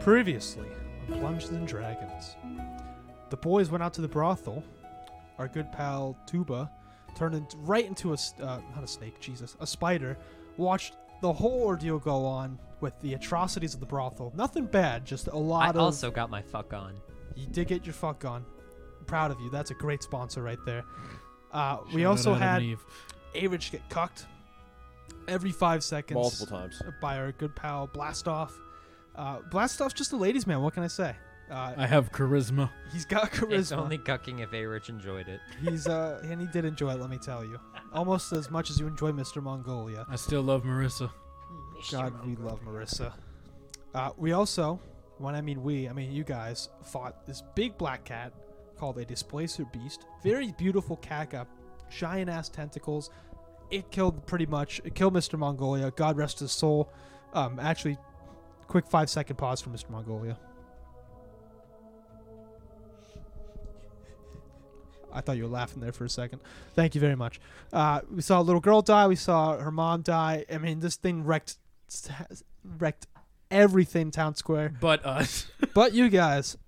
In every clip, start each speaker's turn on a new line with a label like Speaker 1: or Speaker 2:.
Speaker 1: Previously on Plunges and Dragons, the boys went out to the brothel. Our good pal Tuba turned in, right into a s- uh, not a snake, Jesus, a spider. Watched the whole ordeal go on with the atrocities of the brothel. Nothing bad, just a
Speaker 2: I
Speaker 1: lot of.
Speaker 2: also got my fuck on.
Speaker 1: You did get your fuck on. Proud of you. That's a great sponsor right there. Uh, we also had Avage get cucked every five seconds
Speaker 3: multiple times.
Speaker 1: by our good pal Blastoff. Uh, Blastoff's just a ladies' man. What can I say? Uh,
Speaker 4: I have charisma.
Speaker 1: he's got
Speaker 2: It's
Speaker 1: charisma.
Speaker 2: only cucking if A-Rich enjoyed it.
Speaker 1: he's uh, and he did enjoy it. Let me tell you, almost as much as you enjoy Mr. Mongolia.
Speaker 4: I still love Marissa.
Speaker 1: God, we love Marissa. Uh, we also, when I mean we, I mean you guys, fought this big black cat called a Displacer Beast. Very beautiful cat, got giant ass tentacles. It killed pretty much, it killed Mr. Mongolia. God rest his soul. Um, actually, quick five second pause for Mr. Mongolia. I thought you were laughing there for a second. Thank you very much. Uh, we saw a little girl die. We saw her mom die. I mean, this thing wrecked, wrecked everything town square.
Speaker 4: But uh, us.
Speaker 1: But you guys,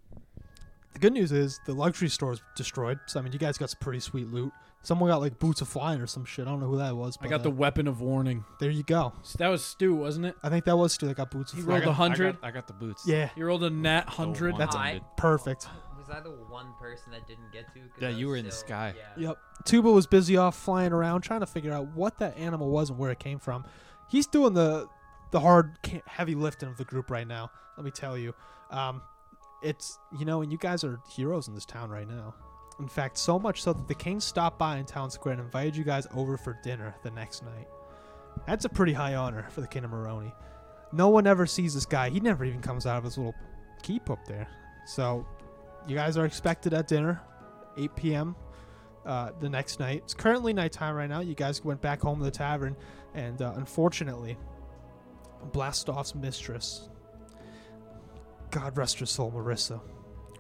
Speaker 1: the good news is the luxury store is destroyed. So I mean, you guys got some pretty sweet loot. Someone got like boots of flying or some shit. I don't know who that was. But,
Speaker 4: I got the
Speaker 1: uh,
Speaker 4: weapon of warning.
Speaker 1: there you go.
Speaker 4: So that was Stu, wasn't it?
Speaker 1: I think that was too. That got boots of
Speaker 4: He
Speaker 1: flying.
Speaker 4: rolled a hundred.
Speaker 3: I, got the boots.
Speaker 1: yeah,
Speaker 4: You rolled a nat hundred.
Speaker 3: That's
Speaker 1: that's
Speaker 2: I-
Speaker 1: perfect.
Speaker 2: Was I the one person that didn't get to? 'Cause
Speaker 3: Yeah,
Speaker 2: I
Speaker 3: you
Speaker 2: was
Speaker 3: were in the sky.
Speaker 2: Yeah.
Speaker 1: Yep. Tuba was busy off flying around trying to figure out what that animal was and where it came from. He's doing the the hard, ca- heavy lifting of the group right now. Let me tell you, um, it's you know, and you guys are heroes in this town right now. In fact, so much so that the king stopped by in town square and invited you guys over for dinner the next night. That's a pretty high honor for the king of Moroni. No one ever sees this guy. He never even comes out of his little keep up there. So, you guys are expected at dinner, 8 p.m uh, the next night. It's currently nighttime right now. You guys went back home to the tavern, and uh, unfortunately, Blastoff's mistress, God rest her soul, Marissa,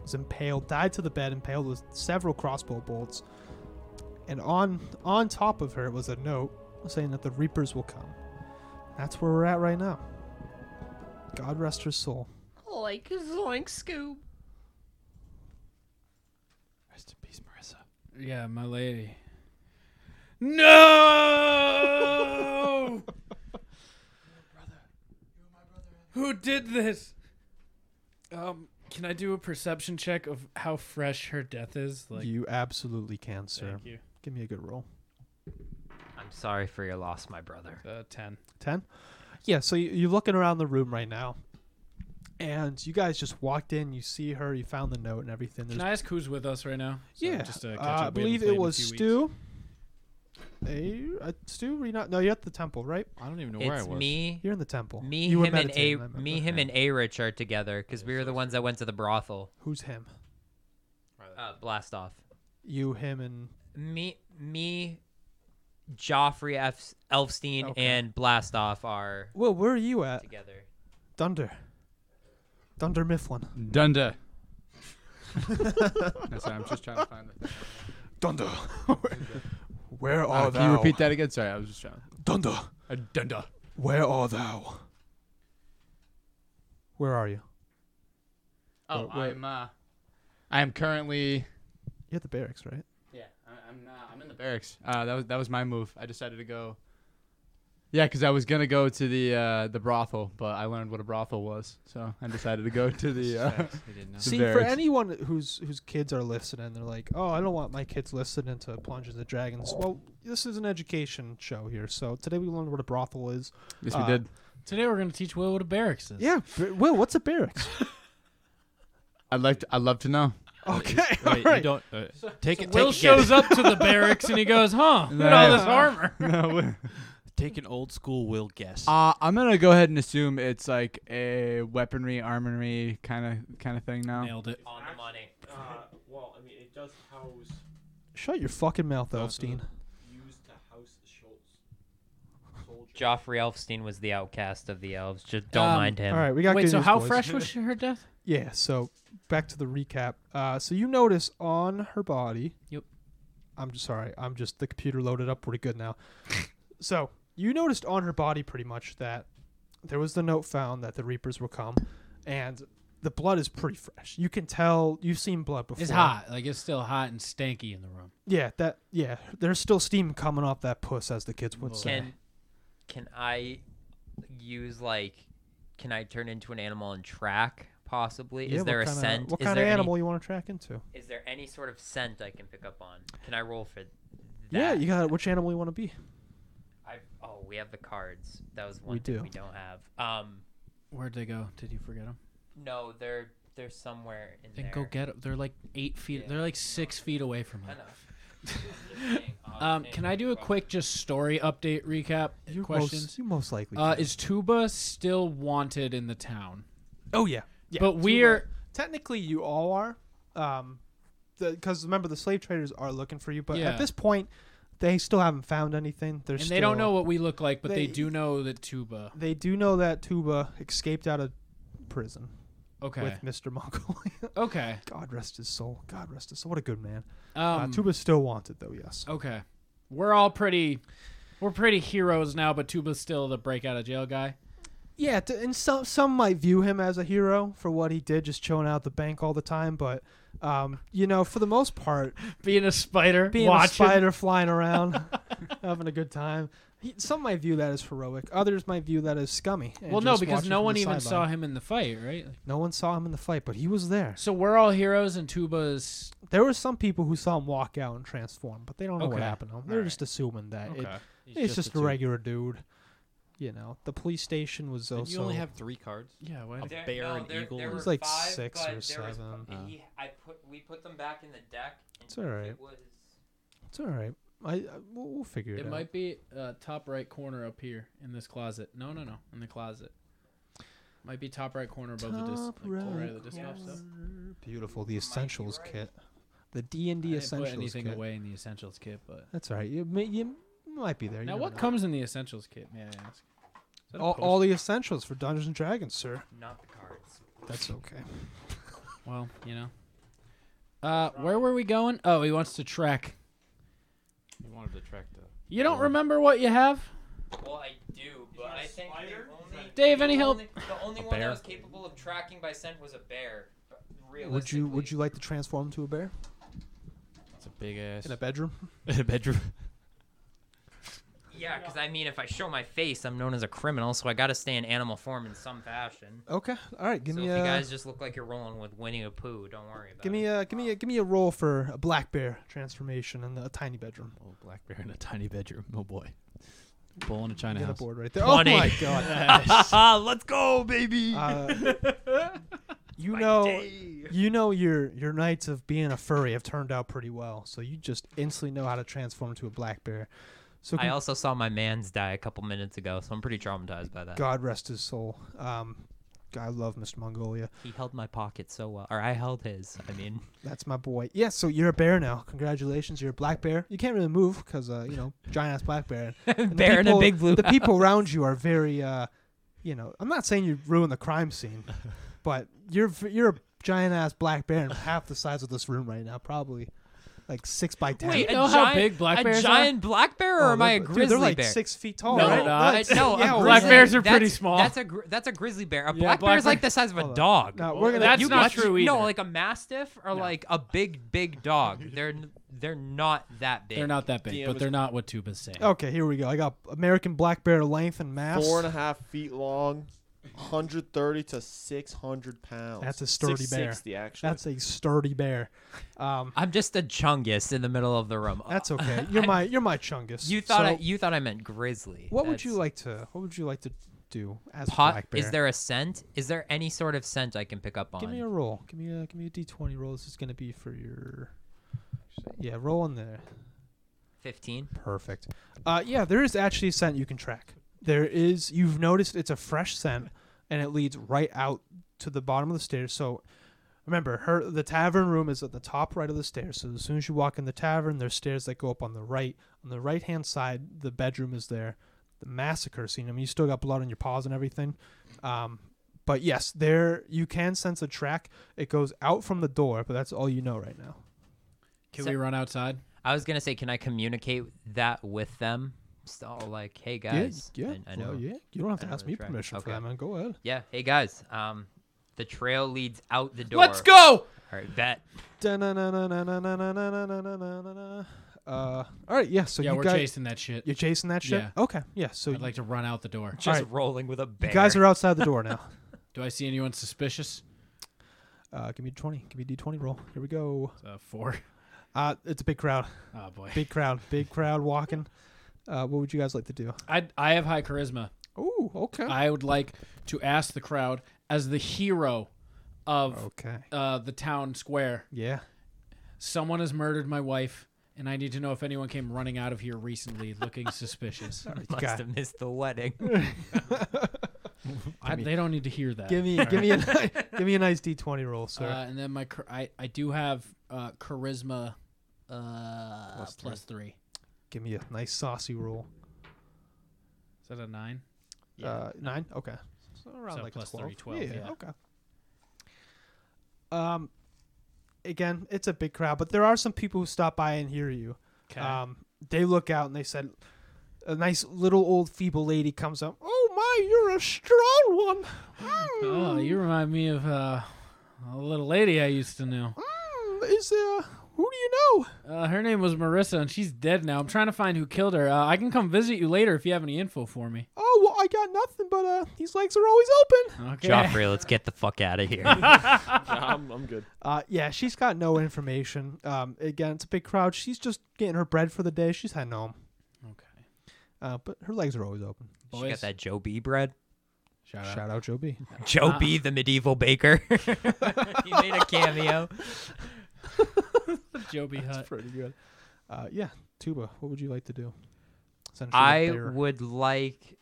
Speaker 1: was impaled, died to the bed, impaled with several crossbow bolts. And on on top of her was a note saying that the Reapers will come. That's where we're at right now. God rest her soul.
Speaker 2: Like zoink scoop.
Speaker 3: Rest in peace, Marissa.
Speaker 4: Yeah, my lady. No! Who did this? Um, can I do a perception check of how fresh her death is? Like,
Speaker 1: you absolutely can, sir.
Speaker 4: thank you.
Speaker 1: Give me a good roll.
Speaker 2: I'm sorry for your loss, my brother.
Speaker 4: Uh, ten.
Speaker 1: 10 yeah so you- you're looking around the room right now and you guys just walked in you see her you found the note and everything
Speaker 4: Can
Speaker 1: There's,
Speaker 4: I ask who's with us right now? So
Speaker 1: yeah
Speaker 4: just to catch
Speaker 1: uh,
Speaker 4: up.
Speaker 1: i
Speaker 4: We
Speaker 1: believe
Speaker 4: haven't played
Speaker 1: it
Speaker 4: in a
Speaker 1: was
Speaker 4: few weeks.
Speaker 1: stu a, uh, stu were you not no you're at the temple right
Speaker 3: I don't even know where I
Speaker 2: It's
Speaker 3: was.
Speaker 2: me,
Speaker 1: you're in the temple
Speaker 2: me,
Speaker 1: You were
Speaker 2: him, and A,
Speaker 1: meditating, I remember.
Speaker 2: me, him, and A-Rich are together because we were the ones that went to the brothel.
Speaker 1: who's him
Speaker 2: Uh, blast off.
Speaker 1: you him and
Speaker 2: Me, me, Joffrey F. Elfstein
Speaker 1: Okay.
Speaker 2: and Blast off are
Speaker 1: well where are you at
Speaker 2: together.
Speaker 1: dunder dunder mifflin
Speaker 5: Dunda. That's right, I'm just trying to find the thing.
Speaker 1: dunder where
Speaker 5: Oh,
Speaker 1: are
Speaker 5: can you repeat that again? Sorry, I was just trying.
Speaker 1: dunder
Speaker 5: Uh, Dunda.
Speaker 1: where are thou where are you
Speaker 5: Oh,
Speaker 1: Wait, wait.
Speaker 5: I'm. Uh, I am currently.
Speaker 1: you're at the barracks right
Speaker 5: Yeah, I'm. Uh, I'm in the barracks. Uh, that was that was my move. I decided to go. Yeah, because I was gonna go to the uh, the brothel, but I learned what a brothel was, so I decided to go to the. Uh,
Speaker 1: See, for
Speaker 5: Varys.
Speaker 1: anyone whose whose kids are listening, they're like, "Oh, I don't want my kids listening to Plunges and Dragons." Well, this is an education show here, so today we learned what a brothel is.
Speaker 5: yes,
Speaker 1: Uh,
Speaker 5: we did.
Speaker 4: Today we're gonna teach Will what a barracks is.
Speaker 1: Yeah, b- Will, what's a barracks?
Speaker 5: I'd like. To, I'd love to know.
Speaker 1: okay, all
Speaker 3: Wait, you
Speaker 1: right.
Speaker 3: don't. Uh, take it.
Speaker 4: Will
Speaker 3: take, again.
Speaker 4: shows up to the barracks and he goes, "Huh? Look at all this armor."
Speaker 5: no,
Speaker 3: take an old school Will guess.
Speaker 5: uh, I'm gonna go ahead and assume it's like a weaponry, armory kind of kind of thing now.
Speaker 4: Nailed it.
Speaker 2: On the money.
Speaker 6: Uh, well, I mean, it does house
Speaker 1: Shut your fucking mouth, Elstein.
Speaker 6: used to house Schultz soldiers.
Speaker 2: Joffrey Elfstein was the outcast of the elves. Just don't
Speaker 4: Um,
Speaker 2: mind him.
Speaker 1: All right, we got.
Speaker 4: Wait,
Speaker 1: good
Speaker 4: so
Speaker 1: news,
Speaker 4: how
Speaker 1: boys.
Speaker 4: fresh was her death?
Speaker 1: Yeah. So back to the recap. Uh, so you notice on her body.
Speaker 4: Yep.
Speaker 1: I'm just sorry. I'm just the computer loaded up pretty good now. so you noticed on her body pretty much that there was the note found that the Reapers will come, and the blood is pretty fresh. You can tell you've seen blood before.
Speaker 4: It's hot. Like it's still hot and stanky in the room.
Speaker 1: Yeah, that yeah. There's still steam coming off that puss, as the kids would say.
Speaker 2: Can can I use like can I turn into an animal and track possibly?
Speaker 1: Yeah,
Speaker 2: is there
Speaker 1: what
Speaker 2: a
Speaker 1: kinda-
Speaker 2: scent?
Speaker 1: What
Speaker 2: is
Speaker 1: kind
Speaker 2: there
Speaker 1: of
Speaker 2: any-
Speaker 1: animal you want to track into?
Speaker 2: is there any sort of scent I can pick up on? Can I roll for that?
Speaker 1: Yeah, you got which animal you want to be.
Speaker 2: I oh, we have the cards. That was one
Speaker 1: We
Speaker 2: thing
Speaker 1: do.
Speaker 2: we don't have. Um
Speaker 4: Where'd they go? Did you forget them?
Speaker 2: no, they're they're somewhere in
Speaker 4: Then
Speaker 2: there.
Speaker 4: go get them. They're like eight feet.
Speaker 2: Yeah.
Speaker 4: They're like six feet away from us.
Speaker 2: Enough.
Speaker 4: Um, can I do a quick just story update recap?
Speaker 1: You're Most,
Speaker 4: questions.
Speaker 1: you most likely.
Speaker 4: Uh,
Speaker 1: can.
Speaker 4: is Tuba still wanted in the town?
Speaker 1: oh yeah. yeah.
Speaker 4: but
Speaker 1: Two
Speaker 4: we're
Speaker 1: technically you all are um because remember the slave traders are looking for you but
Speaker 4: Yeah.
Speaker 1: at this point they still haven't found anything They're
Speaker 4: and
Speaker 1: still,
Speaker 4: they don't know what we look like, but they,
Speaker 1: They-
Speaker 4: do know that Tuba.
Speaker 1: they do know that tuba escaped out of prison
Speaker 4: Okay.
Speaker 1: with mr mongolia
Speaker 4: okay.
Speaker 1: god rest his soul god rest his soul what a good man
Speaker 4: Um, uh,
Speaker 1: uh, tuba's still wanted though yes
Speaker 4: Okay. We're all pretty we're pretty heroes now, but Tuba's still the break out of jail guy.
Speaker 1: yeah t- and some some might view him as a hero for what he did just chilling out at the bank all the time but um, you know, for the most part,
Speaker 4: Being a spider,
Speaker 1: being a
Speaker 4: watching.
Speaker 1: spider flying around, having a good time. He, some might view that as heroic. Others might view that as scummy. and
Speaker 4: Well, no,
Speaker 1: just
Speaker 4: because
Speaker 1: watching
Speaker 4: no
Speaker 1: from
Speaker 4: one
Speaker 1: the
Speaker 4: even
Speaker 1: sideline.
Speaker 4: saw him in the fight, right?
Speaker 1: No one saw him in the fight, but he was there.
Speaker 4: So we're all heroes and Tuba's
Speaker 1: There were some people who saw him walk out and transform, but they don't know what
Speaker 4: Okay.
Speaker 1: happened to him. They're
Speaker 4: Alright.
Speaker 1: just assuming that it,
Speaker 3: He's
Speaker 1: it's just, a
Speaker 3: two.
Speaker 1: regular dude. You know, the police station was
Speaker 3: Didn't
Speaker 1: also.
Speaker 3: you only have three cards.
Speaker 4: Yeah, why
Speaker 2: There-
Speaker 3: bear,
Speaker 2: no,
Speaker 3: an
Speaker 2: there-
Speaker 3: eagle,
Speaker 2: there
Speaker 3: and-
Speaker 2: were
Speaker 1: It's like
Speaker 2: five,
Speaker 1: six
Speaker 2: but
Speaker 1: or
Speaker 2: there was-
Speaker 1: seven.
Speaker 3: Oh.
Speaker 2: he- I put we put them back in the deck. and
Speaker 1: It's all right.
Speaker 2: It was
Speaker 1: it's all right. I, I we'll, we'll figure it,
Speaker 4: It
Speaker 1: out.
Speaker 4: might be uh, top right corner up here in this closet. No, no, no, in the closet. Might be top right corner above the disc,
Speaker 1: Top
Speaker 4: like, right,
Speaker 1: right
Speaker 4: of the disc
Speaker 2: corner.
Speaker 4: golf stuff.
Speaker 1: Beautiful, the
Speaker 2: Might be
Speaker 1: essentials
Speaker 2: right.
Speaker 1: kit, the D and
Speaker 4: I
Speaker 1: D
Speaker 4: didn't put
Speaker 1: essentials
Speaker 4: anything
Speaker 1: kit.
Speaker 4: away in the essentials kit, but
Speaker 1: That's all right. You, may, you might be there. you
Speaker 4: now
Speaker 1: never
Speaker 4: what
Speaker 1: know.
Speaker 4: comes in the essentials kit? May I ask? Is that a
Speaker 1: all,
Speaker 4: poster?
Speaker 1: all the essentials for Dungeons and Dragons, sir.
Speaker 2: not the cards.
Speaker 1: That's okay.
Speaker 4: Well, you know. Uh, where were we going? Oh, he wants to trek.
Speaker 3: You wanted to track the.
Speaker 4: You don't remember what you have?
Speaker 2: Well, I do, but
Speaker 6: that a
Speaker 2: I think
Speaker 6: spider?
Speaker 2: the only,
Speaker 4: Dave,
Speaker 2: the
Speaker 4: any help?
Speaker 2: only- The only
Speaker 3: A
Speaker 2: one that
Speaker 3: bear?
Speaker 2: was capable of tracking by scent was a bear. but
Speaker 1: Would you
Speaker 2: realistically-
Speaker 1: Would you like to transform to a bear
Speaker 3: It's a big ass.
Speaker 1: in a bedroom?
Speaker 3: in a bedroom.
Speaker 2: Yeah, because I mean, if I show my face, I'm known as a criminal, so I got to stay in animal form in some fashion.
Speaker 1: Okay. All right. Give
Speaker 2: so
Speaker 1: me
Speaker 2: if
Speaker 1: a
Speaker 2: you guys just look like you're rolling with Winnie the Pooh, don't worry about
Speaker 1: give
Speaker 2: it.
Speaker 1: me a give me a give me a roll for a black bear transformation in a tiny bedroom.
Speaker 3: Oh, black bear in a tiny bedroom. Oh boy. Bull in a china
Speaker 1: Get a
Speaker 3: house.
Speaker 1: board right there.
Speaker 2: Twenty.
Speaker 1: Oh my god.
Speaker 2: Let's go, baby.
Speaker 1: Uh, you know, you know your your nights of being a furry have turned out pretty well. So you just instantly know how to transform to a black bear. So
Speaker 2: I
Speaker 1: can-
Speaker 2: also saw my man's die a couple minutes ago, so I'm pretty traumatized by that.
Speaker 1: God rest his soul. Um, I love Mr. Mongolia.
Speaker 2: He held my pocket so well, or I held his. I mean,
Speaker 1: That's my boy. Yeah, so you're a bear now. Congratulations, you're a black bear. You can't really move because, uh, you know, giant ass black bear. And the
Speaker 2: bear in a
Speaker 1: people-
Speaker 2: big blue.
Speaker 1: The people around you are very, uh, you know, I'm not saying you ruin the crime scene, but you're v- you're a giant ass black bear and half the size of this room right now, probably like six by ten.
Speaker 2: Wait,
Speaker 4: you
Speaker 2: a
Speaker 4: know how
Speaker 2: giant-
Speaker 4: big black
Speaker 2: a
Speaker 4: bears are?
Speaker 2: giant black bear, or
Speaker 1: Oh,
Speaker 2: am I
Speaker 1: they're-
Speaker 2: a
Speaker 1: dude,
Speaker 2: grizzly
Speaker 1: they're like
Speaker 2: bear? uh,
Speaker 1: six feet tall.
Speaker 4: No,
Speaker 1: right?
Speaker 4: no,
Speaker 1: They're
Speaker 4: I-
Speaker 1: like-
Speaker 2: no,
Speaker 1: yeah,
Speaker 2: a
Speaker 1: we're
Speaker 4: black
Speaker 1: saying-
Speaker 2: grizzly-
Speaker 4: bears are
Speaker 2: that's-
Speaker 4: pretty small.
Speaker 2: That's a gri- that's a grizzly bear. A
Speaker 4: Yeah,
Speaker 2: black,
Speaker 4: black
Speaker 2: bear is like
Speaker 4: bear-
Speaker 2: the size of
Speaker 1: Hold
Speaker 2: a
Speaker 1: on.
Speaker 2: dog.
Speaker 1: No, we're gonna.
Speaker 4: That's
Speaker 2: you
Speaker 4: not
Speaker 2: can-
Speaker 4: true either.
Speaker 2: No, like a mastiff or like a big, big dog. They're n- they're not that big.
Speaker 4: They're not that big,
Speaker 6: Yeah, it
Speaker 4: but
Speaker 6: was-
Speaker 4: they're not what Tuba's saying.
Speaker 1: Okay, here we go. I got American black bear length and mass.
Speaker 7: Four and a half feet long, 130 to 600 pounds.
Speaker 1: That's a sturdy bear.
Speaker 7: 660 actually.
Speaker 1: That's a sturdy bear. Um,
Speaker 2: I'm just a chungus in the middle of the room.
Speaker 1: that's okay. You're my you're my chungus.
Speaker 2: Uh, You thought I,
Speaker 1: So,
Speaker 2: you thought I meant grizzly.
Speaker 1: what would you
Speaker 2: That's-
Speaker 1: like to What would you like to do as a
Speaker 2: Pot,
Speaker 1: black bear?
Speaker 2: is there a scent? Is there any sort of scent I can pick up on?
Speaker 1: Give me a roll. Give me a give me a D twenty roll. This is gonna be for your. Yeah, roll in there.
Speaker 2: 15.
Speaker 1: Perfect. Uh, yeah, there is actually a scent you can track. There is. You've noticed it's a fresh scent, and it leads right out to the bottom of the stairs. So, remember, her the tavern room is at the top right of the stairs. So as soon as you walk in the tavern, there's stairs that go up on the right. On the right hand side, the bedroom is there. The massacre scene. I mean, you still got blood on your paws and everything. Um, but yes, there you can sense a track. It goes out from the door, but that's all you know right now.
Speaker 4: Can
Speaker 2: So-
Speaker 4: we run outside?
Speaker 2: I was gonna say, can I communicate that with them? So like, hey guys,
Speaker 1: yeah,
Speaker 2: I, I
Speaker 1: well,
Speaker 2: know,
Speaker 1: yeah. You don't have
Speaker 2: I
Speaker 1: to
Speaker 2: know
Speaker 1: ask
Speaker 2: the
Speaker 1: me
Speaker 2: track.
Speaker 1: permission for
Speaker 2: Okay.
Speaker 1: that, man. Go ahead.
Speaker 2: yeah, hey guys, um, The trail leads out the door.
Speaker 4: Let's go.
Speaker 2: All right, bet.
Speaker 1: Da-na-na-na-na-na-na-na-na-na-na-na. Uh, all right, yeah. So
Speaker 4: yeah,
Speaker 1: you
Speaker 4: we're
Speaker 1: guys,
Speaker 4: chasing that shit.
Speaker 1: you're chasing that shit.
Speaker 4: Yeah.
Speaker 1: Okay, yeah. So
Speaker 4: I'd like to run out the door.
Speaker 2: Just
Speaker 1: All right.
Speaker 2: rolling with a bear.
Speaker 1: you guys are outside the door now.
Speaker 4: Do I see anyone suspicious?
Speaker 1: Uh, give me twenty. Give me D twenty roll. Here we go.
Speaker 4: Uh, four.
Speaker 1: Uh, it's a big crowd.
Speaker 4: Oh boy.
Speaker 1: Big crowd. Big crowd walking. Uh, what would you guys like to do?
Speaker 4: I I have high charisma.
Speaker 1: Ooh, okay.
Speaker 4: I would like to ask the crowd as the hero of
Speaker 1: Okay.
Speaker 4: uh, the town square.
Speaker 1: Yeah.
Speaker 4: Someone has murdered my wife, and I need to know if anyone came running out of here recently looking suspicious.
Speaker 2: Must
Speaker 1: guy.
Speaker 2: have missed the wedding.
Speaker 4: I, they don't need to hear that.
Speaker 1: Give me, give me, a, ni- give me a nice D twenty roll, sir.
Speaker 4: Uh, and then my char- I I do have uh, charisma uh, plus, plus three.
Speaker 1: give me a nice saucy roll.
Speaker 4: Is that a nine?
Speaker 1: Uh, nine. Okay. So around
Speaker 4: So
Speaker 1: like
Speaker 4: plus
Speaker 1: a 12.
Speaker 4: three, 12, yeah.
Speaker 1: Okay. Um, again, it's a big crowd, but there are some people who stop by and hear you.
Speaker 4: Okay.
Speaker 1: Um, they look out and they said, "A nice little old feeble lady comes up. Oh my, you're a strong one. Mm,
Speaker 4: oh, you remind me of uh, a little lady I used to know.
Speaker 1: Mm, is uh, who do you know?
Speaker 4: Uh, her name was Marissa, and she's dead now. I'm trying to find who killed her. Uh, I can come visit you later if you have any info for me.
Speaker 1: Oh, well, I got nothing, but uh, these legs are always open.
Speaker 4: Okay.
Speaker 2: Joffrey, let's get the fuck out of here.
Speaker 7: Nah, I'm, I'm good.
Speaker 1: Uh, yeah, she's got no information. Um, again, it's a big crowd. She's just getting her bread for the day. She's heading home.
Speaker 4: Okay.
Speaker 1: Uh, but her legs are always open.
Speaker 2: She got
Speaker 4: Boys,
Speaker 2: that Joe B bread.
Speaker 4: shout out.
Speaker 1: Shout out Joe B.
Speaker 2: Joe B, the medieval baker. he made a cameo.
Speaker 4: Joby Hut.
Speaker 1: pretty good. Uh, yeah, Tuba, what would you like to do? Essentially,
Speaker 2: I
Speaker 1: they're-
Speaker 2: would like,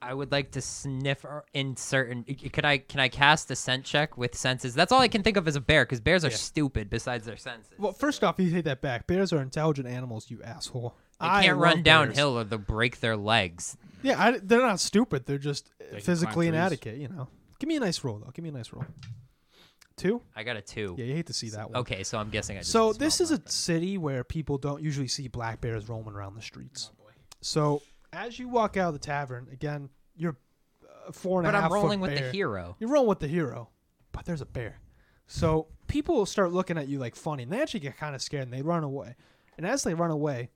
Speaker 2: I would like to sniff or insert. An, could I? Can I cast a scent check with senses? That's all I can think of as a bear because bears are
Speaker 1: Yeah.
Speaker 2: stupid. Besides their senses,
Speaker 1: Well, first off, you take that back. Bears are intelligent animals, you asshole.
Speaker 2: they
Speaker 1: I
Speaker 2: can't
Speaker 1: love
Speaker 2: run
Speaker 1: bears.
Speaker 2: downhill or they'll break their legs.
Speaker 1: Yeah, I, they're not stupid. They're just uh,
Speaker 5: climb
Speaker 1: physically
Speaker 5: trees.
Speaker 1: inadequate. You know. Give me a nice roll though. Give me a nice roll. Two.
Speaker 2: I got a two.
Speaker 1: Yeah, you hate to see that one.
Speaker 2: Okay, so I'm guessing I just.
Speaker 1: So
Speaker 2: smelled
Speaker 1: this is a
Speaker 2: one.
Speaker 1: city where people don't usually see black bears roaming around the streets.
Speaker 2: Oh,
Speaker 1: So as you walk out of the tavern, again, you're uh, four and a
Speaker 2: But
Speaker 1: half.
Speaker 2: I'm rolling
Speaker 1: foot
Speaker 2: with the
Speaker 1: bear.
Speaker 2: hero.
Speaker 1: You're rolling with the hero, but there's a bear. So people will start looking at you like funny, and they actually get kind of scared and they run away. And as they run away,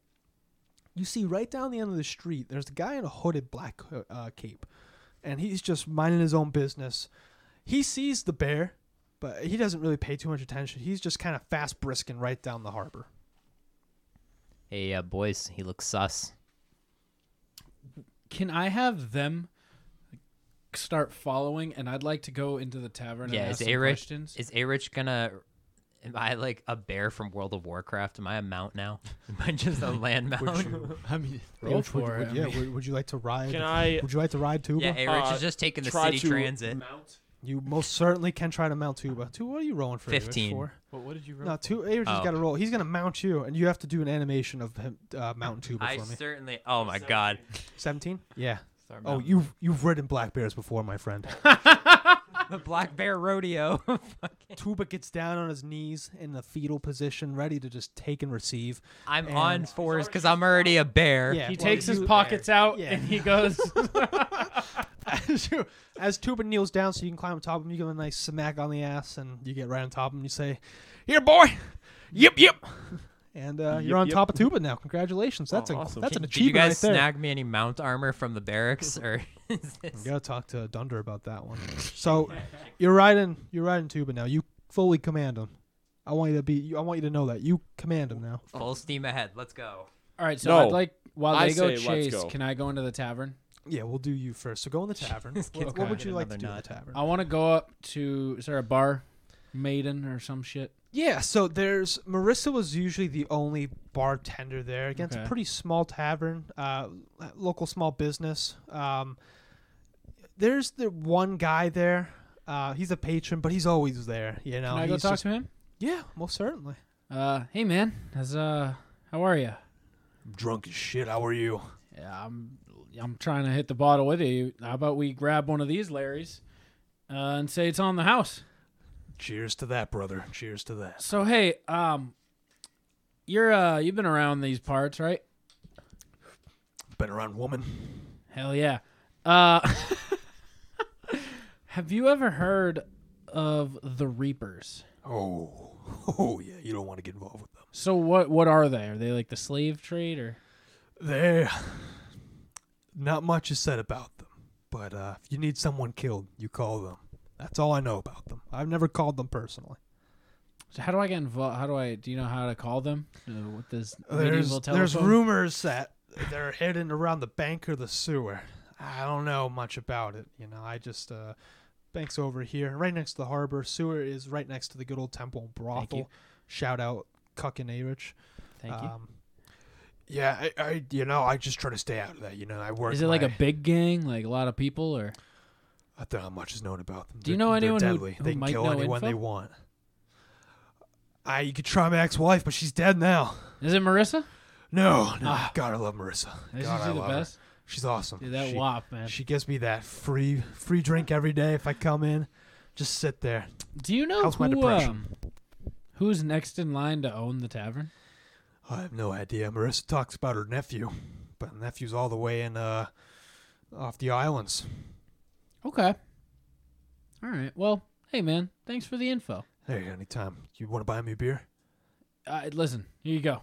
Speaker 1: you see right down the end of the street, there's a guy in a hooded black ho- uh, cape, and he's just minding his own business. He sees the bear, but he doesn't really pay too much attention. He's just kind of fast brisking right down the harbor.
Speaker 2: Hey, uh, boys, he looks sus.
Speaker 4: Can I have them start following? And I'd like to go into the tavern
Speaker 2: Yeah,
Speaker 4: and
Speaker 2: is
Speaker 4: ask some
Speaker 2: A-Rich,
Speaker 4: questions.
Speaker 2: is A-Rich gonna? Am I like a bear from World of Warcraft? Am I a mount now? Am I just a land mount?
Speaker 5: I mean,
Speaker 4: Roll
Speaker 1: Which would-
Speaker 4: for
Speaker 1: would-
Speaker 4: it, I
Speaker 1: yeah,
Speaker 4: mean.
Speaker 1: would, would you like to ride?
Speaker 7: Can I
Speaker 1: Would you like to ride Tuba?
Speaker 2: Yeah, Erich
Speaker 7: Uh,
Speaker 2: is just taking the
Speaker 7: try
Speaker 2: city
Speaker 7: to
Speaker 2: transit.
Speaker 7: mount?
Speaker 1: You most certainly can try to mount Tuba. Tuba, what are you rolling for? Erich,
Speaker 2: 15.
Speaker 1: for?
Speaker 5: what, what did you roll?
Speaker 1: No, two. Average has
Speaker 2: Oh.
Speaker 1: got to roll. He's gonna mount you, and you have to do an animation of him uh, mountain tuba
Speaker 2: I
Speaker 1: for me.
Speaker 2: certainly. Oh my god.
Speaker 1: Seventeen. Yeah.
Speaker 2: Start
Speaker 1: Oh,
Speaker 2: mounting.
Speaker 1: you've you've ridden black bears before, my friend.
Speaker 2: the Black Bear Rodeo. Fucking-
Speaker 1: tuba gets down on his knees in the fetal position, ready to just take and receive.
Speaker 2: I'm
Speaker 1: And-
Speaker 2: on fours because I'm already a bear.
Speaker 1: Yeah.
Speaker 4: he
Speaker 1: well,
Speaker 4: takes his
Speaker 1: you-
Speaker 4: pockets out
Speaker 1: Yeah.
Speaker 4: and he goes.
Speaker 1: as, you- as Tuba kneels down, so you can climb on top of him. You give him a nice smack on the ass, and you get right on top of him. And you say, "Here, boy. Yep, yep." And uh, you're
Speaker 7: Yep,
Speaker 1: on
Speaker 7: yep.
Speaker 1: top of Tuba now. Congratulations. That's
Speaker 7: Oh,
Speaker 1: a,
Speaker 7: awesome.
Speaker 1: that's an
Speaker 2: Did you
Speaker 1: achievement
Speaker 2: guys
Speaker 1: right there.
Speaker 2: snag me any mount armor from the barracks, or is
Speaker 1: You
Speaker 2: this
Speaker 1: gotta talk to Dunder about that one. So you're riding, you're riding Tuba now. You fully command him. I want you to be. you- I want you to know that you command him now.
Speaker 2: full steam ahead? Let's go.
Speaker 4: All right, so
Speaker 7: No.
Speaker 4: I'd like while
Speaker 7: I
Speaker 4: they go
Speaker 7: say let's
Speaker 4: chase,
Speaker 7: go.
Speaker 4: can I go into the tavern?
Speaker 1: Yeah, we'll do you first. So go in the tavern.
Speaker 2: This
Speaker 1: what
Speaker 2: kid's
Speaker 1: what
Speaker 2: gonna
Speaker 1: would
Speaker 2: get
Speaker 1: you like to
Speaker 2: another
Speaker 1: do in the
Speaker 2: nut.
Speaker 1: tavern?
Speaker 4: I want to go up to. Is there a bar, maiden or some shit?
Speaker 1: Yeah, so there's Marissa was usually the only bartender there. Again, it's a
Speaker 4: Okay.
Speaker 1: pretty small tavern, uh, local small business. Um, there's the one guy there. Uh, he's a patron, but he's always there. You know,
Speaker 4: Can I go
Speaker 1: he's
Speaker 4: talk
Speaker 1: just-
Speaker 4: to him?
Speaker 1: Yeah, most certainly.
Speaker 4: Uh, hey man, how's uh, how are you?
Speaker 1: Drunk as shit. How are you?
Speaker 4: Yeah, I'm I'm trying to hit the bottle with you. How about we grab one of these Larrys uh, and say it's on the house?
Speaker 1: Cheers to that, brother. Cheers to that.
Speaker 4: So hey, um you're uh you've been around these parts, right?
Speaker 1: Been around woman.
Speaker 4: Hell yeah. Uh have you ever heard of the Reapers.
Speaker 1: Oh, oh yeah, you don't want to get involved with them.
Speaker 4: So what what are they? Are they like the slave trade or
Speaker 1: They, not much is said about them, but uh, if you need someone killed, you call them. That's all I know about them. I've never called them personally.
Speaker 4: so how do I get involved? How do I do you know how to call them? Uh, what this
Speaker 1: There's
Speaker 4: medieval
Speaker 1: there's
Speaker 4: telephone?
Speaker 1: rumors that they're hidden around the bank or the sewer. I don't know much about it. You know, I just uh, bank's over here, right next to the harbor. Sewer is right next to the good old temple brothel.
Speaker 4: you.
Speaker 1: Shout out Cuck and Arich.
Speaker 4: Thank you.
Speaker 1: Um, yeah, I, I you know I just try to stay out of that. You know, I work.
Speaker 4: Is it like a
Speaker 1: my-
Speaker 4: big gang, like a lot of people, or
Speaker 1: I don't know how much is known about them.
Speaker 4: Do you
Speaker 1: They're-
Speaker 4: know
Speaker 1: they're
Speaker 4: anyone who-
Speaker 1: deadly.
Speaker 4: who
Speaker 1: they can
Speaker 4: might
Speaker 1: kill
Speaker 4: know
Speaker 1: anyone they
Speaker 4: info?
Speaker 1: want? I you could try my ex-wife, but she's dead now.
Speaker 4: is it Marissa?
Speaker 1: No, no,
Speaker 4: Ah.
Speaker 1: God, I love Marissa.
Speaker 4: Isn't
Speaker 1: God,
Speaker 4: she
Speaker 1: I
Speaker 4: the
Speaker 1: love her.
Speaker 4: best?
Speaker 1: She's awesome.
Speaker 4: Dude, that
Speaker 1: she,
Speaker 4: wop, man.
Speaker 1: she gives me that free free drink every day if I come in. Just sit there.
Speaker 4: do you know
Speaker 1: helps my
Speaker 4: who
Speaker 1: depression.
Speaker 4: um, who's next in line to own the tavern?
Speaker 1: I have no idea. Marissa talks about her nephew, but her nephew's all the way in uh off the islands.
Speaker 4: Okay. All right. Well, hey man, thanks for the info.
Speaker 1: Hey, anytime you want to buy me a beer
Speaker 4: Uh, listen, here you go.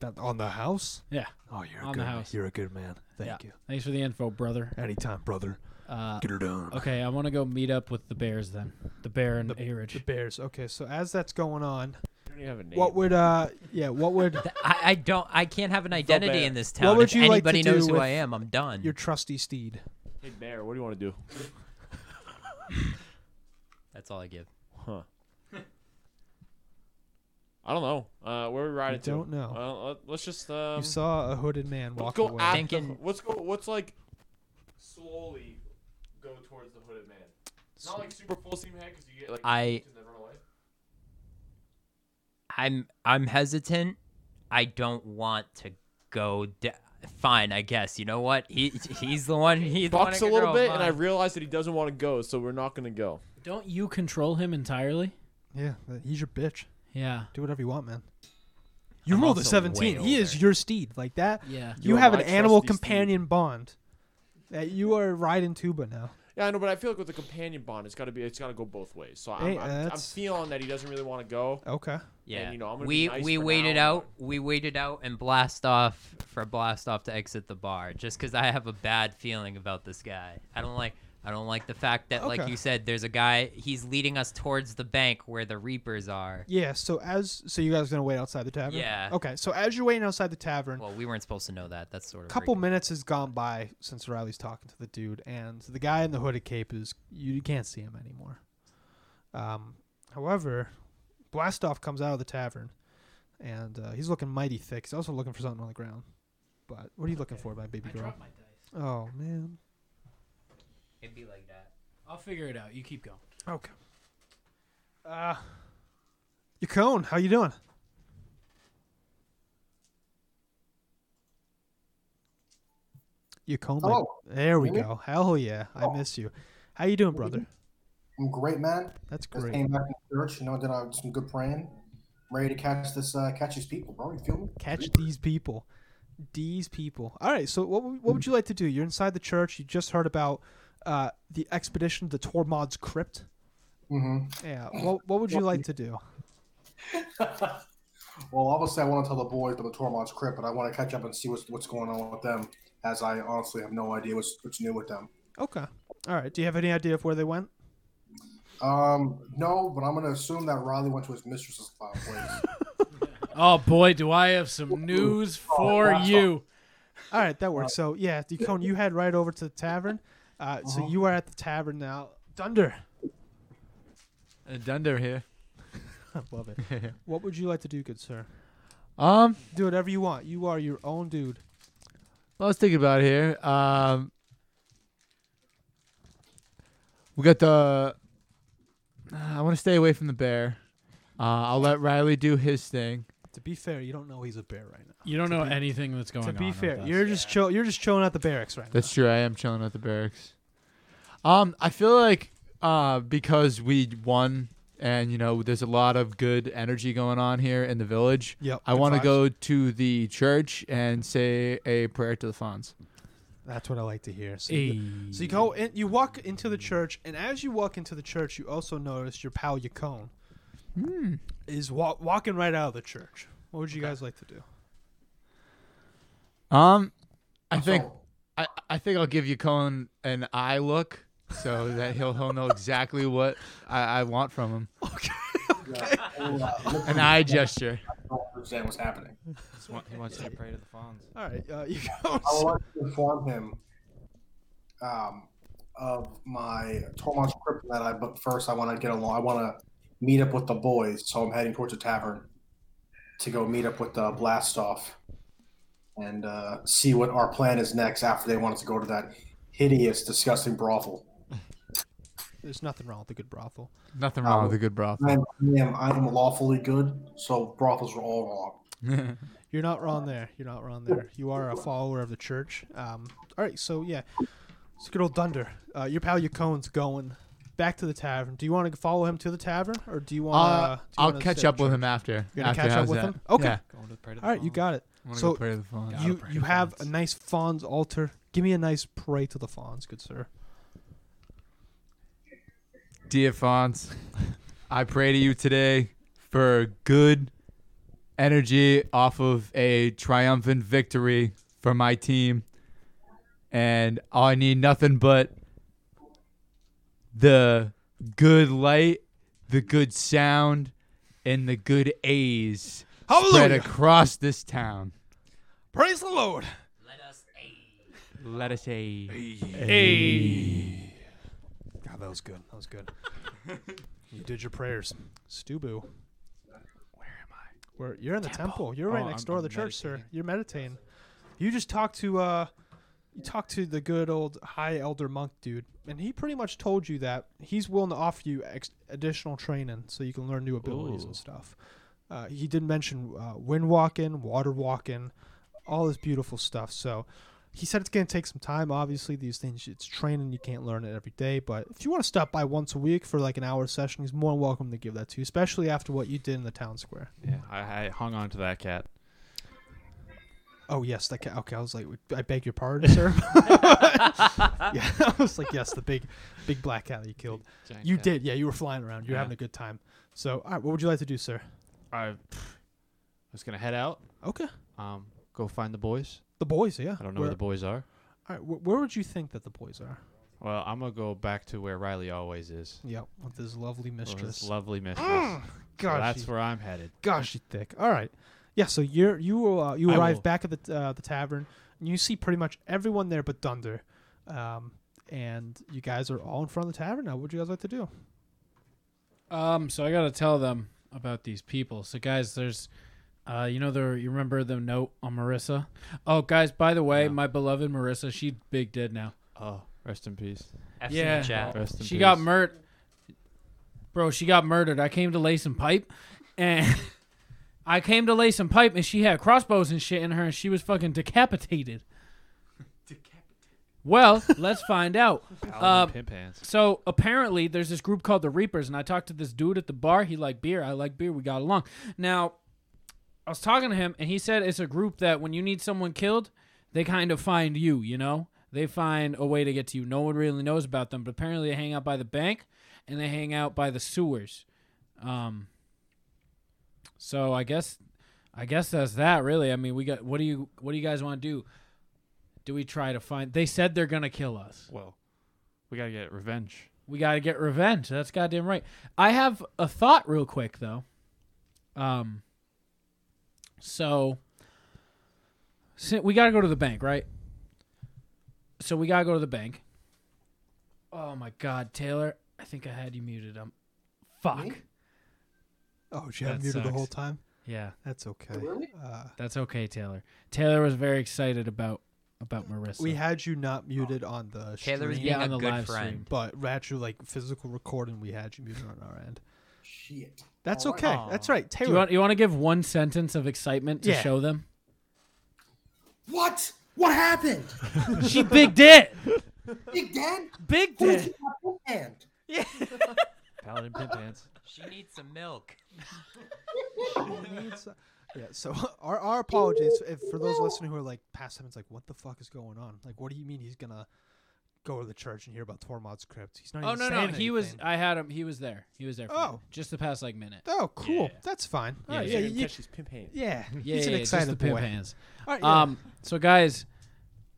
Speaker 1: that, on the house.
Speaker 4: Yeah.
Speaker 1: Oh, you're a
Speaker 4: On
Speaker 1: good.
Speaker 4: the house.
Speaker 1: You're a good man. Thank you.
Speaker 4: Thanks for the info, brother.
Speaker 1: Anytime, brother.
Speaker 4: Uh,
Speaker 1: Get her done.
Speaker 4: okay, I want to go meet up with the Bears then. The Bear and
Speaker 1: The
Speaker 4: Airage.
Speaker 1: Bears. Okay, so as that's going on,
Speaker 7: You don't even have a name.
Speaker 1: what would uh yeah, what would
Speaker 2: Th- I, I don't. I can't have an identity
Speaker 7: bear.
Speaker 2: in this town.
Speaker 1: would
Speaker 2: if
Speaker 1: you like to
Speaker 2: anybody knows
Speaker 1: do
Speaker 2: who
Speaker 1: with
Speaker 2: I am, I'm done.
Speaker 1: your trusty steed?
Speaker 7: Hey, Bear, what do you want to do?
Speaker 2: That's all I give.
Speaker 7: Huh. I don't know. Uh, where are we riding to?
Speaker 1: don't know.
Speaker 7: Uh, let- let's just. Um,
Speaker 1: you saw a hooded man
Speaker 7: let's
Speaker 1: walk
Speaker 7: go
Speaker 1: away.
Speaker 7: at the-
Speaker 2: Thinking-
Speaker 7: let's go. Let's like slowly go towards the hooded man. Not like super full steam ahead because you get like
Speaker 2: I-
Speaker 7: and then run away.
Speaker 2: I'm. I'm hesitant. I don't want to go. Da- Fine, I guess. You know what? He he's the one. He's the one
Speaker 7: Bucks
Speaker 2: that
Speaker 7: a
Speaker 2: can
Speaker 7: little
Speaker 2: grow
Speaker 7: bit, and I
Speaker 2: mine.
Speaker 7: realize that he doesn't want to go, so we're not gonna go.
Speaker 4: Don't you control him entirely?
Speaker 1: Yeah, th- he's your bitch.
Speaker 4: Yeah.
Speaker 1: Do whatever you want, man. You
Speaker 2: I'm
Speaker 1: rolled a
Speaker 2: also
Speaker 1: seventeen.
Speaker 2: way
Speaker 1: He
Speaker 2: older.
Speaker 1: is your steed like that.
Speaker 4: Yeah.
Speaker 1: You,
Speaker 7: You are
Speaker 1: have
Speaker 7: my
Speaker 1: an animal
Speaker 7: trusty steed.
Speaker 1: companion bond that you are riding tuba now.
Speaker 7: Yeah, I know, but I feel like with the companion bond, it's gotta be, it's gotta go both ways. So I'm,
Speaker 1: Hey,
Speaker 7: I'm, I'm
Speaker 1: that's-
Speaker 7: feeling that he doesn't really want to go.
Speaker 1: Okay.
Speaker 2: Yeah.
Speaker 7: you know, I'm gonna
Speaker 2: we
Speaker 7: be nice
Speaker 2: we
Speaker 7: for
Speaker 2: waited
Speaker 7: now,
Speaker 2: out. We waited out and blast off for blast off to exit the bar, just because I have a bad feeling about this guy. I don't like. I don't like the fact that, like
Speaker 1: Okay.
Speaker 2: you said, there's a guy. He's leading us towards the bank where the reapers are.
Speaker 1: Yeah. So as so you guys gonna wait outside the tavern?
Speaker 2: Yeah.
Speaker 1: Okay. So as you're waiting outside the tavern,
Speaker 2: Well, we weren't supposed to know that. That's sort of
Speaker 1: couple
Speaker 2: freaking-
Speaker 1: minutes has gone by since Riley's talking to the dude, and the guy in the hooded cape is you can't see him anymore. Um, however, Blastoff comes out of the tavern, and uh, he's looking mighty thick. He's also looking for something on the ground. But what are you looking for, my baby girl?
Speaker 4: my dice.
Speaker 1: Oh man.
Speaker 2: It'd be like that.
Speaker 4: I'll figure it out. You keep going.
Speaker 1: Okay. Uh, Yacone, how you doing? Yacone, my-
Speaker 8: Hello.
Speaker 1: there we
Speaker 8: Really?
Speaker 1: go. Hell yeah, I
Speaker 8: Oh.
Speaker 1: miss you. How you doing, brother?
Speaker 8: I'm great, man.
Speaker 1: That's
Speaker 8: Just
Speaker 1: great.
Speaker 8: came back from church, you know, did uh, some good praying. I'm ready to catch this, uh, catch these people, bro. You feel me?
Speaker 1: Catch these people, these people. All right, so what would- what would you like to do? You're inside the church. You just heard about uh, the expedition to Tormod's crypt.
Speaker 8: Mm-hmm.
Speaker 1: Yeah. What what would you like to do?
Speaker 8: Well, obviously, I want to tell the boys about the Tormont's crypt, but I want to catch up and see what's what's going on with them, as I honestly have no idea what's what's new with them.
Speaker 1: Okay. All right. Do you have any idea of where they went?
Speaker 8: Um, no, but I'm gonna assume that Riley went to his mistress's uh, place.
Speaker 4: Oh boy, do I have some news for you.
Speaker 1: All right, that works. So yeah, Decone, you head right over to the tavern. Uh, So you are at the tavern now. Dunder,
Speaker 5: Uh, Dunder here.
Speaker 1: I love it. what would you like to do, good sir?
Speaker 5: Um,
Speaker 1: Do whatever you want. You are your own dude.
Speaker 5: Well, let's think about it here. Um, we got the. uh, I want to stay away from the bear. Uh, I'll let Riley do his thing.
Speaker 1: To be fair, you don't know he's a bear right now.
Speaker 4: You don't know anything that's going
Speaker 1: To
Speaker 4: on.
Speaker 1: be
Speaker 4: with
Speaker 1: fair,
Speaker 4: us.
Speaker 1: you're just chill. You're just chilling at the barracks right
Speaker 5: That's true. I am chilling at the barracks. Um, I feel like uh, because we won and you know there's a lot of good energy going on here in the village.
Speaker 1: Yep,
Speaker 5: I
Speaker 1: good
Speaker 5: want to
Speaker 1: vibes.
Speaker 5: go to the church and say a prayer to the fawns.
Speaker 1: now. That's what I like to hear. So, you, so you go in, you walk into the church, and as you walk into the church, you also notice your pal Yacone
Speaker 4: Hmm.
Speaker 1: is wa- walking right out of the church. What would you guys like to do?
Speaker 5: Um, I think I, I think I'll give you Cohen an eye look so that he'll he'll know exactly what I, I want from him. An eye gesture.
Speaker 8: understand what's happening.
Speaker 9: he wants you to pray to the fawns.
Speaker 1: All right, uh, you
Speaker 8: I would
Speaker 1: go.
Speaker 8: like to inform him um, of my Tormont's crypt that I. But first, I want to get along. I want to meet up with the boys, so I'm heading towards a tavern to go meet up with the blast off and uh, see what our plan is next after they want us to go to that hideous, disgusting brothel.
Speaker 1: There's nothing wrong with a good brothel.
Speaker 5: Nothing wrong with a good broth.
Speaker 8: I am, I am, I am lawfully good, so brothels are all wrong.
Speaker 1: You're not wrong there. You're not wrong there. You are a follower of the church. Um, all right, so yeah, it's good old Dunder. Uh, your pal Yacone's going back to the tavern. Do you want to follow him to the tavern, or do you want
Speaker 5: Uh,
Speaker 1: to?
Speaker 5: I'll catch up with him after.
Speaker 1: You're gonna
Speaker 5: after,
Speaker 1: catch up
Speaker 5: how's
Speaker 1: with
Speaker 5: that?
Speaker 1: him? Okay.
Speaker 5: Yeah.
Speaker 9: Going to pray to the
Speaker 1: All right, you
Speaker 9: fawns.
Speaker 1: got it.
Speaker 5: I wanna
Speaker 1: So,
Speaker 5: go pray to the fawns.
Speaker 1: You you have a nice fawns altar. Give me a nice pray to the fawns, good sir.
Speaker 5: Dear Fonts, I pray to you today for good energy off of a triumphant victory for my team. And I need nothing but the good light, the good sound, and the good A's spread
Speaker 1: Hallelujah!
Speaker 5: across this town.
Speaker 1: Praise the Lord.
Speaker 2: Let us aid.
Speaker 5: Let us say.
Speaker 1: God, that was good. That was good. you did your prayers, Stubu. Where am I? Where you're in the temple. You're right
Speaker 9: Oh,
Speaker 1: next
Speaker 9: I'm-
Speaker 1: door to
Speaker 9: I'm
Speaker 1: the church, sir. You're meditating. You just talked to uh, you talked to the good old high elder monk dude, and he pretty much told you that he's willing to offer you ex- additional training so you can learn new abilities and stuff. Uh, he did mention uh, wind walking, water walking, all this beautiful stuff. So he said it's going to take some time. Obviously, these things it's training; you can't learn it every day. But if you want to stop by once a week for like an hour session, he's more than welcome to give that to you, especially after what you did in the town square.
Speaker 9: Yeah, I, I hung on to that cat.
Speaker 1: Oh yes, that ca- okay. I was like, I beg your pardon, sir. yeah, I was like, yes, the big, big black cat that you killed.
Speaker 9: Giant
Speaker 1: You
Speaker 9: cat.
Speaker 1: did, yeah. You were flying around. You're
Speaker 9: Yeah.
Speaker 1: having a good time. So, all right, what would you like to do, sir?
Speaker 9: I pff, was gonna head out.
Speaker 1: Okay,
Speaker 9: Um, go find the boys.
Speaker 1: the boys, yeah.
Speaker 9: I don't know
Speaker 1: where,
Speaker 9: where the boys are.
Speaker 1: all right, wh- where would you think that the boys are?
Speaker 9: Well, I'm gonna go back to where Riley always is.
Speaker 1: Yeah, with this lovely
Speaker 9: Well, his
Speaker 1: mistress.
Speaker 9: lovely mistress.
Speaker 1: Mm,
Speaker 9: So
Speaker 1: gosh,
Speaker 9: that's
Speaker 1: she's-
Speaker 9: where I'm headed.
Speaker 1: gosh, she's thick. All right, yeah. So you're you will, uh, you
Speaker 9: I
Speaker 1: arrive
Speaker 9: will-
Speaker 1: back at the uh, the tavern. And you see pretty much everyone there but Dunder, um, and you guys are all in front of the tavern now. What would you guys like to do?
Speaker 4: Um, so I gotta tell them about these people. So guys, there's, uh, you know, the you remember the note on Marissa? Oh, guys, by the way, my beloved Marissa, she big dead now.
Speaker 9: Oh, rest in peace.
Speaker 2: F's in
Speaker 4: Yeah. Uh,
Speaker 2: the chat.
Speaker 9: Rest in
Speaker 4: She got
Speaker 9: peace.
Speaker 4: murdered. Bro, she got murdered. I came to lay some pipe, and I came to lay some pipe, and she had crossbows and shit in her, and she was fucking decapitated. Well, let's find out.
Speaker 9: Paladin
Speaker 4: Um,
Speaker 9: pimp hands.
Speaker 4: So apparently, there's this group called the Reapers, and I talked to this dude at the bar. He liked beer. I like beer. We got along. Now, I was talking to him, and he said it's a group that when you need someone killed, they kind of find you. You know, they find a way to get to you. No one really knows about them, but apparently, they hang out by the bank, and they hang out by the sewers. Um. So I guess, I guess that's that. Really, I mean, we got. What do you What do you guys want to do? Do we try to find? They said they're gonna kill us.
Speaker 9: Well, we gotta get revenge.
Speaker 4: We got to get revenge. That's goddamn right. I have a thought real quick though. Um so si- we got to go to the bank, right? So we got to go to the bank. Oh my god, Taylor, I think I had you muted. Um fuck.
Speaker 1: Oh, she had
Speaker 4: That
Speaker 1: muted the
Speaker 4: sucks.
Speaker 1: whole time.
Speaker 4: Yeah,
Speaker 1: That's okay. Uh,
Speaker 4: that's okay, Taylor. Taylor was very excited about about Marissa.
Speaker 1: we had you not muted on the
Speaker 2: Taylor was
Speaker 1: stream,
Speaker 2: being
Speaker 4: Yeah,
Speaker 2: a
Speaker 4: on the
Speaker 2: good
Speaker 4: live
Speaker 2: friend.
Speaker 1: but at you like physical recording, we had you muted on our end.
Speaker 8: Shit.
Speaker 1: That's
Speaker 8: All right.
Speaker 1: okay. That's right.
Speaker 4: Do
Speaker 1: Taylor,
Speaker 4: you want you want to give one sentence of excitement to
Speaker 1: Yeah.
Speaker 4: show them?
Speaker 8: What? What happened?
Speaker 4: she big did.
Speaker 8: Big Dan?
Speaker 4: Big
Speaker 8: Who
Speaker 4: did.
Speaker 8: did you have planned?
Speaker 9: Paladin pimp hands.
Speaker 2: She needs some milk.
Speaker 1: needs- uh, Yeah. So our, our apologies if for those listening who are like past seven, it's like what the fuck is going on? Like, what do you mean he's gonna go to the church and hear about Tormod's crypt? He's not.
Speaker 4: Oh
Speaker 1: even
Speaker 4: no no,
Speaker 1: saying
Speaker 4: he was.
Speaker 1: anything.
Speaker 4: I had him. He was there. He was there. For
Speaker 1: Oh.
Speaker 4: oh, just the past like minute.
Speaker 1: oh, cool.
Speaker 9: Yeah.
Speaker 1: That's fine. All
Speaker 4: Yeah,
Speaker 1: right,
Speaker 4: you're
Speaker 1: Yeah.
Speaker 4: gonna
Speaker 1: Yeah.
Speaker 6: Catch his pimp hand.
Speaker 1: Yeah.
Speaker 4: Yeah,
Speaker 1: He's
Speaker 4: yeah,
Speaker 1: an
Speaker 4: yeah, just the
Speaker 1: excited
Speaker 4: pimp
Speaker 1: boy.
Speaker 4: hands.
Speaker 1: All right, yeah.
Speaker 4: Um. So guys,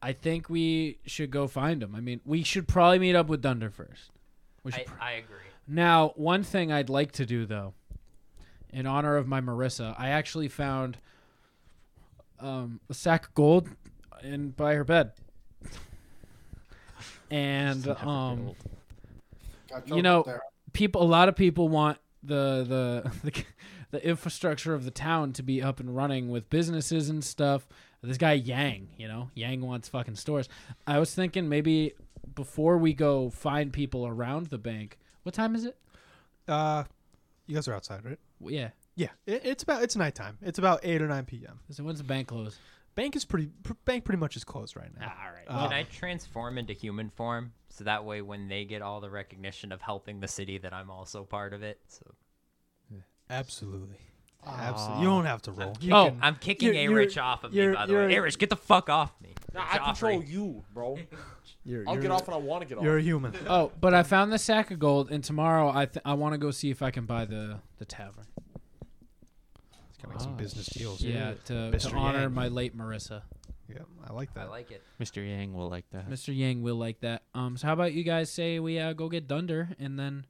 Speaker 4: I think we should go find him. I mean, we should probably meet up with Dunder first. We should
Speaker 2: I, I agree.
Speaker 4: Now, one thing I'd like to do though, in honor of my Marissa, I actually found um, a sack of gold in by her bed, and um,
Speaker 8: Got
Speaker 4: You
Speaker 8: choked
Speaker 4: know-
Speaker 8: up there.
Speaker 4: people, a lot of people want the the the, the infrastructure of the town to be up and running with businesses and stuff. This guy Yang, you know, Yang wants fucking stores. I was thinking maybe before we go find people around the bank. What time is it?
Speaker 1: Uh, you guys are outside, right?
Speaker 4: Yeah.
Speaker 1: Yeah. It, it's about it's nighttime. It's about eight or nine p.m.
Speaker 4: So when's the bank close?
Speaker 1: Bank is pretty. Pr- bank pretty much is closed right now.
Speaker 4: all right.
Speaker 1: Uh,
Speaker 2: Can I transform into human form so that way when they get all the recognition of helping the city that I'm also part of it? So
Speaker 1: Absolutely. Absolutely. You don't have to roll. You
Speaker 4: Oh,
Speaker 1: can-
Speaker 2: I'm kicking
Speaker 1: You're-
Speaker 2: A
Speaker 1: you're-
Speaker 2: Rich off of me,
Speaker 1: you're-
Speaker 2: by the way.
Speaker 1: you're-
Speaker 2: A Rich, get the fuck off me.
Speaker 6: Nah,
Speaker 2: It's
Speaker 6: I control
Speaker 2: Joffrey.
Speaker 6: you, bro.
Speaker 1: you're,
Speaker 6: I'll get
Speaker 1: you're-
Speaker 6: off when I want to get off.
Speaker 1: You're a human.
Speaker 4: Oh, but I found the sack of gold, and tomorrow I th- I want to go see if I can buy the the tavern.
Speaker 1: It's gonna
Speaker 4: Oh,
Speaker 1: make some business deals.
Speaker 4: Yeah, to,
Speaker 1: Mr.
Speaker 4: to honor
Speaker 1: Yang.
Speaker 4: my late Marissa.
Speaker 1: Yeah. I like
Speaker 2: I
Speaker 1: that.
Speaker 2: like it.
Speaker 9: Mr. Yang will like that.
Speaker 4: Mr. Yang will like that. Um, so how about you guys say we uh, go get Dunder, and then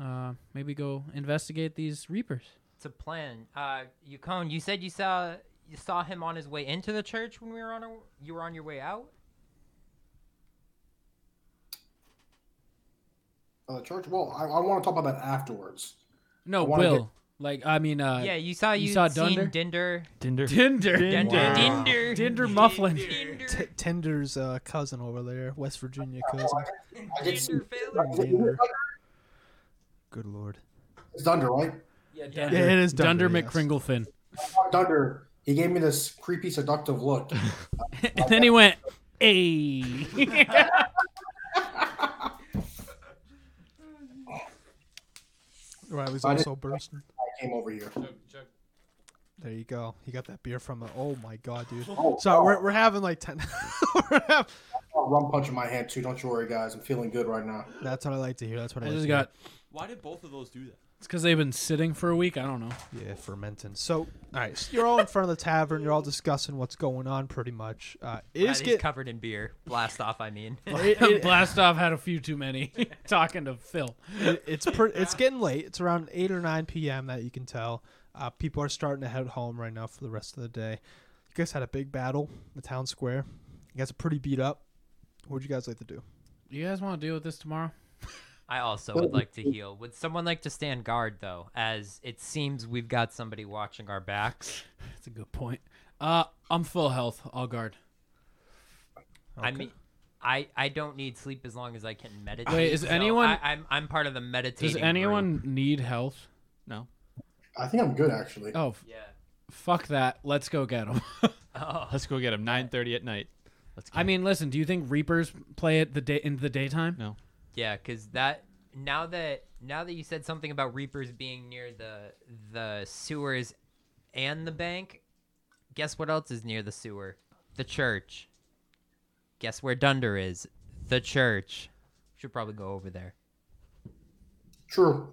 Speaker 4: uh maybe go investigate these Reapers.
Speaker 2: It's a plan. Uh, Yukon, you said you saw you saw him on his way into the church when we were on our, you were on your way out.
Speaker 8: Uh, the church. Well, I, I want to talk about that afterwards.
Speaker 4: No,
Speaker 8: I wanna
Speaker 4: Will. Like I mean, uh,
Speaker 2: yeah, you saw
Speaker 4: you
Speaker 2: you,
Speaker 4: saw
Speaker 2: seen
Speaker 4: Dunder?
Speaker 2: Dinder.
Speaker 9: Tinder.
Speaker 4: Dinder,
Speaker 2: Dinder.
Speaker 9: Wow.
Speaker 2: Dinder.
Speaker 4: Dinder Mufflin.
Speaker 2: Dinder.
Speaker 1: T- Tender's uh, cousin over there, West Virginia cousin.
Speaker 8: I did see.
Speaker 2: Dinder Failure.
Speaker 8: Is it- is it-
Speaker 1: Good lord.
Speaker 8: It's Dunder, right?
Speaker 4: Yeah,
Speaker 1: Yeah, it is Dunder,
Speaker 4: Dunder
Speaker 1: yes.
Speaker 4: McCringlefin.
Speaker 8: Dunder. He gave me this creepy, seductive look.
Speaker 4: and then he went, "Hey."
Speaker 1: Right, he's
Speaker 8: I did-
Speaker 1: also bursting.
Speaker 8: I came over here.
Speaker 1: There you go. He got that beer from the. Oh my god, dude.
Speaker 8: Oh,
Speaker 1: So we're, we're having like ten. we're hav-
Speaker 8: got a rum punch in my hand too. Don't you worry, guys. I'm feeling good right now.
Speaker 1: That's what I like to hear. That's what I,
Speaker 4: I
Speaker 1: like
Speaker 4: just
Speaker 1: to hear.
Speaker 4: got
Speaker 6: Why did both of those do that?
Speaker 4: It's because they've been sitting for a week. I don't know.
Speaker 1: Yeah, fermenting. So, all right, so you're all in front of the tavern. You're all discussing what's going on, pretty much. Uh, it
Speaker 2: Yeah,
Speaker 1: is
Speaker 2: he's
Speaker 1: get.
Speaker 2: covered in beer. Blast off, I mean.
Speaker 1: it- it-
Speaker 4: Blastoff had a few too many talking to Phil.
Speaker 1: it- it's pre- it's getting late. It's around eight or nine p.m. that you can tell. Uh, people are starting to head home right now for the rest of the day. You guys had a big battle in the town square. You guys are pretty beat up. What would you guys like to do?
Speaker 4: Do you guys want to deal with this tomorrow?
Speaker 2: I also would like to heal. Would someone like to stand guard though, as it seems we've got somebody watching our backs?
Speaker 4: That's a good point. Uh, I'm full health. I'll guard.
Speaker 2: I mean, I I don't need sleep as long as I can meditate.
Speaker 4: Wait, is
Speaker 2: so
Speaker 4: anyone-
Speaker 2: I, I'm I'm part of the meditating.
Speaker 4: Does
Speaker 2: group.
Speaker 4: anyone need health?
Speaker 8: I think I'm good actually.
Speaker 4: Oh, f-
Speaker 2: Yeah.
Speaker 4: fuck that. Let's go get them.
Speaker 2: Oh,
Speaker 9: Let's go get him. 9:30 at night. Let's. Get
Speaker 4: I mean, listen. Do you think Reapers play it the day in the daytime?
Speaker 9: No.
Speaker 2: yeah, because that now that now that you said something about reapers being near the the sewers and the bank, guess what else is near the sewer? The church. Guess where Dunder is? The church. Should probably go over there.
Speaker 8: True.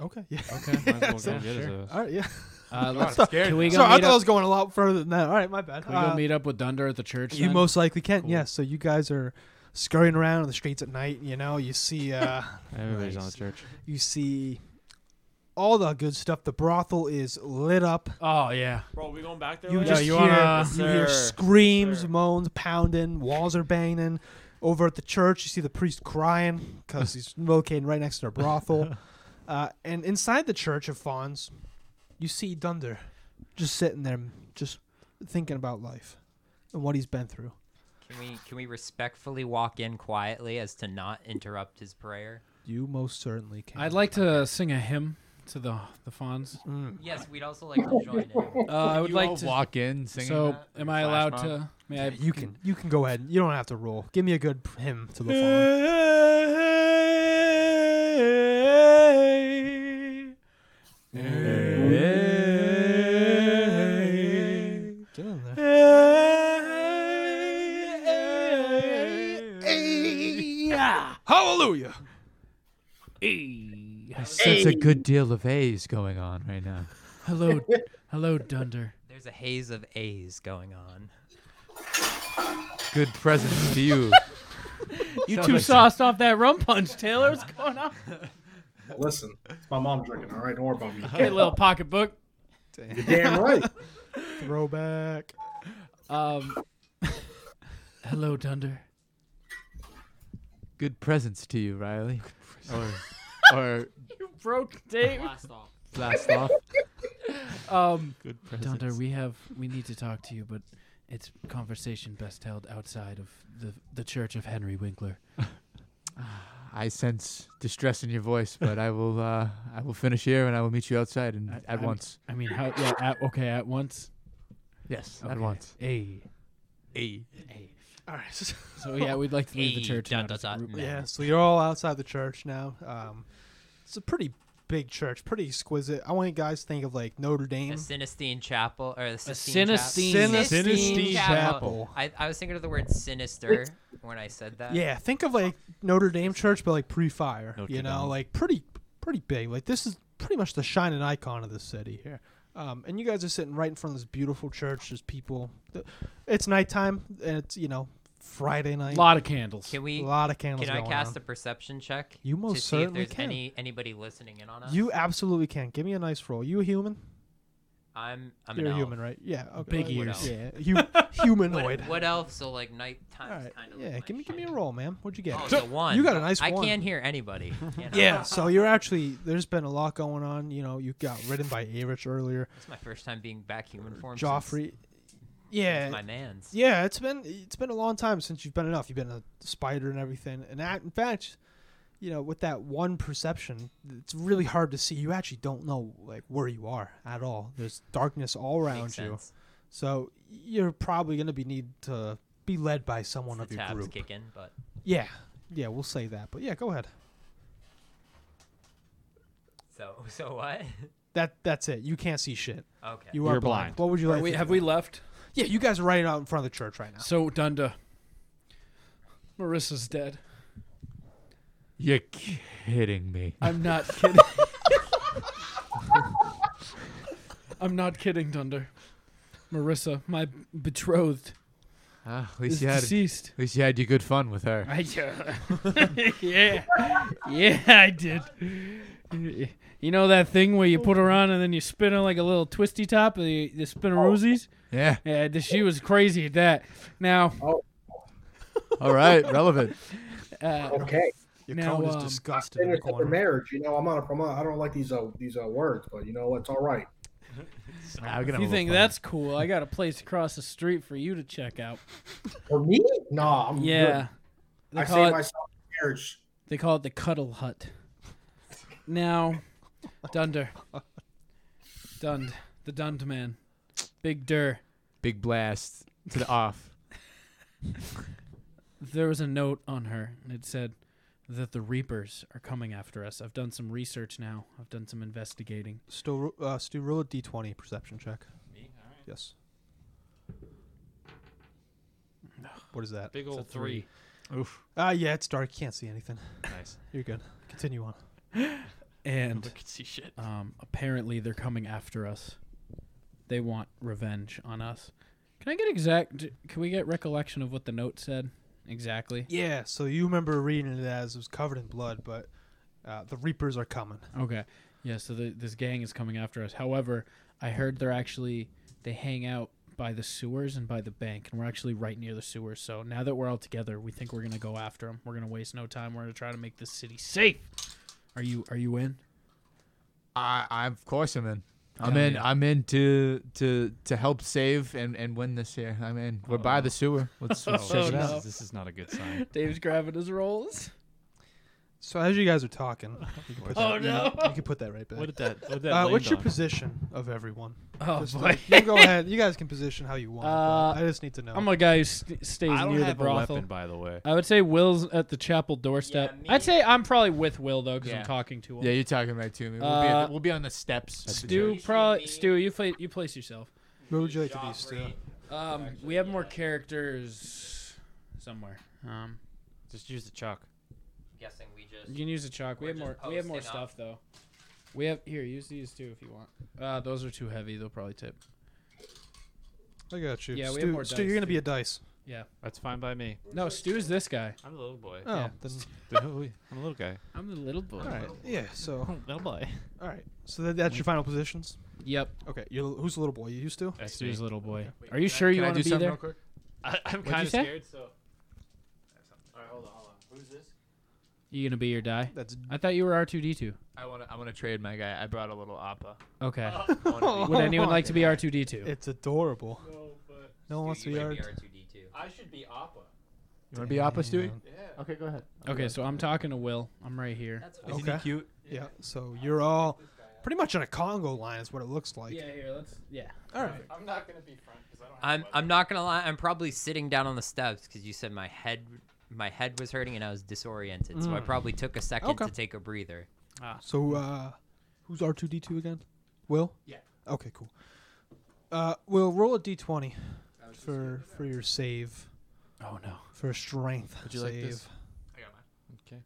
Speaker 1: Okay. Yeah.
Speaker 9: Okay. Might as well go get
Speaker 4: sure.
Speaker 9: us a-
Speaker 1: All right. Yeah.
Speaker 4: Uh,
Speaker 1: I'm
Speaker 4: let's,
Speaker 1: sorry.
Speaker 4: can we go
Speaker 1: Sorry, I
Speaker 4: meet
Speaker 1: thought I
Speaker 4: up?
Speaker 1: was going a lot further than that. All right, my bad.
Speaker 4: Can we go
Speaker 1: Uh,
Speaker 4: meet up with Dunder at the church?
Speaker 1: You
Speaker 4: then?
Speaker 1: most likely can,
Speaker 9: Cool.
Speaker 1: yes. So you guys are scurrying around in the streets at night. You know, you see, uh,
Speaker 9: Everybody's on
Speaker 1: Nice.
Speaker 9: the church.
Speaker 1: you see all the good stuff. The brothel is lit up.
Speaker 4: Oh yeah.
Speaker 6: Bro, we going back there?
Speaker 1: You
Speaker 6: later?
Speaker 1: just
Speaker 4: you
Speaker 1: hear,
Speaker 4: wanna-
Speaker 1: you hear
Speaker 6: Sir.
Speaker 1: screams,
Speaker 6: Sir.
Speaker 1: moans, pounding. Walls are banging. Over at the church, you see the priest crying because he's located right next to the brothel. Uh, and inside the church of fawns, you see Dunder just sitting there, just thinking about life and what he's been through.
Speaker 2: Can we can we respectfully walk in quietly as to not interrupt his prayer?
Speaker 1: You most certainly can.
Speaker 4: I'd like to sing a hymn to the the fawns.
Speaker 2: Yes, we'd also like to join in.
Speaker 4: Uh, I would
Speaker 5: you
Speaker 4: like
Speaker 5: all
Speaker 4: to.
Speaker 5: walk in singing.
Speaker 4: so,
Speaker 5: that?
Speaker 4: am I
Speaker 9: Flash
Speaker 4: allowed
Speaker 9: mob?
Speaker 4: to? May I?
Speaker 1: You can you can go ahead. You don't have to roll. Give me a good p- hymn to the phone.
Speaker 4: Hey, hey, hey, Hey.
Speaker 5: Such a good deal of A's going on right now.
Speaker 4: Hello. Hello, Dunder.
Speaker 2: There's a haze of A's going on.
Speaker 5: Good presents to you.
Speaker 4: You too sauced off that rum punch, Taylor. What's going on?
Speaker 8: Listen, it's my mom drinking. All right, don't worry about me.
Speaker 4: Hey, little pocketbook.
Speaker 8: You're damn right.
Speaker 1: Throwback.
Speaker 4: Um, hello, Dunder.
Speaker 5: Good presents to you, Riley. Or, or
Speaker 4: You broke Dave.
Speaker 3: Blast off. Blast off.
Speaker 4: Um,
Speaker 9: Good presents.
Speaker 4: Dunder, we have we need to talk to you, but it's conversation best held outside of the the Church of Henry Winkler.
Speaker 5: I sense distress in your voice, but I will. Uh, I will finish here, and I will meet you outside and
Speaker 4: I-
Speaker 5: at
Speaker 4: I'm-
Speaker 5: once.
Speaker 4: I mean, how? Yeah. At, okay, at once.
Speaker 5: Yes,
Speaker 4: Okay.
Speaker 5: at once.
Speaker 4: Hey.
Speaker 1: All right. so-
Speaker 4: So yeah, we'd like to leave the
Speaker 2: Hey,
Speaker 4: church.
Speaker 2: dun,
Speaker 4: now.
Speaker 2: dun, dun.
Speaker 4: Group-
Speaker 1: Yeah, so you're all outside the church now. Um, it's a pretty big church, pretty exquisite. I want you guys to think of like Notre
Speaker 2: The
Speaker 1: Dame.
Speaker 2: Sinistine Chapel or the Sistine
Speaker 4: Sinistine.
Speaker 2: Chapel.
Speaker 1: Sinistine Chapel.
Speaker 2: I, I was thinking of the word sinister when I said that.
Speaker 1: Yeah, think of like Notre Dame church, but like pre-fire.
Speaker 9: Notre
Speaker 1: you know,
Speaker 9: Dame.
Speaker 1: like pretty, pretty big. Like this is pretty much the shining icon of the city here. Um, and you guys are sitting right in front of this beautiful church. There's people. th- It's nighttime, and it's you know Friday night.
Speaker 4: Lot of candles.
Speaker 2: Can we?
Speaker 1: a lot of candles.
Speaker 2: Can I
Speaker 1: going
Speaker 2: cast
Speaker 1: on.
Speaker 2: a perception check?
Speaker 1: You most
Speaker 2: to see if
Speaker 1: certainly
Speaker 2: there's
Speaker 1: can.
Speaker 2: any anybody listening in on us.
Speaker 1: You absolutely can. Give me a nice roll. You a human?
Speaker 2: I'm. I'm
Speaker 1: You're
Speaker 2: an
Speaker 1: a
Speaker 2: elf.
Speaker 1: human, right? Yeah. Okay.
Speaker 4: Big
Speaker 1: What else?
Speaker 4: ears.
Speaker 1: Yeah. Hu- humanoid.
Speaker 2: What, what elf? So like night
Speaker 1: All
Speaker 2: time's
Speaker 1: right.
Speaker 2: kind of.
Speaker 1: Yeah. Give me, give me a roll, man. What'd you get?
Speaker 2: Oh, it's a one.
Speaker 1: You got a nice
Speaker 2: I
Speaker 1: one.
Speaker 2: can't hear anybody. you know?
Speaker 1: Yeah, so you're actually there's been a lot going on. You know, you got ridden by Arich earlier,
Speaker 2: It's my first time being back human form. since-
Speaker 1: Joffrey.
Speaker 2: since
Speaker 1: Yeah,
Speaker 2: my man's.
Speaker 1: yeah, it's been it's been a long time since you've been enough. You've been a spider and everything, and that, in fact, you know, with that one perception, it's really hard to see. You actually don't know like where you are at all. There's darkness all around
Speaker 2: Makes
Speaker 1: you,
Speaker 2: sense.
Speaker 1: so you're probably gonna be need to be led by someone
Speaker 2: The
Speaker 1: of your
Speaker 2: tab's
Speaker 1: group.
Speaker 2: kicking, but
Speaker 1: Yeah, yeah, we'll say that. But yeah, go ahead.
Speaker 2: so so what?
Speaker 1: That that's it. You can't see shit.
Speaker 2: okay.
Speaker 1: You
Speaker 9: You're
Speaker 1: are blind.
Speaker 9: blind.
Speaker 1: What would you like?
Speaker 4: Are we,
Speaker 1: to
Speaker 4: have
Speaker 1: do?
Speaker 4: we left?
Speaker 1: Yeah, you guys are right out in front of the church right now.
Speaker 4: So Dunder. Marissa's dead.
Speaker 5: You're kidding me.
Speaker 4: I'm not kidding. I'm not kidding, Dunder. Marissa, my betrothed,
Speaker 5: Ah, at
Speaker 4: is
Speaker 5: least you had. At
Speaker 4: deceased.
Speaker 5: least you had your good fun with her.
Speaker 4: I, yeah, yeah, I did. You know that thing where you put her on and then you spin her like a little twisty top, the the spinneroozies.
Speaker 5: Yeah.
Speaker 4: Yeah, th- she was crazy at that. Now,
Speaker 5: All right. Relevant.
Speaker 4: uh,
Speaker 8: Okay.
Speaker 1: Your
Speaker 4: Now,
Speaker 1: cone is
Speaker 4: um,
Speaker 1: disgusted in the
Speaker 8: Standards of the
Speaker 1: corner.
Speaker 8: marriage. You know, I'm not. A, I'm not I don't like these uh, these uh, words, but you know, it's all right.
Speaker 5: Now we're gonna
Speaker 4: if
Speaker 5: have
Speaker 4: you
Speaker 5: a
Speaker 4: think
Speaker 5: little
Speaker 4: that's cool, I got a place across the street for you to check out.
Speaker 8: For me? Nah, I'm
Speaker 4: Yeah,
Speaker 8: good.
Speaker 4: they
Speaker 8: I
Speaker 4: call
Speaker 8: saved
Speaker 4: it
Speaker 8: myself a marriage.
Speaker 4: They call it the Cuddle Hut. Now, Dunder. Dund. The Dund Man. Big Dur.
Speaker 5: fun. big blast to the off.
Speaker 4: There was a note on her, and it said that the Reapers are coming after us. I've done some research now, I've done some investigating.
Speaker 1: Still, uh, Stu, roll a d20 perception check.
Speaker 9: Me? All right.
Speaker 1: Yes. What is that?
Speaker 9: Big
Speaker 4: It's a
Speaker 9: old three. Oof.
Speaker 1: Ah, yeah, it's dark. Can't see anything.
Speaker 9: Nice.
Speaker 1: You're good. Continue on.
Speaker 4: And
Speaker 9: Look and see shit.
Speaker 4: um, apparently, they're coming after us. They want revenge on us. Can I get exact? Can we get recollection of what the note said exactly?
Speaker 1: Yeah, so you remember reading it as it was covered in blood, but uh, the Reapers are coming.
Speaker 4: Okay. Yeah, so the, this gang is coming after us. However, I heard they're actually they hang out by the sewers and by the bank, and we're actually right near the sewers. So now that we're all together, we think we're gonna go after them. We're gonna waste no time. We're gonna try to make this city safe. Are you Are you in?
Speaker 5: I, I of course I'm in. I'm
Speaker 4: Hell
Speaker 5: in.
Speaker 4: yeah.
Speaker 5: I'm in to to to help save and and win this year. I'm in. We're
Speaker 4: Oh.
Speaker 5: by the sewer. Let's, let's check it out.
Speaker 4: no.
Speaker 9: Oh, This is not a good sign.
Speaker 4: Dave's grabbing his rolls.
Speaker 1: So as you guys are talking, you can put,
Speaker 4: Oh,
Speaker 1: that,
Speaker 4: no.
Speaker 1: you, you can put that right back.
Speaker 9: What did that? What did that
Speaker 1: uh,
Speaker 9: land
Speaker 1: what's your
Speaker 9: on?
Speaker 1: position of everyone?
Speaker 4: Oh
Speaker 1: Just,
Speaker 4: boy.
Speaker 1: like, you go ahead. You guys can position how you want. but
Speaker 4: Uh,
Speaker 1: I just need to know.
Speaker 4: I'm a guy who st- stays
Speaker 9: I don't
Speaker 4: near the
Speaker 9: have a
Speaker 4: brothel.
Speaker 9: weapon, by the way.
Speaker 4: I would say Will's at the chapel doorstep.
Speaker 2: me-
Speaker 4: I'd say I'm probably with Will though, because
Speaker 5: Yeah.
Speaker 4: I'm talking to him.
Speaker 5: Yeah, you're talking right to me. We'll, be,
Speaker 4: Uh,
Speaker 5: at the, we'll be on the steps. at the
Speaker 4: Stu,
Speaker 5: church.
Speaker 4: probably Stu. You play, you place yourself.
Speaker 1: Where would you like to be, Stu?
Speaker 4: Um, we have more characters somewhere. Um,
Speaker 9: Just use the chalk.
Speaker 2: guessing we just.
Speaker 4: You can use a chalk. We
Speaker 2: We're
Speaker 4: have
Speaker 2: just
Speaker 4: more. We have more
Speaker 2: posting up.
Speaker 4: stuff though. We have here. Use these too if you want. Uh, those are too heavy. They'll probably tip.
Speaker 1: I got you.
Speaker 4: Yeah, we have
Speaker 1: Stu,
Speaker 4: more
Speaker 1: Stu,
Speaker 4: dice,
Speaker 1: you're gonna be
Speaker 4: dude.
Speaker 1: a dice.
Speaker 9: That's fine by me.
Speaker 4: No, Stu's this guy.
Speaker 9: I'm the little boy.
Speaker 1: Oh,
Speaker 4: Yeah.
Speaker 1: then,
Speaker 9: I'm a little guy.
Speaker 4: I'm the little boy.
Speaker 1: all right. Yeah. So,
Speaker 9: Little Oh, boy.
Speaker 1: all right. So that, that's your final positions.
Speaker 4: Yep.
Speaker 1: Okay. You're, who's the little boy? You used to?
Speaker 9: That's me.
Speaker 4: Stu's little boy. Are you sure you want to be there?
Speaker 5: quick?
Speaker 9: I, I'm
Speaker 4: you
Speaker 9: kind of
Speaker 4: say?
Speaker 9: scared, so.
Speaker 7: Alright, hold on, hold on. Who's this?
Speaker 4: You gonna be or die?
Speaker 1: That's
Speaker 4: I thought you were R two D two.
Speaker 9: I want to I wanna trade my guy. I brought a little Appa.
Speaker 4: Okay.
Speaker 9: I wanna be-
Speaker 4: Would anyone like to be R two D two?
Speaker 1: it's adorable.
Speaker 7: No, but
Speaker 1: No one wants to be our.
Speaker 2: R2D2.
Speaker 7: I should be Appa.
Speaker 5: You want to be Appa, Stewie?
Speaker 1: Damn.
Speaker 7: Yeah.
Speaker 5: Okay, go ahead.
Speaker 4: Okay, so I'm talking to Will. I'm right here.
Speaker 2: That's
Speaker 1: Okay.
Speaker 5: Isn't he cute?
Speaker 1: Yeah. So you're all pretty much on a Congo line is what it looks like.
Speaker 4: here. Let's. Yeah.
Speaker 1: All right.
Speaker 7: I'm not gonna be front because I don't have
Speaker 2: I'm
Speaker 7: a
Speaker 2: I'm not gonna lie. I'm probably sitting down on the steps because you said my head my head was hurting and I was disoriented, so I probably took a second
Speaker 1: Mm. Okay.
Speaker 2: to take a breather.
Speaker 1: So uh, who's R two D two again? Will.
Speaker 7: Yeah.
Speaker 1: Okay. Cool. Uh, Will roll a D twenty for for your save
Speaker 4: Oh no.
Speaker 1: for strength
Speaker 5: Would you
Speaker 1: save.
Speaker 5: like this?
Speaker 7: I got mine.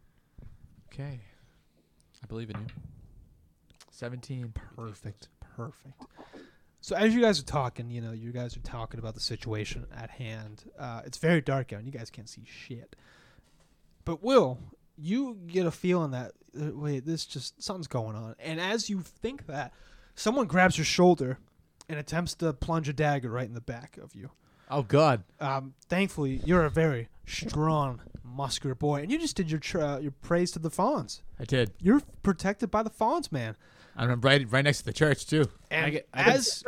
Speaker 5: Okay. I believe in you. 17.
Speaker 1: Perfect. Perfect. So as you guys are talking, you know, you guys are talking about the situation at hand. Uh, it's very dark out, and you guys can't see shit. But Will, you get a feeling that uh, wait, this just something's going on. And as you think that, someone grabs your shoulder and attempts to plunge a dagger right in the back of you.
Speaker 5: Oh, God.
Speaker 1: Um, thankfully, you're a very strong, muscular boy, and you just did your tra- your praise to the fawns.
Speaker 5: I did.
Speaker 1: You're protected by the fawns, man.
Speaker 5: And I'm right, right next to the church, too.
Speaker 1: And
Speaker 4: get- I can-
Speaker 1: as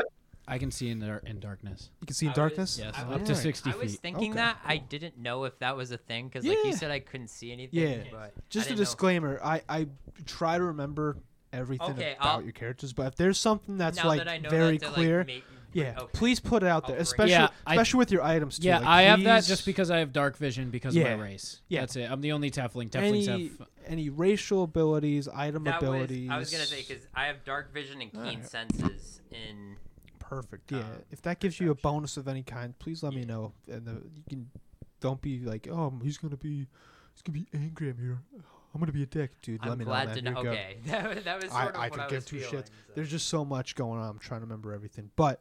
Speaker 4: I can see in dar- in darkness.
Speaker 1: You can see in
Speaker 2: I
Speaker 1: darkness.
Speaker 4: Yes.
Speaker 2: I
Speaker 4: up
Speaker 2: was-
Speaker 4: to sixty
Speaker 2: I was
Speaker 4: feet.
Speaker 2: thinking
Speaker 1: Okay,
Speaker 2: that I didn't know if that was a thing because like you
Speaker 1: Yeah.
Speaker 2: said I couldn't see anything.
Speaker 1: Yeah.
Speaker 2: but
Speaker 1: Just
Speaker 2: I
Speaker 1: a
Speaker 2: didn't know.
Speaker 1: disclaimer. I I try to remember everything
Speaker 2: Okay,
Speaker 1: about
Speaker 2: I'll-
Speaker 1: your characters, but if there's something that's
Speaker 2: now
Speaker 1: like
Speaker 2: that I know
Speaker 1: very
Speaker 2: that to,
Speaker 1: clear,
Speaker 2: Like, make, Oh,
Speaker 1: yeah,
Speaker 2: okay.
Speaker 1: please put it out
Speaker 2: I'll
Speaker 1: there,
Speaker 2: bring-
Speaker 1: especially
Speaker 4: Yeah, I-
Speaker 1: especially with your items too.
Speaker 4: Yeah,
Speaker 1: like,
Speaker 4: I have that just
Speaker 1: please-
Speaker 4: because I have dark vision because
Speaker 1: Yeah.
Speaker 4: of my race.
Speaker 1: Yeah.
Speaker 4: That's it. I'm the only Tefling. Teflings
Speaker 1: any
Speaker 4: have.
Speaker 1: any racial abilities, item
Speaker 2: That was,
Speaker 1: abilities.
Speaker 2: I was gonna say because I have dark vision and keen
Speaker 1: Alright.
Speaker 2: senses in
Speaker 1: perfect. Yeah,
Speaker 2: uh,
Speaker 1: if that gives you a bonus of any kind, please let me know. And the, you can don't be like, oh, he's gonna be he's gonna be angry. I'm here. I'm gonna be a dick, dude. let
Speaker 2: I'm
Speaker 1: me
Speaker 2: glad
Speaker 1: know.
Speaker 2: to
Speaker 1: man.
Speaker 2: know.
Speaker 1: Here you go.
Speaker 2: Okay, that, that was sort
Speaker 1: I,
Speaker 2: of
Speaker 1: I
Speaker 2: what
Speaker 1: could
Speaker 2: I
Speaker 1: give
Speaker 2: was
Speaker 1: two
Speaker 2: feeling,
Speaker 1: shits.
Speaker 2: so.
Speaker 1: There's just so much going on. I'm trying to remember everything. But